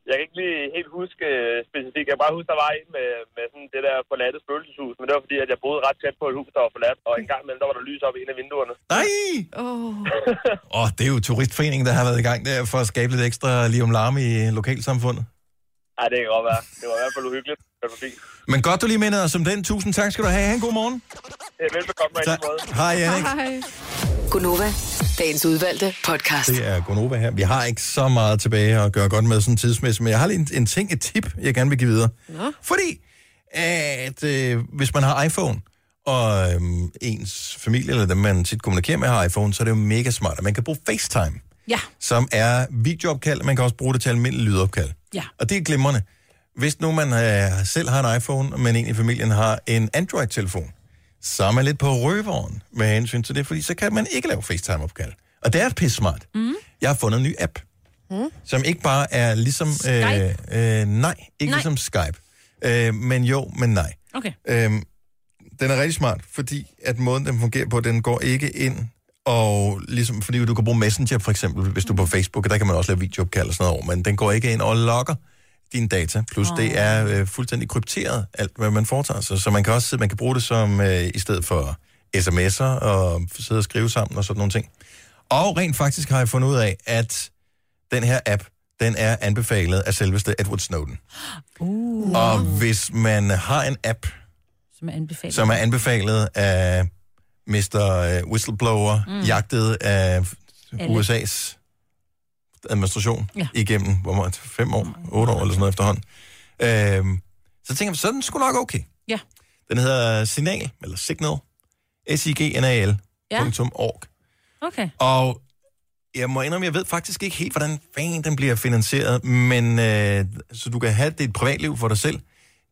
Speaker 13: jeg kan ikke lige helt huske øh, specifikt. Jeg kan bare huske, der var en med, med sådan det der forladte spøgelseshus. Men det var fordi, at jeg boede ret tæt på et hus, der var forladt. Og en gang imellem, der var der lys op i en af vinduerne.
Speaker 1: Nej!
Speaker 3: Oh.
Speaker 1: Og det er jo turistforeningen, der har været i gang der for at skabe lidt ekstra liv om larm i lokalsamfundet.
Speaker 13: Nej, det kan godt være. Det var i hvert fald uhyggeligt. Det var fint.
Speaker 1: Men godt, du lige mindede os om den. Tusind tak skal du have. Ha' en god morgen.
Speaker 13: Ja, velbekomme.
Speaker 1: Tak. Hej, Jannik.
Speaker 6: Gunova, dagens udvalgte podcast.
Speaker 1: Det er Gonova her. Vi har ikke så meget tilbage at gøre godt med sådan tidsmæssigt, men jeg har lige en, en ting, et tip, jeg gerne vil give videre.
Speaker 3: Nå.
Speaker 1: Fordi at øh, hvis man har iPhone, og øhm, ens familie eller dem, man tit kommunikerer med, har iPhone, så er det jo mega smart, at man kan bruge FaceTime,
Speaker 5: Ja,
Speaker 1: som er videoopkald, man kan også bruge det til almindelig lydopkald.
Speaker 5: ja.
Speaker 1: Og det er glimrende. Hvis nu man øh, selv har en iPhone, men en i familien har en Android-telefon, så er man lidt på røveren med hensyn til det, fordi så kan man ikke lave FaceTime-opkald. Og det er pisse smart. Mm. Jeg har fundet en ny app,
Speaker 14: Mm.
Speaker 1: som ikke bare er ligesom...
Speaker 14: Skype?
Speaker 1: Øh, øh, nej, ikke
Speaker 14: Nej.
Speaker 1: nej. ligesom Skype. Øh, men jo, men nej.
Speaker 5: Okay.
Speaker 1: Øhm, den er rigtig smart, fordi at måden, den fungerer på, den går ikke ind og ligesom, fordi du kan bruge Messenger for eksempel, hvis du er på Facebook, og der kan man også lave videoopkald og sådan noget over, men den går ikke ind og logger dine data, plus oh. det er øh, fuldstændig krypteret, alt hvad man foretager sig, så man kan også man kan bruge det som, øh, i stedet for sms'er, og sidde og skrive sammen og sådan nogle ting. Og rent faktisk har jeg fundet ud af, at den her app, den er anbefalet af selveste Edward Snowden.
Speaker 5: Uh,
Speaker 1: Og hvis man har en app,
Speaker 5: som er anbefalet.
Speaker 1: som er anbefalet af Mr. Whistleblower,
Speaker 5: Mm.
Speaker 1: mm. jagtet af
Speaker 5: Alle.
Speaker 1: USA's administration
Speaker 5: Ja.
Speaker 1: ja. igennem hvor meget, fem år, otte år eller sådan noget efterhånden. Øhm, så tænker jeg, så er den sgu nok okay.
Speaker 5: Ja.
Speaker 1: Den hedder Signal, eller Signal, s i g n a -L,
Speaker 5: Ja.
Speaker 1: ja. .org.
Speaker 5: Okay.
Speaker 1: Og jeg må indrømme, jeg ved faktisk ikke helt, hvordan fanden den bliver finansieret, men øh, så du kan have dit privatliv for dig selv.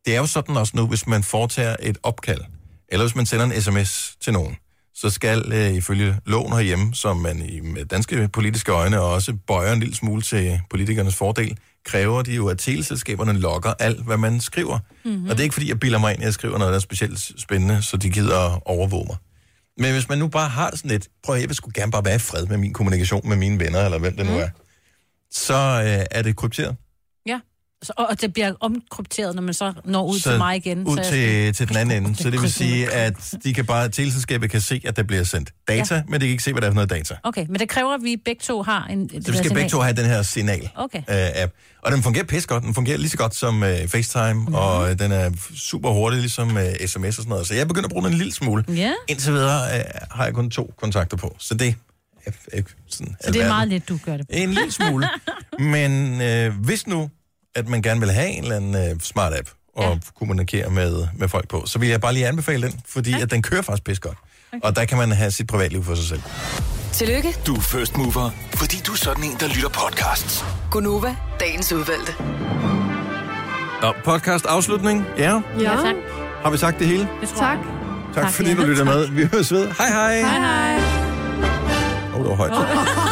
Speaker 1: Det er jo sådan også nu, hvis man foretager et opkald, eller hvis man sender en sms til nogen, så skal øh, ifølge loven herhjemme, som man i med danske politiske øjne også bøjer en lille smule til politikernes fordel, kræver de jo, at teleselskaberne logger alt, hvad man skriver. Mm-hmm. Og det er ikke fordi, jeg bilder mig ind, at jeg skriver noget, der er specielt spændende, så de gider at overvåge mig. Men hvis man nu bare har det sådan lidt, prøv at høre, jeg vil sgu gerne bare være i fred med min kommunikation med mine venner, eller hvem det nu er, så øh, er det krypteret.
Speaker 5: Ja. Så, og, og det bliver omkrypteret, når man så når ud så,
Speaker 1: så
Speaker 5: til mig igen.
Speaker 1: Ud
Speaker 5: så jeg
Speaker 1: til, til den anden ende. Så det vil sige, at de kan bare, teleselskabet kan se, at der bliver sendt data,
Speaker 5: Ja.
Speaker 1: ja. men de kan ikke se, hvad der er for noget data.
Speaker 5: Okay, men det kræver, at vi begge to har en...
Speaker 1: Så vi skal begge to have den her signal.
Speaker 5: Okay.
Speaker 1: Øh, app. Og den fungerer pisse godt. Den fungerer lige så godt som øh, FaceTime, mm-hmm. og øh, den er f- super hurtig, ligesom øh, sms og sådan noget. Så jeg begynder at bruge den en lille smule.
Speaker 5: Ja.
Speaker 1: Indtil videre øh, har jeg kun to kontakter på. Så det er, er sådan
Speaker 5: Så det er
Speaker 1: alverden.
Speaker 5: meget lidt, du gør det.
Speaker 1: En lille smule. Men øh, hvis nu, at man gerne vil have en eller anden øh, smart app og ja. kommunikere med, med folk på, så vil jeg bare lige anbefale den, fordi ja. at den kører faktisk pisse godt. Okay. Og der kan man have sit privatliv for sig selv.
Speaker 6: Tillykke,
Speaker 7: Du er first mover, fordi du er sådan en, der lytter podcasts.
Speaker 6: Gunova, dagens udvalgte.
Speaker 1: Og podcast afslutning. Ja.
Speaker 3: Ja, tak.
Speaker 1: Har vi sagt det hele?
Speaker 5: Det tror
Speaker 3: tak.
Speaker 1: Tak, tak fordi du lytter med. Vi høres ved. Hej hej.
Speaker 3: Hej, hej.
Speaker 1: Åh, oh, det var højt.